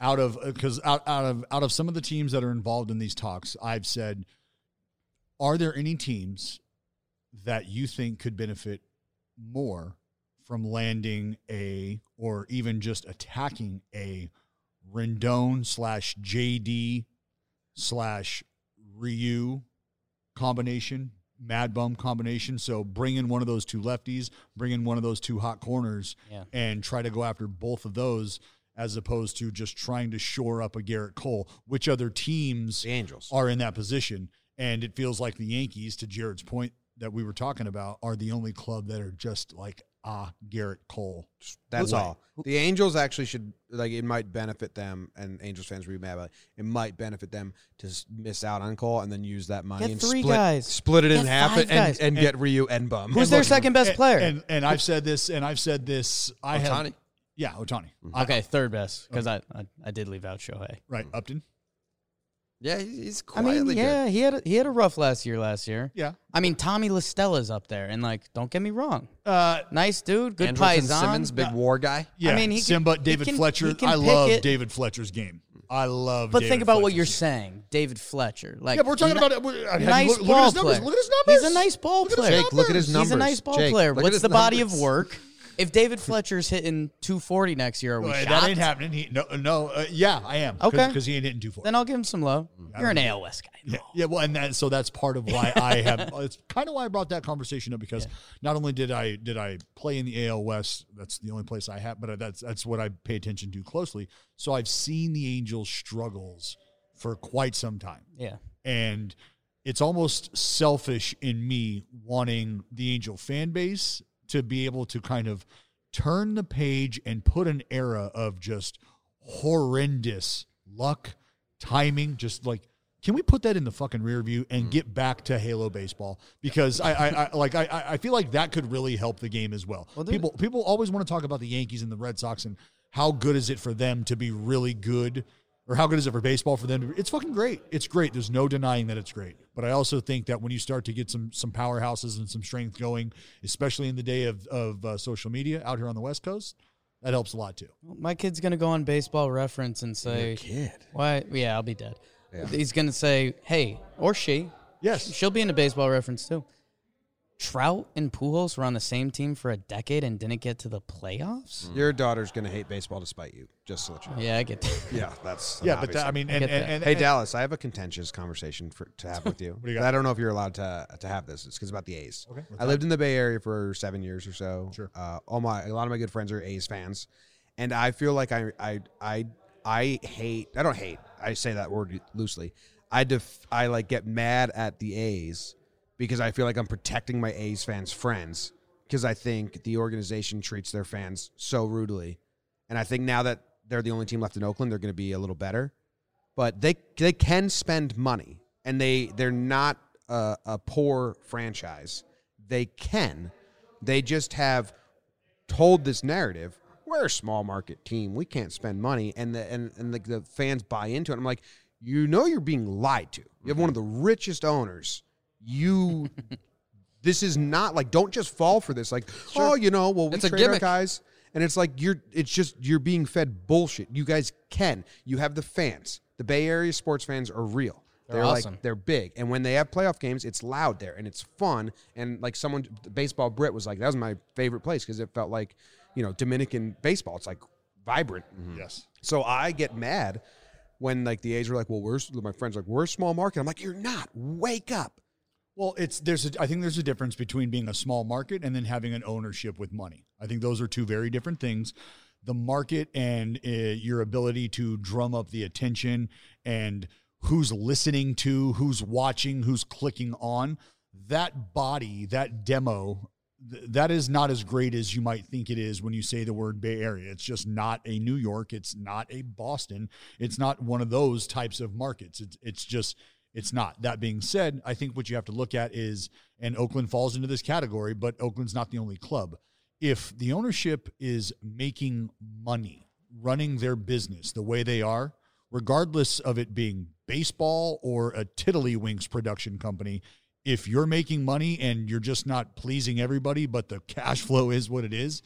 Speaker 3: out of because out, out of out of some of the teams that are involved in these talks, I've said, are there any teams that you think could benefit more from landing a or even just attacking a Rendon slash JD slash Ryu combination, Mad Bum combination? So bring in one of those two lefties, bring in one of those two hot corners
Speaker 1: Yeah.
Speaker 3: and try to go after both of those as opposed to just trying to shore up a Garrett Cole, which other teams
Speaker 2: the Angels.
Speaker 3: are in that position. And it feels like the Yankees, to Jared's point that we were talking about, are the only club that are just like, ah, Garrett Cole.
Speaker 2: That's
Speaker 3: Who-
Speaker 2: all. The Angels actually should like it might benefit them, and Angels fans would be mad about it. It might benefit them to s- miss out on Cole and then use that money
Speaker 1: Get
Speaker 2: and
Speaker 1: three
Speaker 2: split,
Speaker 1: guys.
Speaker 2: split it in
Speaker 1: Get
Speaker 2: half,
Speaker 1: five
Speaker 2: and, and,
Speaker 1: guys.
Speaker 2: get Ryu and Bum.
Speaker 1: Who's their second best
Speaker 3: And-
Speaker 1: player?
Speaker 3: And and I've said this, and I've said this. I
Speaker 4: Ohtani?
Speaker 3: have, yeah, Otani,
Speaker 1: okay, third best because I, I I did leave out Shohei.
Speaker 3: right? Upton,
Speaker 4: Yeah, he- he's
Speaker 1: I
Speaker 4: quietly
Speaker 1: mean,
Speaker 4: good.
Speaker 1: yeah, he had a, he had a rough last year. Last year,
Speaker 3: yeah.
Speaker 1: I mean, Tommy Listella's up there, and like, don't get me wrong,
Speaker 3: Uh,
Speaker 1: nice dude, good
Speaker 4: Andrelton
Speaker 1: paisan.
Speaker 4: Simmons, big war guy.
Speaker 3: yeah, I
Speaker 1: mean,
Speaker 3: mean,
Speaker 1: he can-
Speaker 3: Simba,
Speaker 1: he
Speaker 3: David
Speaker 1: can- he
Speaker 3: Fletcher.
Speaker 1: can
Speaker 3: I
Speaker 1: pick
Speaker 3: love
Speaker 1: it.
Speaker 3: David Fletcher's game. I love.
Speaker 1: But
Speaker 3: David
Speaker 1: think about what
Speaker 3: Fletcher's
Speaker 1: you're
Speaker 3: game.
Speaker 1: saying, David Fletcher. Like,
Speaker 3: Yeah, but we're talking
Speaker 1: ni-
Speaker 3: about. we're- I mean,
Speaker 1: nice
Speaker 3: look, look
Speaker 1: ball
Speaker 3: at his numbers.
Speaker 1: player.
Speaker 3: Look at his numbers.
Speaker 1: He's a nice ball
Speaker 3: Look at his
Speaker 1: player.
Speaker 2: Jake, look at his
Speaker 1: He's a
Speaker 2: numbers.
Speaker 1: nice ball
Speaker 2: Jake,
Speaker 1: player.
Speaker 2: look at
Speaker 1: What's
Speaker 2: his
Speaker 1: the body of
Speaker 2: numbers.
Speaker 1: work? If David Fletcher's hitting 240 next year, are we
Speaker 3: Well,
Speaker 1: shocked?
Speaker 3: that ain't happening. He, no, no. Uh, yeah, I am.
Speaker 1: Okay.
Speaker 3: because he ain't hitting two four.
Speaker 1: Then I'll give him some love.
Speaker 2: Mm.
Speaker 1: You're an AL West guy.
Speaker 3: Yeah, yeah, well, and that so that's part of why I have. It's kind of why I brought that conversation up because not only did I did I play in the AL West, that's the only place I have, but that's that's what I pay attention to closely. So I've seen the Angels struggles for quite some time,
Speaker 1: Yeah.
Speaker 3: and it's almost selfish in me wanting the Angel fan base to be able to kind of turn the page and put an era of just horrendous luck, timing, just like can we put that in the fucking rear view and get back to Halo baseball? Because I, I, I like I- I, I feel like that could really help the game as well.
Speaker 1: Well, dude-
Speaker 3: people people always want to talk about the Yankees and the Red Sox and how good is it for them to be really good or how good is it for baseball for them to be it's fucking great. It's great. There's no denying that it's great. But I also think that when you start to get some some powerhouses and some strength going, especially in the day of, of uh, social media out here on the West Coast, that helps a lot too.
Speaker 1: Well, My kid's gonna go on Baseball Reference and say,
Speaker 2: kid.
Speaker 1: "Why? Yeah, I'll be dead." He's gonna say, "Hey," or she.
Speaker 3: Yes.
Speaker 1: She'll be into Baseball Reference too. Trout and Pujols were on the same team for a decade and didn't get to the playoffs.
Speaker 2: Your daughter's gonna hate baseball despite you. Just so that you know.
Speaker 1: Yeah, I get that.
Speaker 2: Yeah, uh, that's
Speaker 3: Yeah,
Speaker 2: an
Speaker 3: but
Speaker 2: obvious
Speaker 3: that, I mean, and,
Speaker 1: get
Speaker 3: and,
Speaker 1: that.
Speaker 3: and-
Speaker 2: Hey
Speaker 3: and-
Speaker 2: Dallas, I have a contentious conversation for, to have with you.
Speaker 3: do you got?
Speaker 2: I don't know if you're allowed to to have this. It's 'cause about the A's.
Speaker 3: Okay.
Speaker 2: I lived in the Bay Area for seven years or so.
Speaker 3: Sure.
Speaker 2: Uh, all my a lot of my good friends are A's fans, and I feel like I I I I hate. I don't hate. I say that word loosely. I def. I like get mad at the A's because I feel like I'm protecting my A's fans' friends because I think the organization treats their fans so rudely. And I think now that they're the only team left in Oakland, they're going to be a little better. But they they can spend money, and they they're not a, a poor franchise. They can. They just have told this narrative. We're a small market team. We can't spend money, and the and and the, the fans buy into it. I'm like, you know, you're being lied to. You have one of the richest owners. You, this is not like. Don't just fall for this. Like, oh, you know, well, we
Speaker 4: It's a
Speaker 2: trade our
Speaker 4: gimmick.
Speaker 2: guys, and it's like you're. It's just you're being fed bullshit. You guys can. You have the fans. The Bay Area sports fans are real. They're,
Speaker 1: awesome.
Speaker 2: like they're big, and when they have playoff games, it's loud there and it's fun. And like someone, baseball Brit was like, that was my favorite place because it felt like, you know, Dominican baseball. It's like vibrant.
Speaker 3: Yes.
Speaker 2: So I get mad when like the A's were like, well, we're my friends like we're a small market. I'm like, you're not. Wake up.
Speaker 3: Well, it's there's a, I think there's a difference between being a small market and then having an ownership with money. I think those are two very different things. The market and uh, your ability to drum up the attention and who's listening to, who's watching, who's clicking on that body, that demo, th- that is not as great as you might think it is when you say the word Bay Area. It's just not a New York. It's not a Boston. It's not one of those types of markets. It's it's just it's not. That being said, I think what you have to look at is, and Oakland falls into this category, but Oakland's not the only club. If the ownership is making money running their business the way they are, regardless of it being baseball or a Tiddlywinks production company, if you're making money and you're just not pleasing everybody, but the cash flow is what it is,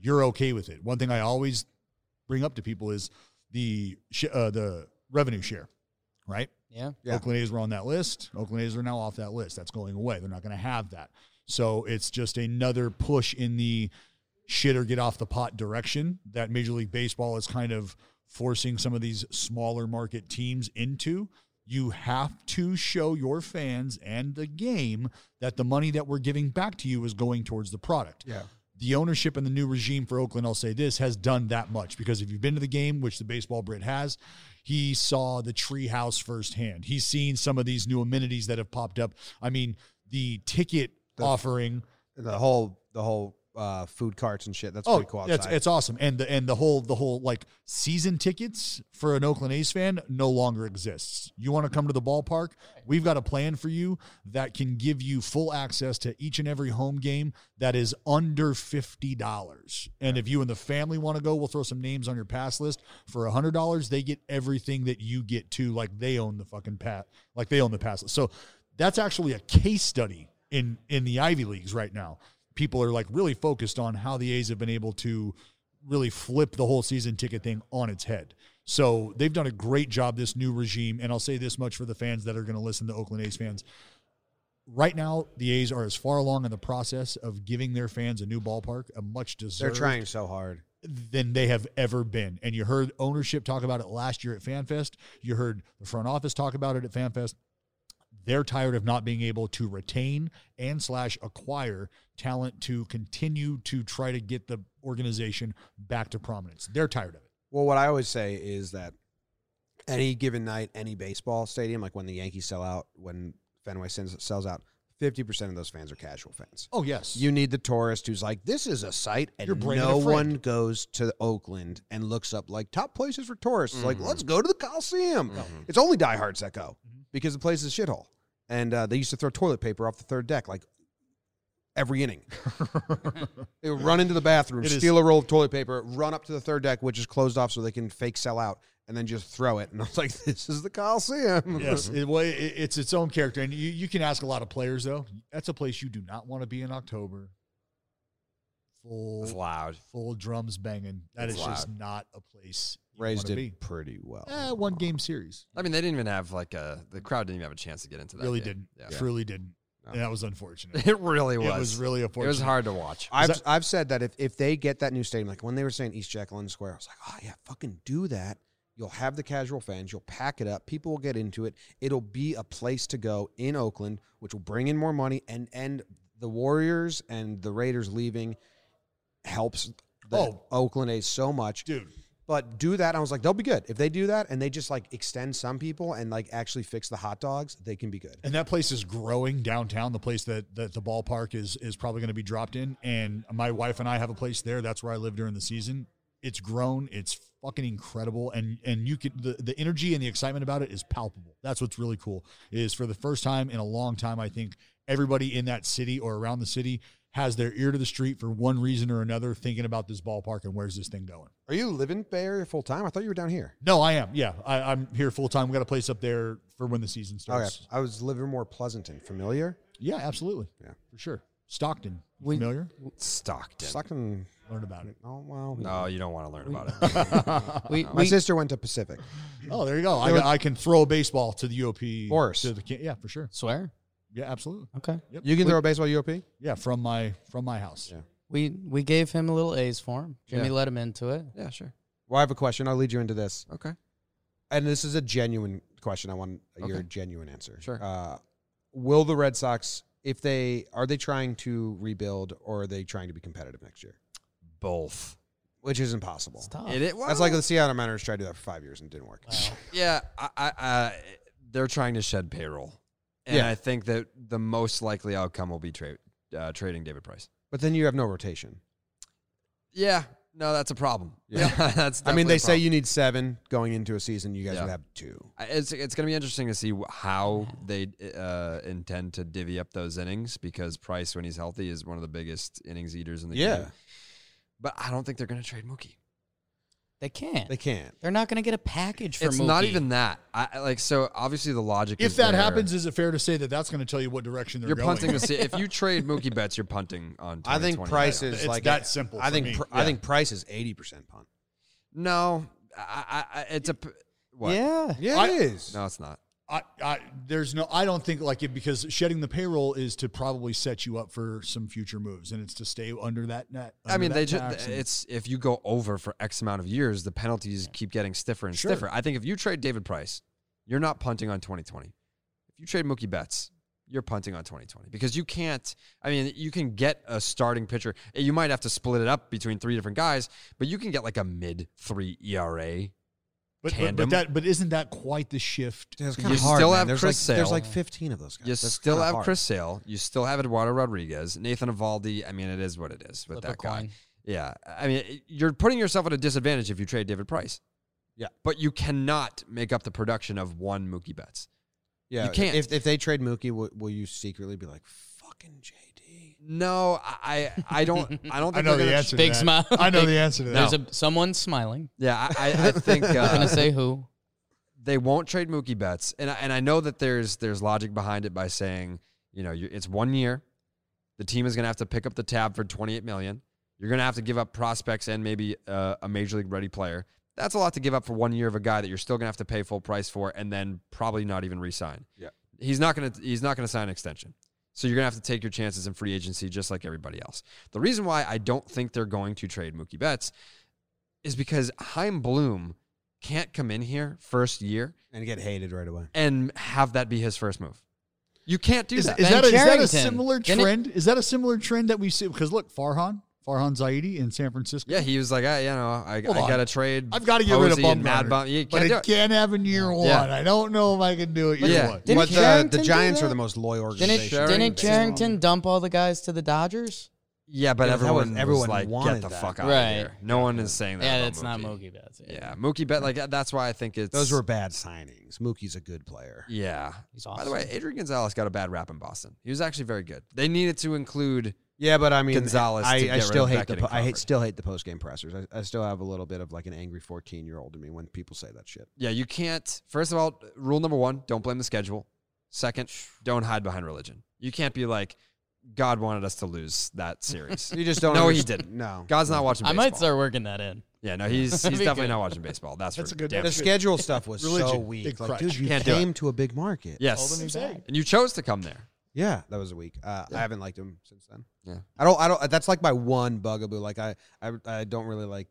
Speaker 3: you're okay with it. One thing I always bring up to people is the sh- uh, the revenue share, right?
Speaker 1: Yeah.
Speaker 2: Yeah.
Speaker 3: Oakland A's were on that list. Oakland A's are now off that list. That's going away. They're not going to have that. So it's just another push in the shit or get off the pot direction that Major League Baseball is kind of forcing some of these smaller market teams into. You have to show your fans and the game that the money that we're giving back to you is going towards the product
Speaker 2: Yeah.
Speaker 3: the ownership and the new regime for Oakland, I'll say this, has done that much because if you've been to the game, which the baseball Brit has, he saw the treehouse firsthand. He's seen some of these new amenities that have popped up. I mean, the ticket offering.
Speaker 2: The whole the whole uh, food carts and shit. That's
Speaker 3: Oh,
Speaker 2: pretty cool outside.
Speaker 3: it's, it's awesome. And the and the whole the whole like season tickets for an Oakland A's fan no longer exists. You want to come to the ballpark? We've got a plan for you that can give you full access to each and every home game that is under fifty dollars. And if you and the family want to go, we'll throw some names on your pass list for hundred dollars. They get everything that you get too. Like they own the fucking pat. Like they own the pass list. So that's actually a case study in in the Ivy leagues right now. People are like really focused on how the A's have been able to really flip the whole season ticket thing on its head. So they've done a great job this new regime, and I'll say this much for the fans that are going to listen to Oakland A's fans. Right now, the A's are as far along in the process of giving their fans a new ballpark, a much
Speaker 2: They're
Speaker 3: deserved
Speaker 2: trying so hard.
Speaker 3: than they have ever been. And you heard ownership talk about it last year at FanFest. You heard the front office talk about it at FanFest. They're tired of not being able to retain and slash acquire talent to continue to try to get the organization back to prominence. They're tired of it.
Speaker 2: Well, what I always say is that any given night, any baseball stadium, like when the Yankees sell out, when Fenway sends, sells out, fifty percent of those fans are casual fans.
Speaker 3: Oh yes,
Speaker 2: You need the tourist who's like, this is a site,
Speaker 3: You're
Speaker 2: and
Speaker 3: bringing a
Speaker 2: no
Speaker 3: friend.
Speaker 2: one goes to Oakland and looks up like top places for tourists. Like,
Speaker 3: Mm-hmm.
Speaker 2: let's go to the Coliseum. It's only diehards that go because the place is a shithole. And uh, they used to throw toilet paper off the third deck like every inning. they would run into the bathroom,
Speaker 3: It is-
Speaker 2: steal a roll of toilet paper, run up to the third deck, which is closed off so they can fake sell out, and then just throw it. And I was like, this is the Coliseum.
Speaker 3: yes. It, well, it, it's its own character, and you, you can ask a lot of players though. That's a place you do not want to be in October. Full
Speaker 4: It's loud.
Speaker 3: full drums banging. That is
Speaker 4: It's
Speaker 3: just not a place you
Speaker 2: Raised
Speaker 3: wanna
Speaker 2: it
Speaker 3: be.
Speaker 2: pretty well.
Speaker 3: Eh, one game series.
Speaker 4: I mean, they didn't even have like a the crowd didn't even have a chance to get into that.
Speaker 3: Really
Speaker 4: game.
Speaker 3: didn't. Truly didn't.
Speaker 2: No.
Speaker 3: And that was unfortunate.
Speaker 4: Yeah. It really
Speaker 3: it
Speaker 4: was.
Speaker 3: was really
Speaker 4: It
Speaker 3: unfortunate.
Speaker 4: was hard to watch.
Speaker 2: I've
Speaker 3: that-
Speaker 2: I've said that if if they get that new stadium, like when they were saying East Jacqueline Square, I was like, oh yeah, fucking do that. You'll have the casual fans. You'll pack it up. People will get into it. It'll be a place to go in Oakland, which will bring in more money and and the Warriors and the Raiders leaving helps the
Speaker 3: Oh.
Speaker 2: Oakland A's so much.
Speaker 3: Dude,
Speaker 2: But do that. I was like, they'll be good if they do that, and they just like extend some people and like actually fix the hot dogs. They can be good.
Speaker 3: And that place is growing downtown. The place that, that the ballpark is is probably going to be dropped in. And my wife and I have a place there. That's where I live during the season. It's grown. It's fucking incredible. And and you can the, the energy and the excitement about it is palpable. That's what's really cool. Is for the first time in a long time, I think everybody in that city or around the city has their ear to the street for one reason or another, thinking about this ballpark and where's this thing going.
Speaker 2: Are you living Bay Area full time? I thought you were down here.
Speaker 3: No, I am. Yeah, I, I'm here full time. We got a place up there for when the season
Speaker 4: Oh,
Speaker 2: Okay,
Speaker 3: starts.
Speaker 2: I was Livermore Pleasanton. Familiar?
Speaker 3: Yeah, absolutely.
Speaker 2: Yeah.
Speaker 3: for sure. Stockton,
Speaker 1: We-
Speaker 3: familiar?
Speaker 4: Stockton.
Speaker 2: Stockton.
Speaker 3: Learn about it.
Speaker 2: Oh well.
Speaker 4: No, you don't want to learn about it.
Speaker 1: We,
Speaker 2: uh, My
Speaker 1: we,
Speaker 2: sister went to Pacific.
Speaker 3: Oh, there you go. I, I can throw a baseball to the UOP.
Speaker 2: Horse.
Speaker 3: To the, ca- yeah, for sure.
Speaker 1: swear.
Speaker 3: Yeah, absolutely.
Speaker 1: Okay.
Speaker 2: You can throw a baseball UOP.
Speaker 3: Yeah, from my from my house.
Speaker 2: Yeah.
Speaker 1: We we gave him a little A's for him. Jimmy
Speaker 4: Yeah.
Speaker 1: let him into it.
Speaker 4: yeah, sure.
Speaker 2: Well, I have a question. I'll lead you into this,
Speaker 4: Okay.
Speaker 2: and this is a genuine question. I want your
Speaker 4: Okay.
Speaker 2: genuine answer.
Speaker 4: Sure.
Speaker 2: Uh, will the Red Sox, if they are they trying to rebuild or are they trying to be competitive next year?
Speaker 4: Both.
Speaker 2: Which is impossible.
Speaker 1: Stop.
Speaker 4: It, it, well,
Speaker 2: That's like the Seattle Mariners tried to do that for five years and it didn't work.
Speaker 4: Yeah, I, I, I, they're trying to shed payroll, and
Speaker 2: Yeah.
Speaker 4: I think that the most likely outcome will be trade uh, trading David Price.
Speaker 2: But then you have no rotation.
Speaker 4: Yeah, no, that's a problem.
Speaker 2: Yeah.
Speaker 4: Yeah, that's.
Speaker 2: I mean, they say
Speaker 4: definitely
Speaker 2: you need seven going into a season. You guys
Speaker 4: Yeah.
Speaker 2: would have two.
Speaker 4: a problem. I- it's it's going to be interesting to see wh- how they uh, intend to divvy up those innings because Price, when he's healthy, is one of the biggest innings eaters in the
Speaker 2: Yeah.
Speaker 4: game. But I don't think they're going to trade Mookie.
Speaker 1: They can't.
Speaker 2: They can't.
Speaker 1: They're not going to get a package for
Speaker 4: it's
Speaker 1: Mookie.
Speaker 4: not even that. I I- like so obviously the logic.
Speaker 3: If
Speaker 4: is
Speaker 3: that
Speaker 4: there.
Speaker 3: happens, is it fair to say that that's going to tell you what direction they're
Speaker 4: You're
Speaker 3: going?
Speaker 4: punting the sea. If you trade Mookie Betts, you're punting on.
Speaker 2: I think
Speaker 4: 2020.
Speaker 2: Price is
Speaker 3: It's
Speaker 2: like
Speaker 3: that simple
Speaker 2: I
Speaker 3: for
Speaker 2: think
Speaker 3: me.
Speaker 2: Pri- I
Speaker 3: Yeah.
Speaker 2: think Price is eighty percent punt.
Speaker 4: No, I, I, I, it's a. p- What?
Speaker 1: Yeah.
Speaker 2: Yeah, it
Speaker 3: it
Speaker 2: is.
Speaker 4: No, it's not.
Speaker 3: I, I there's no I don't think like it because shedding the payroll is to probably set you up for some future moves and it's to stay under that net.
Speaker 4: I mean, they
Speaker 3: just
Speaker 4: just it's if you go over for X amount of years, the penalties keep getting stiffer and
Speaker 3: Sure.
Speaker 4: stiffer. I think if you trade David Price, you're not punting on 2020. If you trade Mookie Betts, you're punting on 2020 because you can't. I mean, you can get a starting pitcher. You might have to split it up between three different guys, but you can get like a mid three E ERA.
Speaker 3: but, but, but
Speaker 4: tandem.
Speaker 3: that but isn't that quite the shift?
Speaker 2: Dude, that's
Speaker 4: You
Speaker 2: kinda
Speaker 4: still
Speaker 2: man.
Speaker 4: have
Speaker 2: there's
Speaker 4: Chris
Speaker 2: like, There's
Speaker 4: Sale.
Speaker 2: like fifteen of those guys.
Speaker 4: You
Speaker 2: That's
Speaker 4: still
Speaker 2: kinda
Speaker 4: have
Speaker 2: hard.
Speaker 4: Chris Sale. You still have Eduardo Rodriguez, Nathan Avaldi. I mean, it is what it is with
Speaker 1: Flip a
Speaker 4: that guy.
Speaker 1: coin.
Speaker 4: Yeah, I mean, it- you're putting yourself at a disadvantage if you trade David Price.
Speaker 2: Yeah.
Speaker 4: but you cannot make up the production of one Mookie Betts.
Speaker 2: Yeah,
Speaker 4: You can't.
Speaker 2: If, if they trade Mookie, will, will you secretly be like, "Fucking JD"?
Speaker 4: No, I, I I don't, I don't. Think
Speaker 3: I know
Speaker 4: they're
Speaker 3: the
Speaker 4: gonna-
Speaker 3: answer.
Speaker 1: Big
Speaker 3: to that.
Speaker 1: smile.
Speaker 3: I know
Speaker 1: Big-
Speaker 3: the answer to that.
Speaker 1: There's a someone smiling.
Speaker 4: Yeah, I, I, I think
Speaker 1: I'm
Speaker 4: uh,
Speaker 1: going to say who.
Speaker 4: they won't trade Mookie Betts, and I, and I know that there's there's logic behind it by saying, you know, you it's one year, the team is going to have to pick up the tab for 28 million. You're going to have to give up prospects and maybe uh, a major league ready player. That's a lot to give up for one year of a guy that you're still going to have to pay full price for, and then probably not even re-sign.
Speaker 2: Yeah.
Speaker 4: he's not going to he's not going to sign an extension. So you're going to have to take your chances in free agency, just like everybody else. The reason why I don't think they're going to trade Mookie Betts is because Heim Bloom can't come in here first year
Speaker 2: and get hated right away.
Speaker 4: and have that be his first move. You can't do
Speaker 3: Is,
Speaker 4: that.
Speaker 3: is
Speaker 1: Ben
Speaker 3: that, a, is that a
Speaker 1: Charrington.
Speaker 3: similar
Speaker 1: Can it-
Speaker 3: trend? Is that a similar trend that we see? Because look, Farhan, Farhan Zaidi in San Francisco.
Speaker 4: yeah, he was like, I, you know, I, I
Speaker 3: Hold on.
Speaker 4: got to trade.
Speaker 3: I've got to get rid of
Speaker 4: Posey and Mad
Speaker 3: Bumgarner,
Speaker 4: Bum. You
Speaker 3: but
Speaker 4: can't do
Speaker 3: it
Speaker 4: it.
Speaker 3: can't happen year one.
Speaker 4: Yeah.
Speaker 3: I don't know if I can do it year
Speaker 4: Yeah.
Speaker 3: one.
Speaker 1: Didn't
Speaker 2: but uh, the,
Speaker 1: Carrington
Speaker 2: the
Speaker 1: do
Speaker 2: Giants are
Speaker 1: that?
Speaker 2: the most loyal
Speaker 1: Didn't,
Speaker 2: organization.
Speaker 1: didn't
Speaker 2: baseball.
Speaker 1: Charrington dump all the guys to the Dodgers?
Speaker 4: Yeah, but
Speaker 2: Yeah, that was-
Speaker 4: everyone,
Speaker 2: everyone
Speaker 4: was like,
Speaker 2: wanted
Speaker 4: get the
Speaker 2: that.
Speaker 4: fuck out
Speaker 1: Right.
Speaker 4: of here. No one is saying that.
Speaker 1: Yeah,
Speaker 4: about
Speaker 1: that's not Mookie Betts.
Speaker 4: Yeah, Mookie bet like that's why I think it's
Speaker 2: Those were bad signings. Mookie's a good player.
Speaker 4: Yeah.
Speaker 1: He's
Speaker 4: By the way, Adrian Gonzalez got a bad rap in Boston. He was actually very good. They needed to include.
Speaker 2: Yeah, but I mean,
Speaker 4: Gonzalez to
Speaker 2: I,
Speaker 4: get
Speaker 2: I
Speaker 4: rid
Speaker 2: still
Speaker 4: of
Speaker 2: hate
Speaker 4: Beckett
Speaker 2: the po-
Speaker 4: and
Speaker 2: I hate,
Speaker 4: Crawford.
Speaker 2: still hate the post game pressers. I, I still have a little bit of like an angry fourteen year old in me when people say that shit.
Speaker 4: Yeah, you can't. First of all, rule number one: don't blame the schedule. Second, don't hide behind religion. You can't be like, God wanted us to lose that series.
Speaker 2: You just don't.
Speaker 4: No,
Speaker 2: underst-
Speaker 4: he didn't.
Speaker 2: No,
Speaker 4: God's not watching.
Speaker 1: I
Speaker 4: Baseball.
Speaker 1: might start working that in.
Speaker 4: Yeah, no, he's he's
Speaker 1: Be good.
Speaker 4: definitely not watching baseball. That's,
Speaker 3: That's
Speaker 4: for
Speaker 3: a good-
Speaker 4: damn
Speaker 2: The
Speaker 3: that's
Speaker 4: sure.
Speaker 2: schedule stuff was so
Speaker 3: Religion,
Speaker 2: weak.
Speaker 3: big
Speaker 2: Like,
Speaker 3: crutch.
Speaker 2: dude, you
Speaker 4: Can't do it.
Speaker 2: came to a big market.
Speaker 4: Yes,
Speaker 1: back.
Speaker 4: and you chose to come there.
Speaker 2: Yeah, that was a week. Uh, I haven't liked him since then.
Speaker 4: Yeah.
Speaker 2: I don't. I don't. That's like my one bugaboo. Like I, I, I don't really like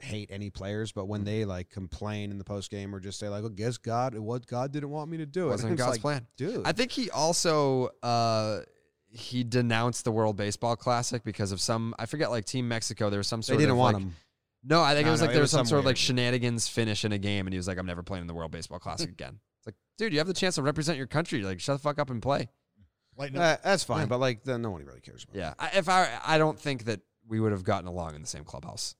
Speaker 2: hate any players, but when they like complain in the post game or just say like, "Oh, guess God, what God didn't want me to do,"
Speaker 4: Wasn't
Speaker 2: it's
Speaker 4: God's
Speaker 2: like,
Speaker 4: plan.
Speaker 2: dude.
Speaker 4: I think he also uh, he denounced the World Baseball Classic because of some I forget like Team Mexico. There was some
Speaker 2: they
Speaker 4: sort
Speaker 2: didn't
Speaker 4: of
Speaker 2: want
Speaker 4: like,
Speaker 2: him.
Speaker 4: No, I think
Speaker 2: No,
Speaker 4: it was
Speaker 2: no,
Speaker 4: like
Speaker 2: it
Speaker 4: there
Speaker 2: was
Speaker 4: was some
Speaker 2: some
Speaker 4: sort of
Speaker 2: weird-
Speaker 4: like shenanigans finish in a game, and he was like, "I'm never playing in the World Baseball Classic again." It's like, dude, you have the chance to represent your country. Like, shut the fuck up and play.
Speaker 3: Lighten up.
Speaker 2: Uh, that's fine, but like, then no one really cares about.
Speaker 4: Yeah, I, if I, I don't think that we would have gotten along in the same clubhouse.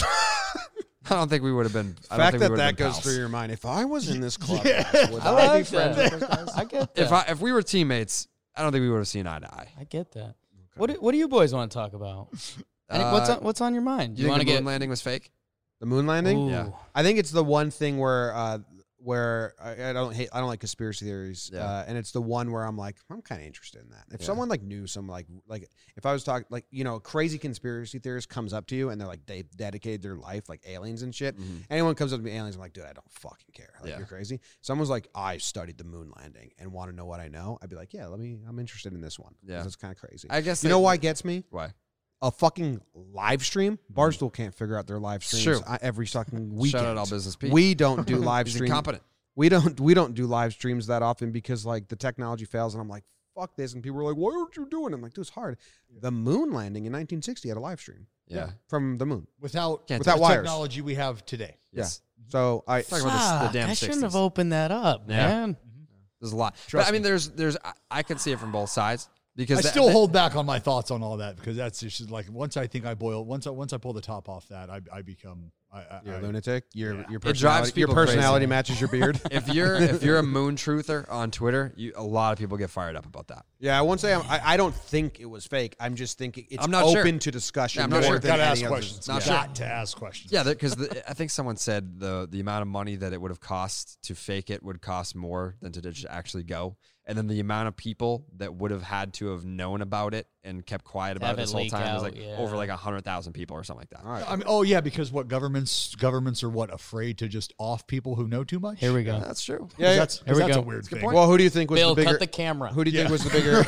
Speaker 4: I don't think we would have been.
Speaker 2: The
Speaker 4: I don't
Speaker 2: fact
Speaker 4: think we
Speaker 2: that
Speaker 4: would have
Speaker 2: that
Speaker 4: been
Speaker 2: goes
Speaker 4: pals.
Speaker 2: through your mind. If I was in this club, would
Speaker 1: I
Speaker 2: I,
Speaker 1: like
Speaker 2: be friends
Speaker 1: that.
Speaker 2: with those guys?
Speaker 1: I get that.
Speaker 4: If I, if we were teammates, I don't think we would have seen eye to eye.
Speaker 1: I get that. What do, what do you boys want to talk about? Any- what's
Speaker 4: Uh,
Speaker 1: on, what's on your mind?
Speaker 4: You,
Speaker 1: You
Speaker 4: think
Speaker 1: want
Speaker 4: the
Speaker 1: to get
Speaker 4: moon landing was fake?
Speaker 2: The moon landing.
Speaker 1: Ooh.
Speaker 4: Yeah.
Speaker 2: I think it's the one thing where uh, where I, I don't hate I don't like conspiracy theories,
Speaker 4: Yeah.
Speaker 2: uh, and it's the one where I'm like I'm kind of interested in that. If
Speaker 4: Yeah.
Speaker 2: someone like knew some like like if I was talking like you know crazy conspiracy theorist comes up to you and they're like they dedicated their life like aliens and shit. Anyone comes up to me aliens, I'm like dude I don't fucking care. Like
Speaker 4: Mm. Yeah.
Speaker 2: you're crazy. Someone's like I studied the moon landing and want to know what I know. I'd be like yeah let me I'm interested in this one.
Speaker 4: Yeah.
Speaker 2: that's kind of crazy.
Speaker 4: I guess
Speaker 2: you
Speaker 4: they-
Speaker 2: know why it gets me?
Speaker 4: Why?
Speaker 2: A fucking live stream. Barstool can't figure out their live streams
Speaker 4: true.
Speaker 2: uh, every fucking weekend.
Speaker 4: Shout out all business people.
Speaker 2: We don't do live
Speaker 4: He's
Speaker 2: stream.
Speaker 4: incompetent.
Speaker 2: We don't we don't do live streams that often because like the technology fails, and I'm like, fuck this, and people are like, why aren't you doing? it? I'm like, dude, it's hard. The moon landing in 1960 had a live stream
Speaker 4: Yeah.
Speaker 2: from the moon.
Speaker 3: without
Speaker 4: Can't
Speaker 2: Without
Speaker 3: the
Speaker 2: wires.
Speaker 3: technology we have today.
Speaker 4: Yes.
Speaker 2: So I
Speaker 4: Mm-hmm. Talk about this- the
Speaker 1: Fuck,
Speaker 4: damn
Speaker 1: I shouldn't have
Speaker 4: 60s.
Speaker 1: opened that up,
Speaker 4: Yeah.
Speaker 1: man.
Speaker 4: There's a lot.
Speaker 3: Trust
Speaker 4: but I mean, there's there's I, I can see it from both sides because
Speaker 3: I
Speaker 4: that-
Speaker 3: still
Speaker 4: that-
Speaker 3: hold back on my thoughts on all that because that's just like once I think I boil once I once I pull the top off that I, I become I, I,
Speaker 2: you're a
Speaker 3: I-
Speaker 2: lunatic. Your
Speaker 3: Yeah.
Speaker 2: your
Speaker 4: drives
Speaker 2: personality, your
Speaker 4: people crazy.
Speaker 2: personality matches your beard.
Speaker 4: If you're if you're a moon truther on Twitter, you, a lot of people get fired up about that.
Speaker 2: yeah, I won't say I'm, I, I don't think it was fake. I'm just thinking it's
Speaker 4: I'm not sure.
Speaker 2: open to discussion.
Speaker 4: Yeah, I'm not
Speaker 2: more
Speaker 4: sure.
Speaker 2: than
Speaker 3: gotta
Speaker 2: any
Speaker 3: ask
Speaker 2: other-
Speaker 3: questions.
Speaker 4: Not
Speaker 3: got to ask questions.
Speaker 4: Yeah, because I think someone said the the amount of money that it would have cost to fake it would cost more than to just actually go, and then the amount of people that would have had to have known about it and kept quiet about
Speaker 1: have
Speaker 4: it this
Speaker 1: it
Speaker 4: whole
Speaker 1: leak
Speaker 4: time was
Speaker 1: out,
Speaker 4: like over
Speaker 1: yeah.
Speaker 4: like hundred thousand people or something like that.
Speaker 2: All right.
Speaker 3: I mean, oh yeah, because what governments governments are what afraid to just off people who know too much.
Speaker 1: Here we go.
Speaker 4: That's true.
Speaker 2: Yeah, yeah.
Speaker 3: that's, 'cause
Speaker 1: Here we
Speaker 3: that's
Speaker 1: go.
Speaker 3: a weird thing.
Speaker 2: Well, who do you think was
Speaker 1: Bill,
Speaker 2: the bigger?
Speaker 1: cut the camera.
Speaker 2: who do you
Speaker 3: Yeah.
Speaker 2: think was the bigger?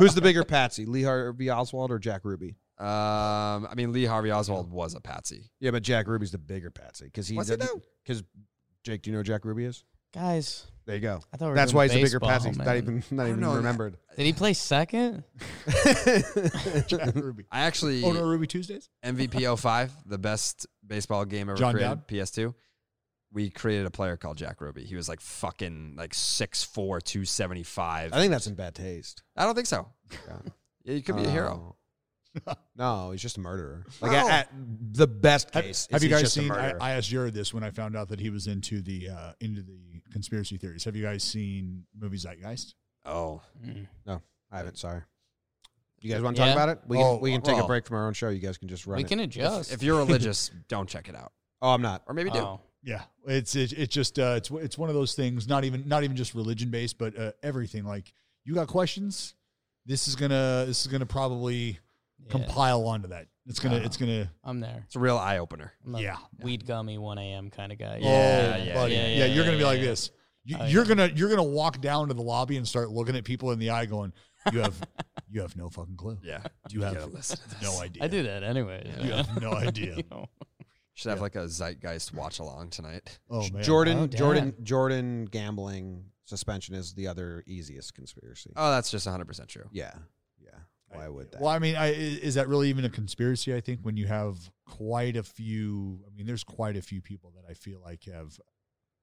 Speaker 2: who's the bigger Patsy, Lee Harvey Oswald or Jack Ruby?
Speaker 4: Um, I mean, Lee Harvey Oswald was a patsy.
Speaker 2: Yeah, but Jack Ruby's the bigger Patsy because he's
Speaker 4: What's he do?
Speaker 2: because Jake, do you know who Jack Ruby is?
Speaker 1: Guys,
Speaker 2: There you go.
Speaker 1: I thought we were
Speaker 2: That's
Speaker 1: doing
Speaker 2: why he's the bigger
Speaker 1: baseball,
Speaker 2: Patsy. He's Not
Speaker 1: man.
Speaker 2: even not
Speaker 4: don't
Speaker 2: even
Speaker 4: know that.
Speaker 2: remembered.
Speaker 1: did he play second?
Speaker 3: Jack Ruby.
Speaker 4: I actually
Speaker 3: Oh no, Ruby Tuesdays.
Speaker 4: MVP 05, the best baseball game ever
Speaker 3: John
Speaker 4: created,
Speaker 3: Dowd?
Speaker 4: PS2. We created a player called Jack Ruby. He was like fucking like 6'4, 275.
Speaker 2: I think that's in bad taste.
Speaker 4: I don't think so. Oh.
Speaker 2: Yeah.
Speaker 4: Yeah, you could be a hero.
Speaker 2: Oh. No, he's just a murderer. Like at, at the best case,
Speaker 3: Have
Speaker 2: is
Speaker 3: you
Speaker 2: he's
Speaker 3: guys
Speaker 2: just a
Speaker 3: seen? I,
Speaker 2: murderer.
Speaker 3: I asked Jared this when I found out that he was into the uh, into the conspiracy theories. Have you guys seen movie Zeitgeist?
Speaker 4: Oh,
Speaker 2: I haven't. Sorry. You guys want to talk
Speaker 1: Yeah.
Speaker 2: about it? We can,
Speaker 3: Oh,
Speaker 2: we can take a
Speaker 4: well.
Speaker 2: break from our own show. You guys can just run.
Speaker 1: We
Speaker 2: it.
Speaker 1: can adjust.
Speaker 4: if, if you're religious, don't check it out.
Speaker 2: Oh, I'm not.
Speaker 4: Or maybe do.
Speaker 1: Oh.
Speaker 3: Yeah, it's it, it's just uh, it's it's one of those things. Not even not even just religion based, but uh, everything. Like you got questions, this is gonna this is gonna probably
Speaker 1: Yeah,
Speaker 3: compile onto that. It's gonna it's gonna
Speaker 1: I'm there.
Speaker 4: It's a real eye opener.
Speaker 1: I'm a
Speaker 3: Yeah.
Speaker 1: Weed gummy 1 a.m. kind of guy.
Speaker 4: Yeah,
Speaker 3: oh,
Speaker 4: yeah,
Speaker 3: buddy.
Speaker 1: yeah,
Speaker 3: yeah,
Speaker 1: yeah,
Speaker 3: you're gonna be
Speaker 1: yeah,
Speaker 3: like
Speaker 1: yeah.
Speaker 3: this. You,
Speaker 1: Oh,
Speaker 3: you're
Speaker 1: yeah.
Speaker 3: gonna you're gonna walk down to the lobby and start looking at people in the eye, going, "You have you have no fucking clue.
Speaker 4: Yeah.
Speaker 3: You have
Speaker 4: gotta listen to this.
Speaker 3: no idea.
Speaker 1: I do that anyway.
Speaker 3: You have no idea.
Speaker 4: Should have like a zeitgeist watch along tonight.
Speaker 3: Oh man,
Speaker 2: Jordan,
Speaker 1: Oh,
Speaker 2: Jordan, Jordan, gambling suspension is the other easiest conspiracy.
Speaker 4: Oh, that's just 100% true.
Speaker 2: yeah, yeah. Why would that?
Speaker 3: Well, I mean, I, i- is that really even a conspiracy? I think when you have quite a few, I mean, there's quite a few people that I feel like have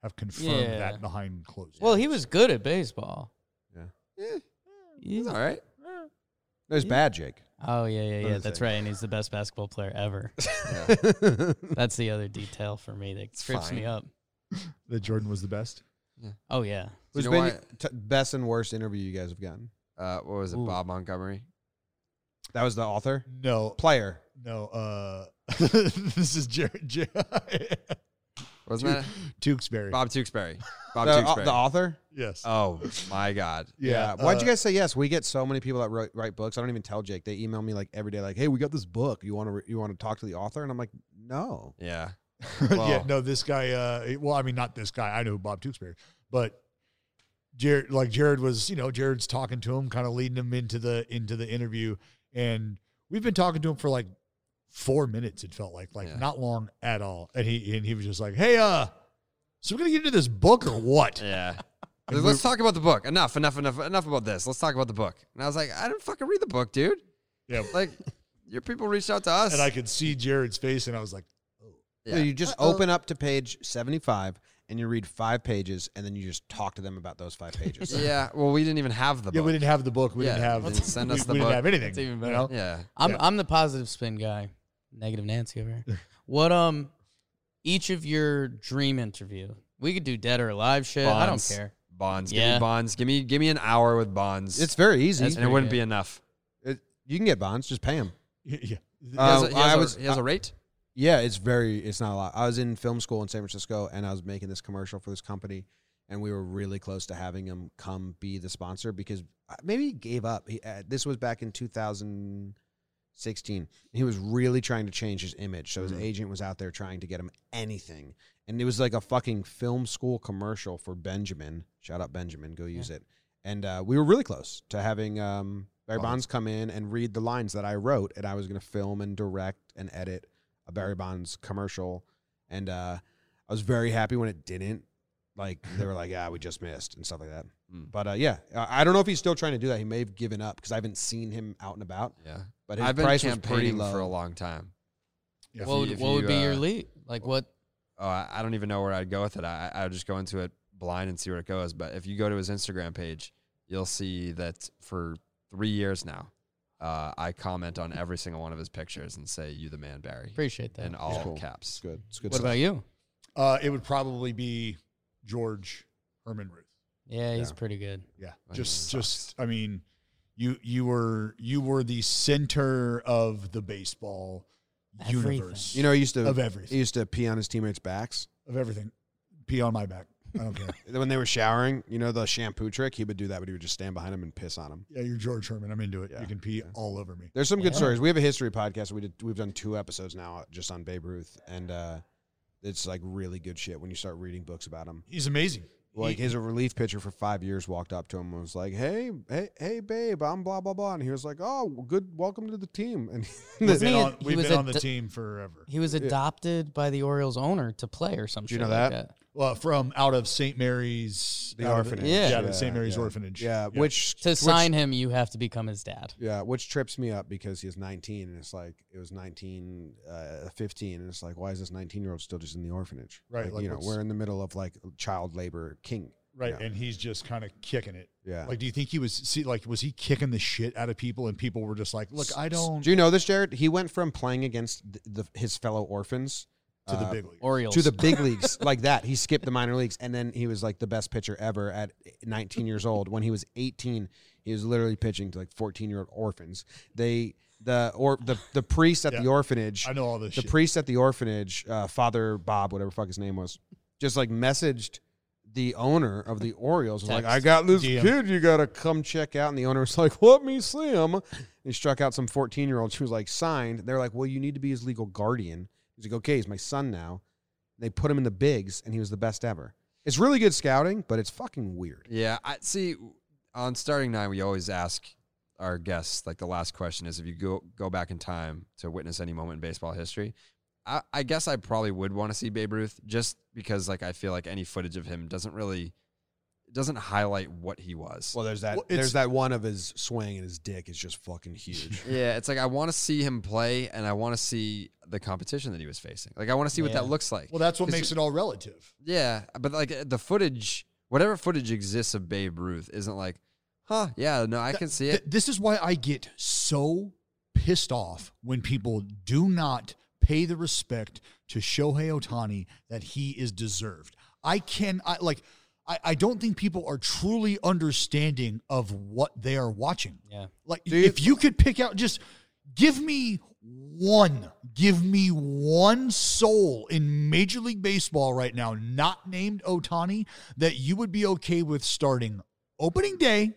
Speaker 3: have confirmed
Speaker 1: Yeah.
Speaker 3: that behind closed.
Speaker 1: Well, he
Speaker 3: doors.
Speaker 1: was good at baseball.
Speaker 4: It's all right.
Speaker 2: It was bad, Jake.
Speaker 1: Oh yeah, yeah, yeah.
Speaker 2: Other
Speaker 1: That's
Speaker 2: thing.
Speaker 1: right, and he's the best basketball player ever. That's the other detail for me that trips
Speaker 4: fine.
Speaker 1: me up.
Speaker 3: that Jordan was the best.
Speaker 1: Oh yeah,
Speaker 2: Who's
Speaker 4: You know
Speaker 2: been
Speaker 4: why-
Speaker 2: your t- best and worst interview you guys have gotten?
Speaker 4: Uh, what was it?
Speaker 1: Ooh.
Speaker 4: Bob Montgomery?
Speaker 2: That was the author,
Speaker 3: No,
Speaker 2: player.
Speaker 3: no. Uh, this is Jared, Jared
Speaker 4: Wasn't that?
Speaker 3: Tewksbury.
Speaker 4: Bob Tewksbury. Bob
Speaker 2: the, au-
Speaker 4: Tewksbury.
Speaker 2: the author.
Speaker 1: uh,
Speaker 3: Yes.
Speaker 4: oh, my God.
Speaker 2: Yeah. Why'd you
Speaker 3: uh,
Speaker 2: guys say yes? We get so many people that write, write books. I don't even tell Jake. They email me like every day, like, "Hey, we got this book. You want to re- you want to talk to the author?" And I'm like, "No."
Speaker 4: Yeah.
Speaker 3: yeah,
Speaker 4: Well-
Speaker 3: no, this guy. Uh, well, I mean, not this guy. I know Bob Tewksbury, but Jared, like Jared was, you know, Jared's talking to him, kind of leading him into the into the interview, and we've been talking to him for like four minutes. It felt like, like
Speaker 4: Yeah.
Speaker 3: not long at all, and he and he was just like, "Hey, uh, so we're gonna get into this book or what?"
Speaker 4: Yeah. Let's talk about the book. Enough, enough, enough, enough about this. Let's talk about the book. And I was like, I didn't fucking read the book, dude.
Speaker 3: Yeah,
Speaker 4: Like, Your people reached out to us.
Speaker 3: And I could see Jared's face, and I was like,
Speaker 4: Yeah.
Speaker 2: you just open up to page 75 and you read five pages and then you just talk to them about those five pages.
Speaker 4: yeah. Well, we didn't even have the book.
Speaker 3: "Yeah, we didn't have the book. We
Speaker 4: Yeah,
Speaker 3: didn't have
Speaker 4: they didn't send us
Speaker 3: we,
Speaker 4: the
Speaker 3: we didn't
Speaker 4: book.
Speaker 3: have anything.
Speaker 5: That's even
Speaker 3: you
Speaker 5: better.
Speaker 3: know?
Speaker 4: Yeah.
Speaker 1: I'm
Speaker 3: Yeah.
Speaker 1: I'm the positive spin guy. Negative Nancy over here. What um each of your dream interview. We could do dead or alive shit. I don't
Speaker 4: Bonds.
Speaker 1: care.
Speaker 4: Bonds. Give
Speaker 1: Yeah.
Speaker 4: me bonds. Give me give me an hour with bonds.
Speaker 2: It's very easy.
Speaker 1: That's-
Speaker 4: and it wouldn't
Speaker 1: pretty
Speaker 4: be enough.
Speaker 2: It- you can get bonds, just pay them.
Speaker 3: Yeah. yeah.
Speaker 4: He has,
Speaker 2: Uh,
Speaker 4: a, he
Speaker 2: I
Speaker 4: has a-
Speaker 2: was-
Speaker 4: he has a rate.
Speaker 2: Yeah, it's very. It's not a lot. I was in film school in San Francisco, and I was making this commercial for this company, and we were really close to having him come be the sponsor because uh, maybe he gave up. He, uh, this was back in 2016. He was really trying to change his image, so his agent was out there trying to get him anything, and it was like a fucking film school commercial for Benjamin. Shout out Benjamin, go use it. And uh, we were really close to having um, Barry Bonds come in and read the lines that I wrote, and I was going to film and direct and edit a Barry Bonds commercial, and uh, I was very happy when it didn't. Like they were like, "Ah, we just missed" and stuff like that.
Speaker 4: Mm-hmm. Mm.
Speaker 2: But uh, yeah, I I don't know if he's still trying to do that. He may have given up because I haven't seen him out and about.
Speaker 4: Yeah.
Speaker 2: But his
Speaker 4: I've been
Speaker 2: price was pretty
Speaker 4: campaigning
Speaker 2: low.
Speaker 4: for a long time.
Speaker 3: If
Speaker 1: what would,
Speaker 4: you- if
Speaker 1: what would
Speaker 4: you,
Speaker 1: be your
Speaker 4: uh,
Speaker 1: lead? Like what
Speaker 4: Oh, I, I don't even know where I'd go with it. I, I- I would just go into it blind and see where it goes. But if you go to his Instagram page, you'll see that for three years now, uh, I comment on every single one of his pictures and say, "You the man, Barry,"
Speaker 1: appreciate that.
Speaker 4: in all
Speaker 2: Cool. It's
Speaker 4: caps.
Speaker 2: good. It's good.
Speaker 1: What
Speaker 2: stuff.
Speaker 1: about you?
Speaker 3: Uh, it would probably be George Herman Ruth.
Speaker 1: Yeah, he's
Speaker 2: Yeah.
Speaker 1: pretty good.
Speaker 3: Yeah,
Speaker 4: That
Speaker 3: just
Speaker 4: sucks.
Speaker 3: just I mean, you you were you were the center of the baseball
Speaker 1: Everything.
Speaker 3: universe.
Speaker 2: You know, he used to
Speaker 3: of
Speaker 2: he
Speaker 3: everything,
Speaker 2: used to pee on his teammates' backs
Speaker 3: of everything. Pee on my back. I don't care.
Speaker 2: when they were showering. You know the shampoo trick. He would do that, but he would just stand behind him and piss on him.
Speaker 3: yeah, you're George Herman. I'm into it.
Speaker 2: Yeah,
Speaker 3: You can pee
Speaker 2: yeah.
Speaker 3: all over me.
Speaker 2: There's some good
Speaker 1: Yeah.
Speaker 2: stories. We have a history podcast. We did. We've done two episodes now uh, just on Babe Ruth, and uh, it's like really good shit when you start reading books about him.
Speaker 3: He's amazing.
Speaker 2: Like
Speaker 3: He-
Speaker 2: his relief pitcher for five years walked up to him and was like, "Hey, hey, hey, babe, I'm blah blah blah," and he was like, "Oh, good, welcome to the team." And
Speaker 3: we've
Speaker 1: Wasn't
Speaker 3: been
Speaker 1: he a-
Speaker 3: on,
Speaker 1: he
Speaker 3: we've
Speaker 1: was
Speaker 3: been
Speaker 1: a
Speaker 3: on the
Speaker 1: d-
Speaker 3: team forever.
Speaker 1: He was adopted by the Orioles owner to play or something.
Speaker 2: you know
Speaker 1: like
Speaker 2: that?
Speaker 1: that?
Speaker 3: Well, from out of St. Mary's,
Speaker 2: The
Speaker 3: out of
Speaker 2: orphanage.
Speaker 3: yeah,
Speaker 1: Yeah.
Speaker 3: the St. Mary's
Speaker 2: Yeah.
Speaker 3: orphanage,
Speaker 2: yeah, which
Speaker 1: To
Speaker 2: which-
Speaker 1: sign him, you have to become his dad.
Speaker 2: yeah, which trips me up because he was 19, and it's like it was 19, uh, 15, and it's like, why is this 19 year old still just in the orphanage?
Speaker 3: Right,
Speaker 2: Like,
Speaker 3: like,
Speaker 2: you know,
Speaker 3: what's-
Speaker 2: we're in the middle of like child labor king.
Speaker 3: right,
Speaker 2: Yeah.
Speaker 3: and he's just kind of kicking it.
Speaker 2: Yeah.
Speaker 3: Like, do you think he was see like was he kicking the shit out of people and people were just like, look, I don't
Speaker 2: Do you know this, Jared? He went from playing against th- the, his fellow orphans
Speaker 3: to the
Speaker 2: uh,
Speaker 3: big league.
Speaker 1: Orioles.
Speaker 2: to the big leagues like that. He skipped the minor leagues, and then he was like the best pitcher ever at 19 years old. When he was 18, he was literally pitching to like 14 year old orphans. They the or the the priest at the
Speaker 3: Yeah.
Speaker 2: orphanage,
Speaker 3: I know all this
Speaker 2: the
Speaker 3: shit.
Speaker 2: priest at the orphanage, uh, Father Bob, whatever fuck his name was, just like messaged the owner of the Orioles was like,
Speaker 1: Text.
Speaker 2: "I got this
Speaker 3: DM.
Speaker 2: kid, you gotta come check out." And the owner was like, "Let me see him." And he struck out some fourteen-year-old. She was like, "Signed." They're like, "Well, you need to be his legal guardian." He's like, "Okay, he's my son now." They put him in the bigs, and he was the best ever. It's really good scouting, but it's fucking weird.
Speaker 4: Yeah, I see. On starting nine, we always ask our guests like the last question is if you go go back in time to witness any moment in baseball history. I, I guess I probably would want to see Babe Ruth just because like I feel like any footage of him doesn't really doesn't highlight what he was.
Speaker 2: Well, there's that.
Speaker 3: Well, it's-
Speaker 2: there's that one of his swing, and his dick is just fucking huge.
Speaker 4: Yeah, it's like I want to see him play and I want to see the competition that he was facing. Like I want to see what
Speaker 1: Yeah.
Speaker 4: that looks like.
Speaker 3: Well, that's what
Speaker 4: 'Cause
Speaker 3: makes it all relative.
Speaker 4: Yeah, but like uh, the footage, whatever footage exists of Babe Ruth isn't like, huh? Yeah, no, I can see
Speaker 3: Th-
Speaker 4: it.
Speaker 3: this is why I get so pissed off when people do not pay the respect to Shohei Otani that he is deserved. I can I like I, I don't think people are truly understanding of what they are watching.
Speaker 1: Yeah.
Speaker 3: Like
Speaker 2: you-
Speaker 3: if you could pick out just give me one, give me one soul in Major League Baseball right now, not named Otani, that you would be okay with starting opening day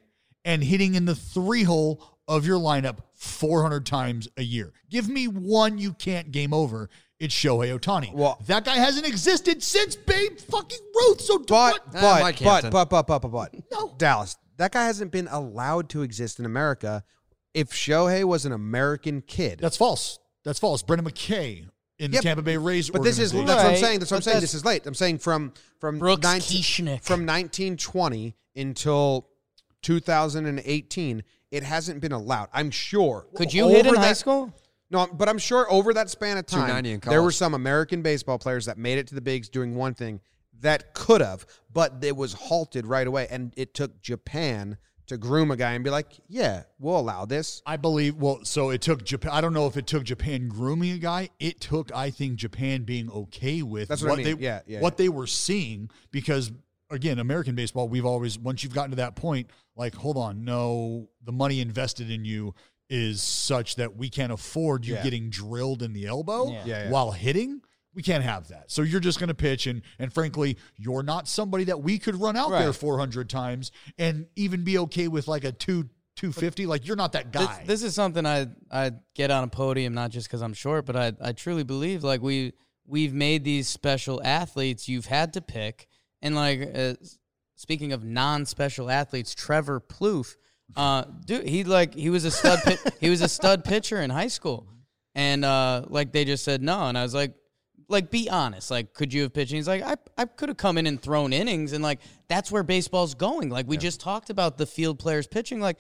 Speaker 3: and hitting in the three hole of your lineup 400 times a year. Give me one you can't game over. It's Shohei Otani.
Speaker 2: Well-
Speaker 3: that guy hasn't existed since Babe fucking Ruth. So do
Speaker 2: But
Speaker 3: what?
Speaker 4: Eh,
Speaker 2: but,
Speaker 4: Mike
Speaker 2: but
Speaker 4: Hampton.
Speaker 2: but but but but but
Speaker 3: No.
Speaker 2: Dallas. That guy hasn't been allowed to exist in America. If Shohei was an American kid,
Speaker 3: That's false. That's false. Brendan McKay
Speaker 2: Yep.
Speaker 3: in the Tampa Bay Rays.
Speaker 2: but this is that's
Speaker 3: organization.
Speaker 2: what I'm
Speaker 1: Right,
Speaker 2: saying. That's what I'm
Speaker 1: but
Speaker 2: saying.
Speaker 1: that's-
Speaker 2: This is late. I'm saying from from
Speaker 1: Brooks
Speaker 2: 19
Speaker 1: Kieschnick.
Speaker 2: from 1920 until 2018, it hasn't been allowed. I'm sure.
Speaker 1: Could you
Speaker 2: Over
Speaker 1: hit in high
Speaker 2: that-
Speaker 1: school?
Speaker 2: No, but I'm sure over that span of time,
Speaker 4: 290 in
Speaker 2: there were
Speaker 4: college.
Speaker 2: some American baseball players that made it to the bigs doing one thing that could have, but it was halted right away. And it took Japan to groom a guy and be like, yeah, we'll allow this.
Speaker 3: I believe. Well, so it took Japan. I don't know if it took Japan grooming a guy. It took, I think, Japan being okay with
Speaker 2: That's what I mean.
Speaker 3: they
Speaker 2: Yeah, yeah,
Speaker 3: what they were seeing because again, American baseball, we've always once you've gotten to that point, like, hold on, no, the money invested in you is such that we can't afford you
Speaker 2: Yeah.
Speaker 3: getting drilled in the elbow
Speaker 1: Yeah.
Speaker 2: Yeah, yeah.
Speaker 3: while hitting. We can't have that. So you're just going to pitch, and and frankly, you're not somebody that we could run out there
Speaker 2: Right.
Speaker 3: 400 times and even be okay with like a two 250. Like you're not that guy.
Speaker 1: This, this is something I I get on a podium not just because I'm short, but I I truly believe like we we've made these special athletes you've had to pick, and like uh, speaking of non-special athletes, Trevor Plouffe, uh, dude, he like he was a stud pit, he was a stud pitcher in high school, and uh, like they just said no, and I was like. Like, be honest. Like, could you have pitched? And he's like, I, I could have come in and thrown innings, and like, that's where baseball's going. Like, we just talked about the field players pitching. Like,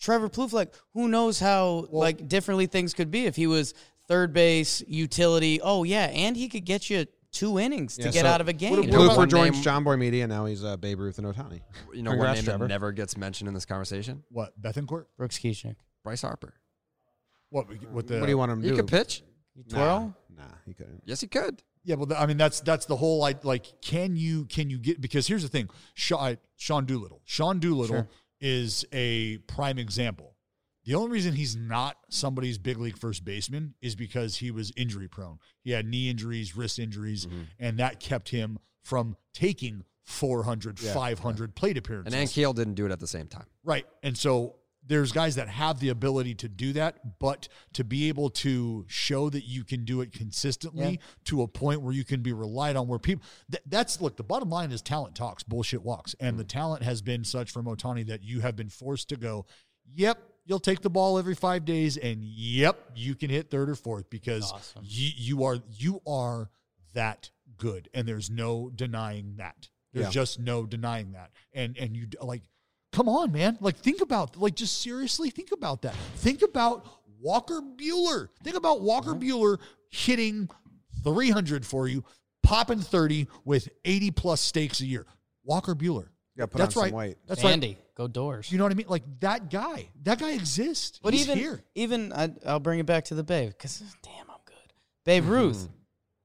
Speaker 1: Trevor Plouffe, like who knows how like differently things could be if he was third base utility. Oh yeah, and he could get you two innings to get
Speaker 2: so-
Speaker 1: out of a game.
Speaker 4: what about-
Speaker 2: Blooper
Speaker 4: One
Speaker 2: joins
Speaker 4: name-
Speaker 2: John Boy Media. Now he's uh, Babe Ruth and Otani.
Speaker 4: You know,
Speaker 2: Congrats,
Speaker 4: one name
Speaker 2: Trevor.
Speaker 4: that never gets mentioned in this conversation:
Speaker 3: What Bethencourt?
Speaker 1: Brooks Kieschnick,
Speaker 4: Bryce Harper.
Speaker 3: What? we- What the?
Speaker 2: What do you want him to
Speaker 4: He
Speaker 2: do?
Speaker 4: could pitch.
Speaker 1: you
Speaker 2: Nah,
Speaker 1: twirl.
Speaker 2: Nah, he couldn't.
Speaker 4: Yes, he could.
Speaker 3: Yeah, well, th- I mean, that's that's the whole like, like, can you can you get because here's the thing, Sean, Sean Doolittle, Sean Doolittle
Speaker 1: Sure.
Speaker 3: is a prime example. The only reason he's not somebody's big league first baseman is because he was injury prone. He had knee injuries, wrist injuries,
Speaker 2: Mm-hmm.
Speaker 3: and that kept him from taking 400,
Speaker 2: Yeah,
Speaker 3: 500 plate appearances.
Speaker 4: And Ankiel didn't do it at the same time.
Speaker 3: Right. And so there's guys that have the ability to do that, but to be able to show that you can do it consistently to a point where you can be relied on, where people th- that's look, the bottom line is talent talks, bullshit walks. And the talent has been such from Otani that you have been forced to go, yep, you'll take the ball every five days, and yep, you can hit third or fourth because
Speaker 1: Awesome.
Speaker 3: you, you are you are that good and there's no denying that there's
Speaker 2: Yeah.
Speaker 3: just no denying that and and you d- like come on man like think about like just seriously think about that think about walker bueller think about walker
Speaker 1: Uh-huh.
Speaker 3: bueller hitting 300 for you popping 30 with 80 plus stakes a year walker bueller
Speaker 2: Yeah, put
Speaker 3: that's
Speaker 2: on
Speaker 3: right
Speaker 2: some weight.
Speaker 3: that's right
Speaker 1: Andy, go doors.
Speaker 3: you know what i mean like that guy that guy exists
Speaker 1: But
Speaker 3: He's
Speaker 1: even
Speaker 3: here
Speaker 1: even I, I'll bring it back to the Babe because damn, I'm good. Babe
Speaker 2: Mm-hmm.
Speaker 1: Ruth.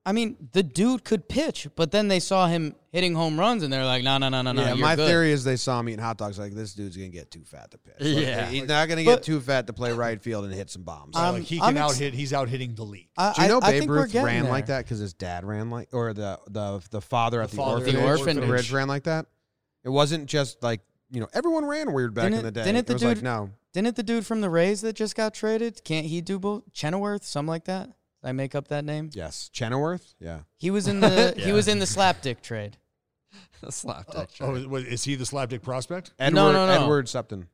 Speaker 1: I mean, the dude could pitch, but then they saw him hitting home runs, and they're like, no, no, no, no, no.
Speaker 2: yeah,
Speaker 1: you're
Speaker 2: my
Speaker 1: good.
Speaker 2: theory is they saw him eating hot dogs. Like this dude's gonna get too fat to pitch. Like,
Speaker 4: Yeah.
Speaker 2: he's not gonna get
Speaker 1: But-
Speaker 2: too fat to play right field and hit some bombs.
Speaker 1: Um,
Speaker 3: like he
Speaker 1: I'm
Speaker 3: can out
Speaker 1: ex-
Speaker 3: hit he's out hitting the league
Speaker 1: I,
Speaker 2: Do you know
Speaker 1: I, I
Speaker 2: Babe
Speaker 1: think we're
Speaker 2: Ruth
Speaker 1: getting
Speaker 2: ran
Speaker 1: there.
Speaker 2: like that because his dad ran like, or the the the father at the,
Speaker 3: father at the
Speaker 2: orphanage,
Speaker 1: orphanage.
Speaker 2: Ridge ran like that? It wasn't just like you know everyone ran weird back
Speaker 1: Didn't
Speaker 2: in
Speaker 1: it-
Speaker 2: the day.
Speaker 1: didn't
Speaker 2: it
Speaker 1: the
Speaker 2: was like
Speaker 1: dude-
Speaker 2: no,
Speaker 1: Didn't the dude from the Rays that just got traded? Can't he do both? Chenoweth, something like that. Did I make up that name.
Speaker 2: yes, Chenoweth, yeah,
Speaker 1: He was in the he was in the slapdick trade.
Speaker 4: Slapdick.
Speaker 3: oh is- what- is he the slapdick prospect
Speaker 2: Edward
Speaker 1: no, no.
Speaker 2: Edward Septon.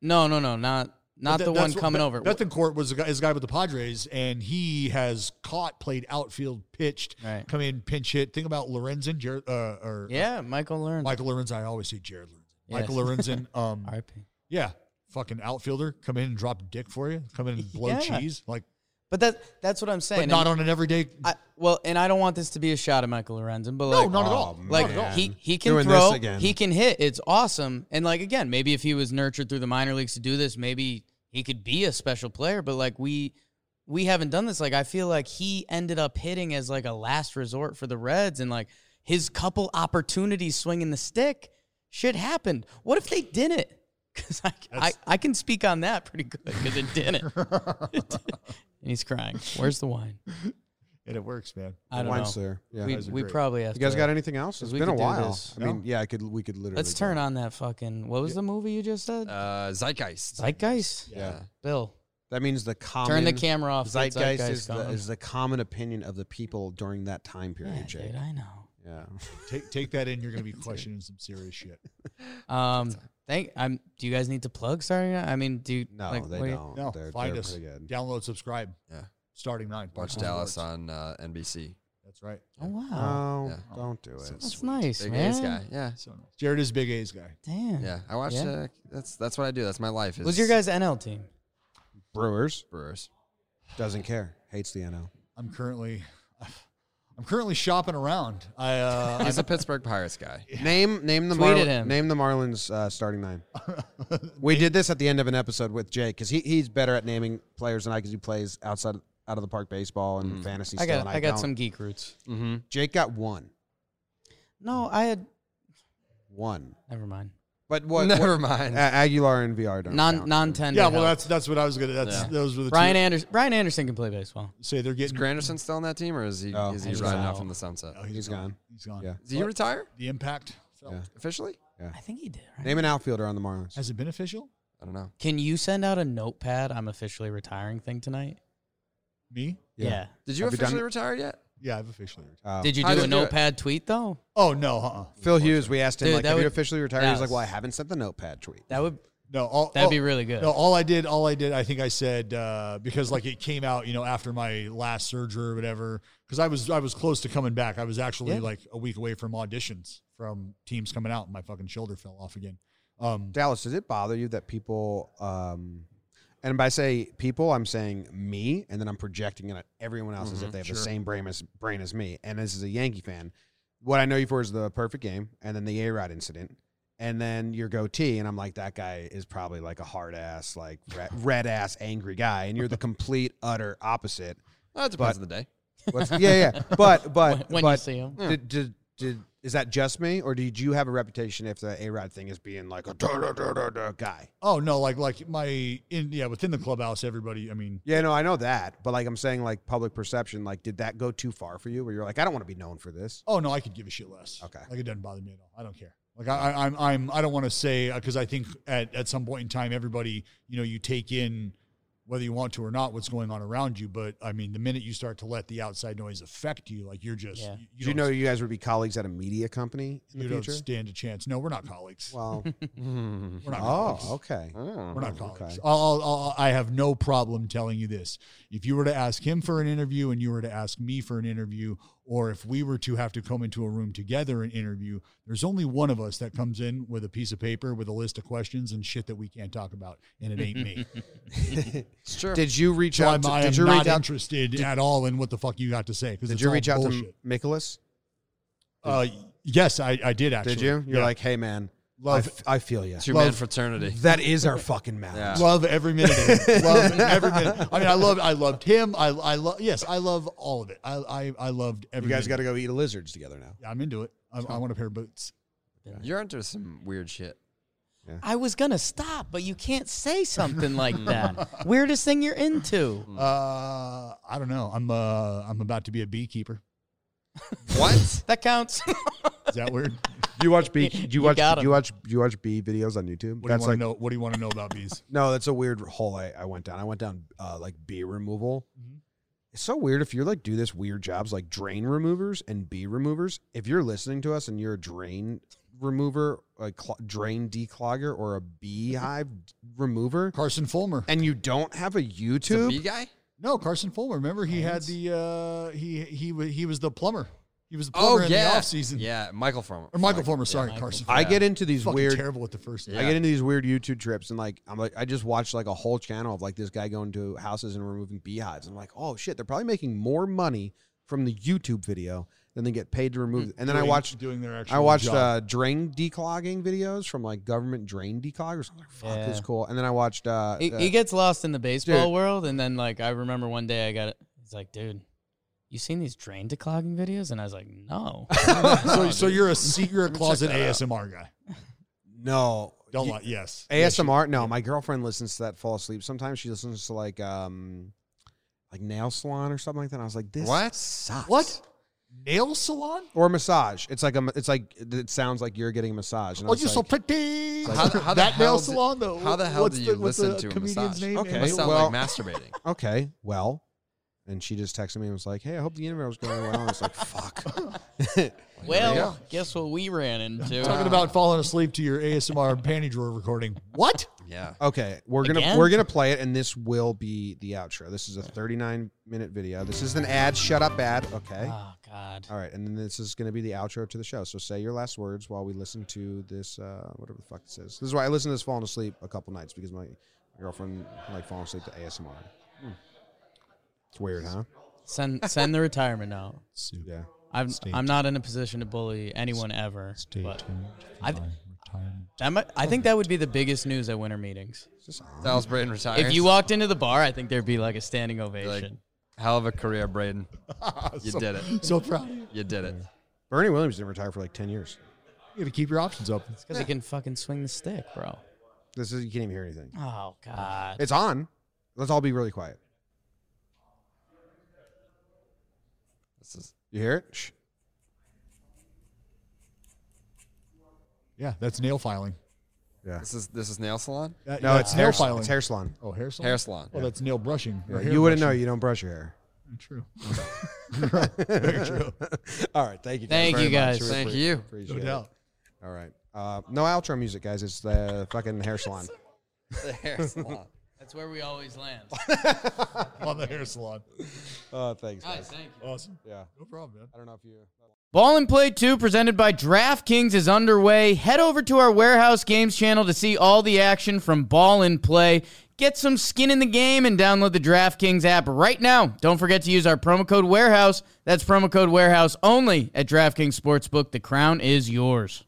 Speaker 1: No, no, no, not not
Speaker 3: But
Speaker 1: the one
Speaker 3: that- that's what-
Speaker 1: coming
Speaker 3: Be-
Speaker 1: over.
Speaker 3: Bethencourt was a guy, is a guy with the Padres, and he has caught, played outfield, pitched,
Speaker 1: Right.
Speaker 3: come in, pinch hit. Think about Lorenzen, Jared, uh, or
Speaker 1: yeah, Michael Learns.
Speaker 3: Michael Lorenzen. I always say Jared Lorenzen.
Speaker 1: Yes.
Speaker 3: Michael Lorenzen, um,
Speaker 1: R.I.P.
Speaker 3: yeah, fucking outfielder, come in and drop dick for you, come in and blow
Speaker 1: Yeah.
Speaker 3: cheese, like,
Speaker 1: But that that's what I'm
Speaker 3: but
Speaker 1: saying.
Speaker 3: not
Speaker 1: and
Speaker 3: on an everyday.
Speaker 1: I, well, and I don't want this to be a shot at Michael Lorenzen, but
Speaker 3: no,
Speaker 1: like,
Speaker 3: not at
Speaker 2: oh,
Speaker 3: all. Not
Speaker 1: like
Speaker 3: at all.
Speaker 1: he
Speaker 2: man.
Speaker 1: he can
Speaker 2: Doing this
Speaker 1: throw,
Speaker 2: again.
Speaker 1: he can hit. It's awesome. And like again, maybe if he was nurtured through the minor leagues to do this, maybe he could be a special player. But like we we haven't done this. Like I feel like he ended up hitting as like a last resort for the Reds, and like his couple opportunities swinging the stick, shit happened. What if they didn't? Because I, I
Speaker 3: That's-
Speaker 1: I can speak on that pretty good because it didn't. and he's crying. Where's the wine?
Speaker 3: and it works, man.
Speaker 1: I don't
Speaker 2: Wine
Speaker 1: know.
Speaker 2: Slayer. Yeah,
Speaker 1: We,
Speaker 3: Those are
Speaker 1: we
Speaker 3: great.
Speaker 1: probably have
Speaker 2: you guys
Speaker 1: to-
Speaker 2: got anything else? It's
Speaker 1: we
Speaker 2: been a
Speaker 1: could do
Speaker 2: while.
Speaker 1: this.
Speaker 2: I mean, yeah, I could we could literally.
Speaker 1: Let's turn on that fucking. What was the movie you just said?
Speaker 4: Uh, Zeitgeist.
Speaker 1: Zeitgeist.
Speaker 2: Yeah,
Speaker 1: Bill,
Speaker 2: that means the common
Speaker 1: turn the camera off.
Speaker 2: Zeitgeist, is, the,
Speaker 1: going.
Speaker 2: is the common opinion of the people during that time period.
Speaker 1: yeah,
Speaker 2: Jake.
Speaker 1: dude, I know.
Speaker 2: Yeah.
Speaker 3: Take take that in. You're gonna be questioning some serious shit.
Speaker 1: Um, thank. I'm. Do you guys need to plug Saturday night? I mean, do
Speaker 2: No,
Speaker 1: like,
Speaker 2: they
Speaker 1: what do you-
Speaker 2: don't.
Speaker 3: No,
Speaker 2: they're,
Speaker 3: find
Speaker 2: they're
Speaker 3: us.
Speaker 2: pretty good.
Speaker 3: Download, subscribe.
Speaker 4: Yeah.
Speaker 3: Starting nine.
Speaker 4: Watch
Speaker 3: Podcast
Speaker 4: Dallas
Speaker 3: Awards.
Speaker 4: on uh, NBC.
Speaker 3: That's right.
Speaker 1: Oh wow,
Speaker 2: No,
Speaker 4: Yeah.
Speaker 2: don't do it.
Speaker 1: that's
Speaker 3: sweet.
Speaker 1: nice,
Speaker 4: Big
Speaker 1: man.
Speaker 4: A's guy. Yeah.
Speaker 3: So nice. Jared is big A's guy.
Speaker 1: Damn.
Speaker 4: Yeah. I watched.
Speaker 1: Yeah.
Speaker 4: Uh, that's that's what I do. That's my life. Is
Speaker 1: What's your guys' NL team?
Speaker 2: Brewers.
Speaker 4: Brewers?
Speaker 2: Doesn't care. Hates the NL.
Speaker 3: I'm currently, I'm currently shopping around. I uh,
Speaker 4: He's a Pittsburgh Pirates guy.
Speaker 2: Name name the
Speaker 1: Tweeted
Speaker 2: Marlin,
Speaker 1: him.
Speaker 2: name the Marlins uh, starting nine. we did this at the end of an episode with Jake because he, he's better at naming players than I because he plays outside out of the park baseball and fantasy.
Speaker 1: Mm-hmm. I
Speaker 2: still,
Speaker 1: got
Speaker 2: and
Speaker 1: I, got
Speaker 2: don't.
Speaker 1: some geek roots.
Speaker 4: Mm-hmm.
Speaker 2: Jake got one,
Speaker 1: No, I had
Speaker 2: one.
Speaker 1: never mind.
Speaker 2: But what?
Speaker 4: Never
Speaker 2: what- Uh,
Speaker 4: mind.
Speaker 2: A- Aguilar and VR don't
Speaker 1: Non
Speaker 2: count.
Speaker 1: non tender.
Speaker 3: yeah, well, that's that's what I was gonna. That's
Speaker 4: Yeah.
Speaker 3: those were the
Speaker 1: Brian
Speaker 3: two.
Speaker 1: Anderson. Brian Anderson can play baseball.
Speaker 3: Say they're
Speaker 4: Is
Speaker 3: getting.
Speaker 4: Granderson still on that team, or is he
Speaker 2: No,
Speaker 4: is he
Speaker 1: he's
Speaker 4: riding
Speaker 1: gone.
Speaker 4: off in the sunset?
Speaker 3: Oh,
Speaker 2: He's gone.
Speaker 3: He's gone.
Speaker 2: Yeah.
Speaker 4: Did he retire
Speaker 3: The impact felt.
Speaker 2: Yeah.
Speaker 4: officially?
Speaker 1: I think he did. Right?
Speaker 2: Name an outfielder on the Marlins.
Speaker 3: Has it been official?
Speaker 4: I don't know.
Speaker 1: Can you send out a notepad? I'm officially retiring thing tonight.
Speaker 3: Me?
Speaker 1: Yeah.
Speaker 4: Did you
Speaker 2: Have you done
Speaker 4: officially
Speaker 2: it?
Speaker 4: retire yet?
Speaker 3: Yeah, I've officially. Retired.
Speaker 2: Oh.
Speaker 1: Did you
Speaker 4: I
Speaker 1: do
Speaker 4: didn't
Speaker 1: a
Speaker 4: do it.
Speaker 1: notepad tweet though?
Speaker 3: Oh no, uh-uh.
Speaker 2: Phil Hughes? We asked him
Speaker 1: Dude,
Speaker 2: like,
Speaker 1: that
Speaker 2: "Have you
Speaker 1: would-
Speaker 2: officially retired?"
Speaker 1: that
Speaker 2: He's like,
Speaker 1: was-
Speaker 2: "Well, I haven't sent the notepad tweet."
Speaker 1: That would
Speaker 3: no. All,
Speaker 1: that'd
Speaker 3: all-
Speaker 1: be really good.
Speaker 3: No, all I did, all I did, I think I said uh, because like it came out, you know, after my last surgery or whatever. Because I was, I was close to coming back. I was actually
Speaker 1: Yeah.
Speaker 3: like a week away from auditions from teams coming out, and my fucking shoulder fell off again. Um,
Speaker 2: Dallas, does it bother you that people, um, and by say people, I'm saying me, and then I'm projecting it at everyone else
Speaker 1: Mm-hmm.
Speaker 2: as if they have the
Speaker 3: sure.
Speaker 2: same brain as, brain as me. And this is a Yankee fan. What I know you for is the perfect game, and then the A Rod incident, and then your goatee. And I'm like, that guy is probably like a hard ass, like red, red ass, angry guy. And you're the complete, utter opposite.
Speaker 4: Well, it depends on the day.
Speaker 2: What's, yeah, yeah. But, but,
Speaker 1: when you
Speaker 2: but,
Speaker 1: see him.
Speaker 2: did, did, did, is that just me, or did you have a reputation if the A Rod thing is being like a da, da, da, da, da guy?
Speaker 3: oh no, like like my in yeah within the clubhouse, everybody. I mean,
Speaker 2: Yeah, no, I know that, but like I'm saying, like public perception, like did that go too far for you? Where you're like, I don't want to be known for this.
Speaker 3: oh no, I could give a shit less.
Speaker 2: Okay.
Speaker 3: like it doesn't bother me at all. I don't care. Like I, I I'm I'm I don't want to say because I think at at some point in time, everybody, you know, you take in. Whether you want to or not, what's going on around you, but I mean, the minute you start to let the outside noise affect you, like you're just,
Speaker 1: Yeah.
Speaker 2: Did you
Speaker 3: don't
Speaker 2: know you guys would be colleagues at a media company in
Speaker 3: you
Speaker 2: the
Speaker 3: don't
Speaker 2: future?
Speaker 3: stand a chance. No, we're not colleagues.
Speaker 2: Well,
Speaker 3: We're not colleagues.
Speaker 2: oh, okay.
Speaker 3: We're not
Speaker 2: okay.
Speaker 3: colleagues. I'll, I'll, I'll, I have no problem telling you this. If you were to ask him for an interview and you were to ask me for an interview, or if we were to have to come into a room together and interview, there's only one of us that comes in with a piece of paper with a list of questions and shit that we can't talk about, and it ain't me.
Speaker 4: It's true.
Speaker 2: Did you reach
Speaker 3: so
Speaker 2: out?
Speaker 3: I'm,
Speaker 2: To,
Speaker 3: I
Speaker 2: did
Speaker 3: am
Speaker 2: you
Speaker 3: not
Speaker 2: reach out?
Speaker 3: interested at all in what the fuck you got to say.
Speaker 2: Did you reach out to Nicholas?
Speaker 3: Uh, yes, I, I did actually.
Speaker 2: Did you? You're
Speaker 3: Yeah.
Speaker 2: like, hey man, I,
Speaker 3: love
Speaker 2: f- I feel you.
Speaker 4: It's your
Speaker 3: Love-
Speaker 4: man fraternity.
Speaker 2: That is our fucking mouth.
Speaker 4: Yeah.
Speaker 3: Love every minute. Of it. Love every minute. I mean, I loved. I loved him. I. I love. Yes, I love all of it. I. I. I loved every.
Speaker 2: You guys got
Speaker 3: minute.
Speaker 2: to go eat lizards together now.
Speaker 3: I'm into it. I, I want a pair of boots.
Speaker 4: You're into some weird shit.
Speaker 1: I was gonna stop, but you can't say something like that. Weirdest thing you're into.
Speaker 2: Hmm.
Speaker 3: Uh, I don't know. I'm. Uh, I'm about to be a beekeeper.
Speaker 4: What?
Speaker 1: That counts.
Speaker 3: Is that weird?
Speaker 2: Do you watch B? Do
Speaker 1: You
Speaker 2: you watch?
Speaker 1: got
Speaker 2: do you watch? Do you watch B videos on YouTube?
Speaker 3: What do you
Speaker 2: That's
Speaker 3: want to
Speaker 2: like
Speaker 3: know? What do you want to know about bees?
Speaker 2: No, that's a weird hole I, I went down. I went down uh, like bee removal. It's so weird if you're like do this weird jobs like drain removers and bee removers. If you're listening to us and you're a drain remover, like cl- drain declogger or a beehive d- remover,
Speaker 3: Carson Fulmer.
Speaker 2: and you don't have a
Speaker 4: The
Speaker 2: YouTube,
Speaker 4: B guy?
Speaker 3: No, Carson Fulmer. Remember, he had the. Uh, he he wa- he was the plumber. He was the
Speaker 4: Oh
Speaker 3: plumber in
Speaker 4: yeah.
Speaker 3: the off season.
Speaker 4: Yeah, Michael Fulmer.
Speaker 3: Or Michael Fulmer. Sorry,
Speaker 1: Michael
Speaker 3: Carson.
Speaker 2: I get into these
Speaker 3: Fucking
Speaker 2: weird.
Speaker 3: terrible at the first.
Speaker 4: Yeah.
Speaker 2: I get into these weird YouTube trips and like I'm like I just watched like a whole channel of like this guy going to houses and removing beehives. I'm like, oh shit, they're probably making more money from the YouTube video than they get paid to remove. And then I
Speaker 3: Doing-
Speaker 2: watched
Speaker 3: doing their actual.
Speaker 2: I watched
Speaker 3: job.
Speaker 2: uh, drain declogging videos from like government drain decloggers. I'm like, fuck, this is
Speaker 1: Yeah.
Speaker 2: cool. And then I watched uh,
Speaker 1: he,
Speaker 2: uh,
Speaker 1: he gets lost in the baseball
Speaker 2: Dude.
Speaker 1: world, and then like I remember one day I got it. He's like, dude, you seen these drain declogging videos? And I was like, no.
Speaker 3: so, so you're a secret closet ASMR guy.
Speaker 2: no
Speaker 3: Don't
Speaker 2: you-
Speaker 3: lie. Yes.
Speaker 2: ASMR. No, my girlfriend listens to that fall asleep. Sometimes she listens to like um like nail salon or something like that. I was like, this
Speaker 4: What?
Speaker 2: sucks.
Speaker 3: What? Nail salon?
Speaker 2: Or massage. It's like a. It's like it sounds like you're getting a massage. And I
Speaker 3: Oh,
Speaker 2: was
Speaker 3: you're
Speaker 2: like,
Speaker 3: so pretty.
Speaker 4: How the- how the
Speaker 3: that
Speaker 4: hell
Speaker 3: nail
Speaker 4: did-
Speaker 3: salon, though.
Speaker 4: How the hell
Speaker 3: What's
Speaker 4: do you
Speaker 3: what's
Speaker 4: listen
Speaker 3: the
Speaker 4: to a
Speaker 3: comedian's
Speaker 4: massage?
Speaker 3: Name?
Speaker 2: Okay.
Speaker 4: It
Speaker 3: Anyway?
Speaker 4: must sound
Speaker 2: well-
Speaker 4: like masturbating.
Speaker 2: okay, well. And she just texted me and was like, "Hey, I hope the interview was going well." I was like, "Fuck."
Speaker 1: well,
Speaker 4: Yeah.
Speaker 1: guess what we ran into.
Speaker 3: Talking about falling asleep to your ASMR panty drawer recording. What?
Speaker 4: Yeah.
Speaker 2: Okay, we're gonna
Speaker 1: Again?
Speaker 2: we're gonna play it, and this will be the outro. This is a 39 minute video. This is an ad. Shut up, ad. Okay.
Speaker 3: Uh.
Speaker 1: oh God.
Speaker 2: All right, and then this is gonna be the outro to the show. So say your last words while we listen to this. Uh, whatever the fuck this is. This is why I listen to this
Speaker 3: Hmm.
Speaker 2: falling asleep a couple nights because my girlfriend like falling asleep to ASMR. It's weird, huh?
Speaker 1: Send send the retirement note.
Speaker 5: Soup.
Speaker 2: Yeah.
Speaker 1: I'm
Speaker 5: Stay
Speaker 1: I'm not in a position to bully anyone ever.
Speaker 5: Stay
Speaker 1: but
Speaker 5: tuned. For
Speaker 1: I-
Speaker 5: my retirement.
Speaker 1: that might, I think that would be the biggest news at winter meetings.
Speaker 2: It's just odd.
Speaker 4: Dallas Braden retires.
Speaker 1: If you walked into the bar, I think there'd be like a standing
Speaker 4: like,
Speaker 1: ovation.
Speaker 4: hell of a career, Braden. You did it.
Speaker 3: So proud. of You
Speaker 4: You did it.
Speaker 2: Bernie Williams didn't retire for like ten years.
Speaker 5: You got to keep your options open.
Speaker 1: Because he can fucking swing the stick, bro.
Speaker 2: This is you can't even hear anything.
Speaker 1: Oh god.
Speaker 2: It's on. Let's all be really quiet.
Speaker 4: This is
Speaker 2: You hear it? Shh.
Speaker 3: Yeah, that's nail filing.
Speaker 2: Yeah.
Speaker 4: this is this is nail salon,
Speaker 3: That-
Speaker 2: No,
Speaker 3: that's
Speaker 2: it's hair. It's hair salon.
Speaker 3: Oh, hair salon.
Speaker 4: hair salon.
Speaker 3: Oh, that's nail brushing. or
Speaker 2: Yeah,
Speaker 3: hair
Speaker 2: you wouldn't know.
Speaker 3: brushing.
Speaker 2: You don't brush your hair.
Speaker 3: True.
Speaker 2: All right. Thank you. guys
Speaker 1: Thank
Speaker 2: very
Speaker 1: you
Speaker 2: much.
Speaker 1: guys.
Speaker 2: We
Speaker 4: Thank
Speaker 2: appre-
Speaker 4: you.
Speaker 2: appreciate
Speaker 3: No
Speaker 2: it.
Speaker 3: doubt.
Speaker 2: All right. Uh, no outro music, guys. It's the fucking hair salon.
Speaker 4: The hair salon.
Speaker 1: That's where we always land.
Speaker 3: On the hair salon.
Speaker 2: Oh, thanks. Guys.
Speaker 1: thank you.
Speaker 3: Awesome.
Speaker 2: Yeah.
Speaker 3: No problem, man.
Speaker 2: I don't know if you.
Speaker 1: Ball and Play 2 presented by DraftKings is underway. Head over to our Warehouse Games channel to see all the action from Ball and Play. Get some skin in the game and download the DraftKings app right now. Don't forget to use our promo code Warehouse. That's promo code Warehouse only at DraftKings Sportsbook. The crown is yours.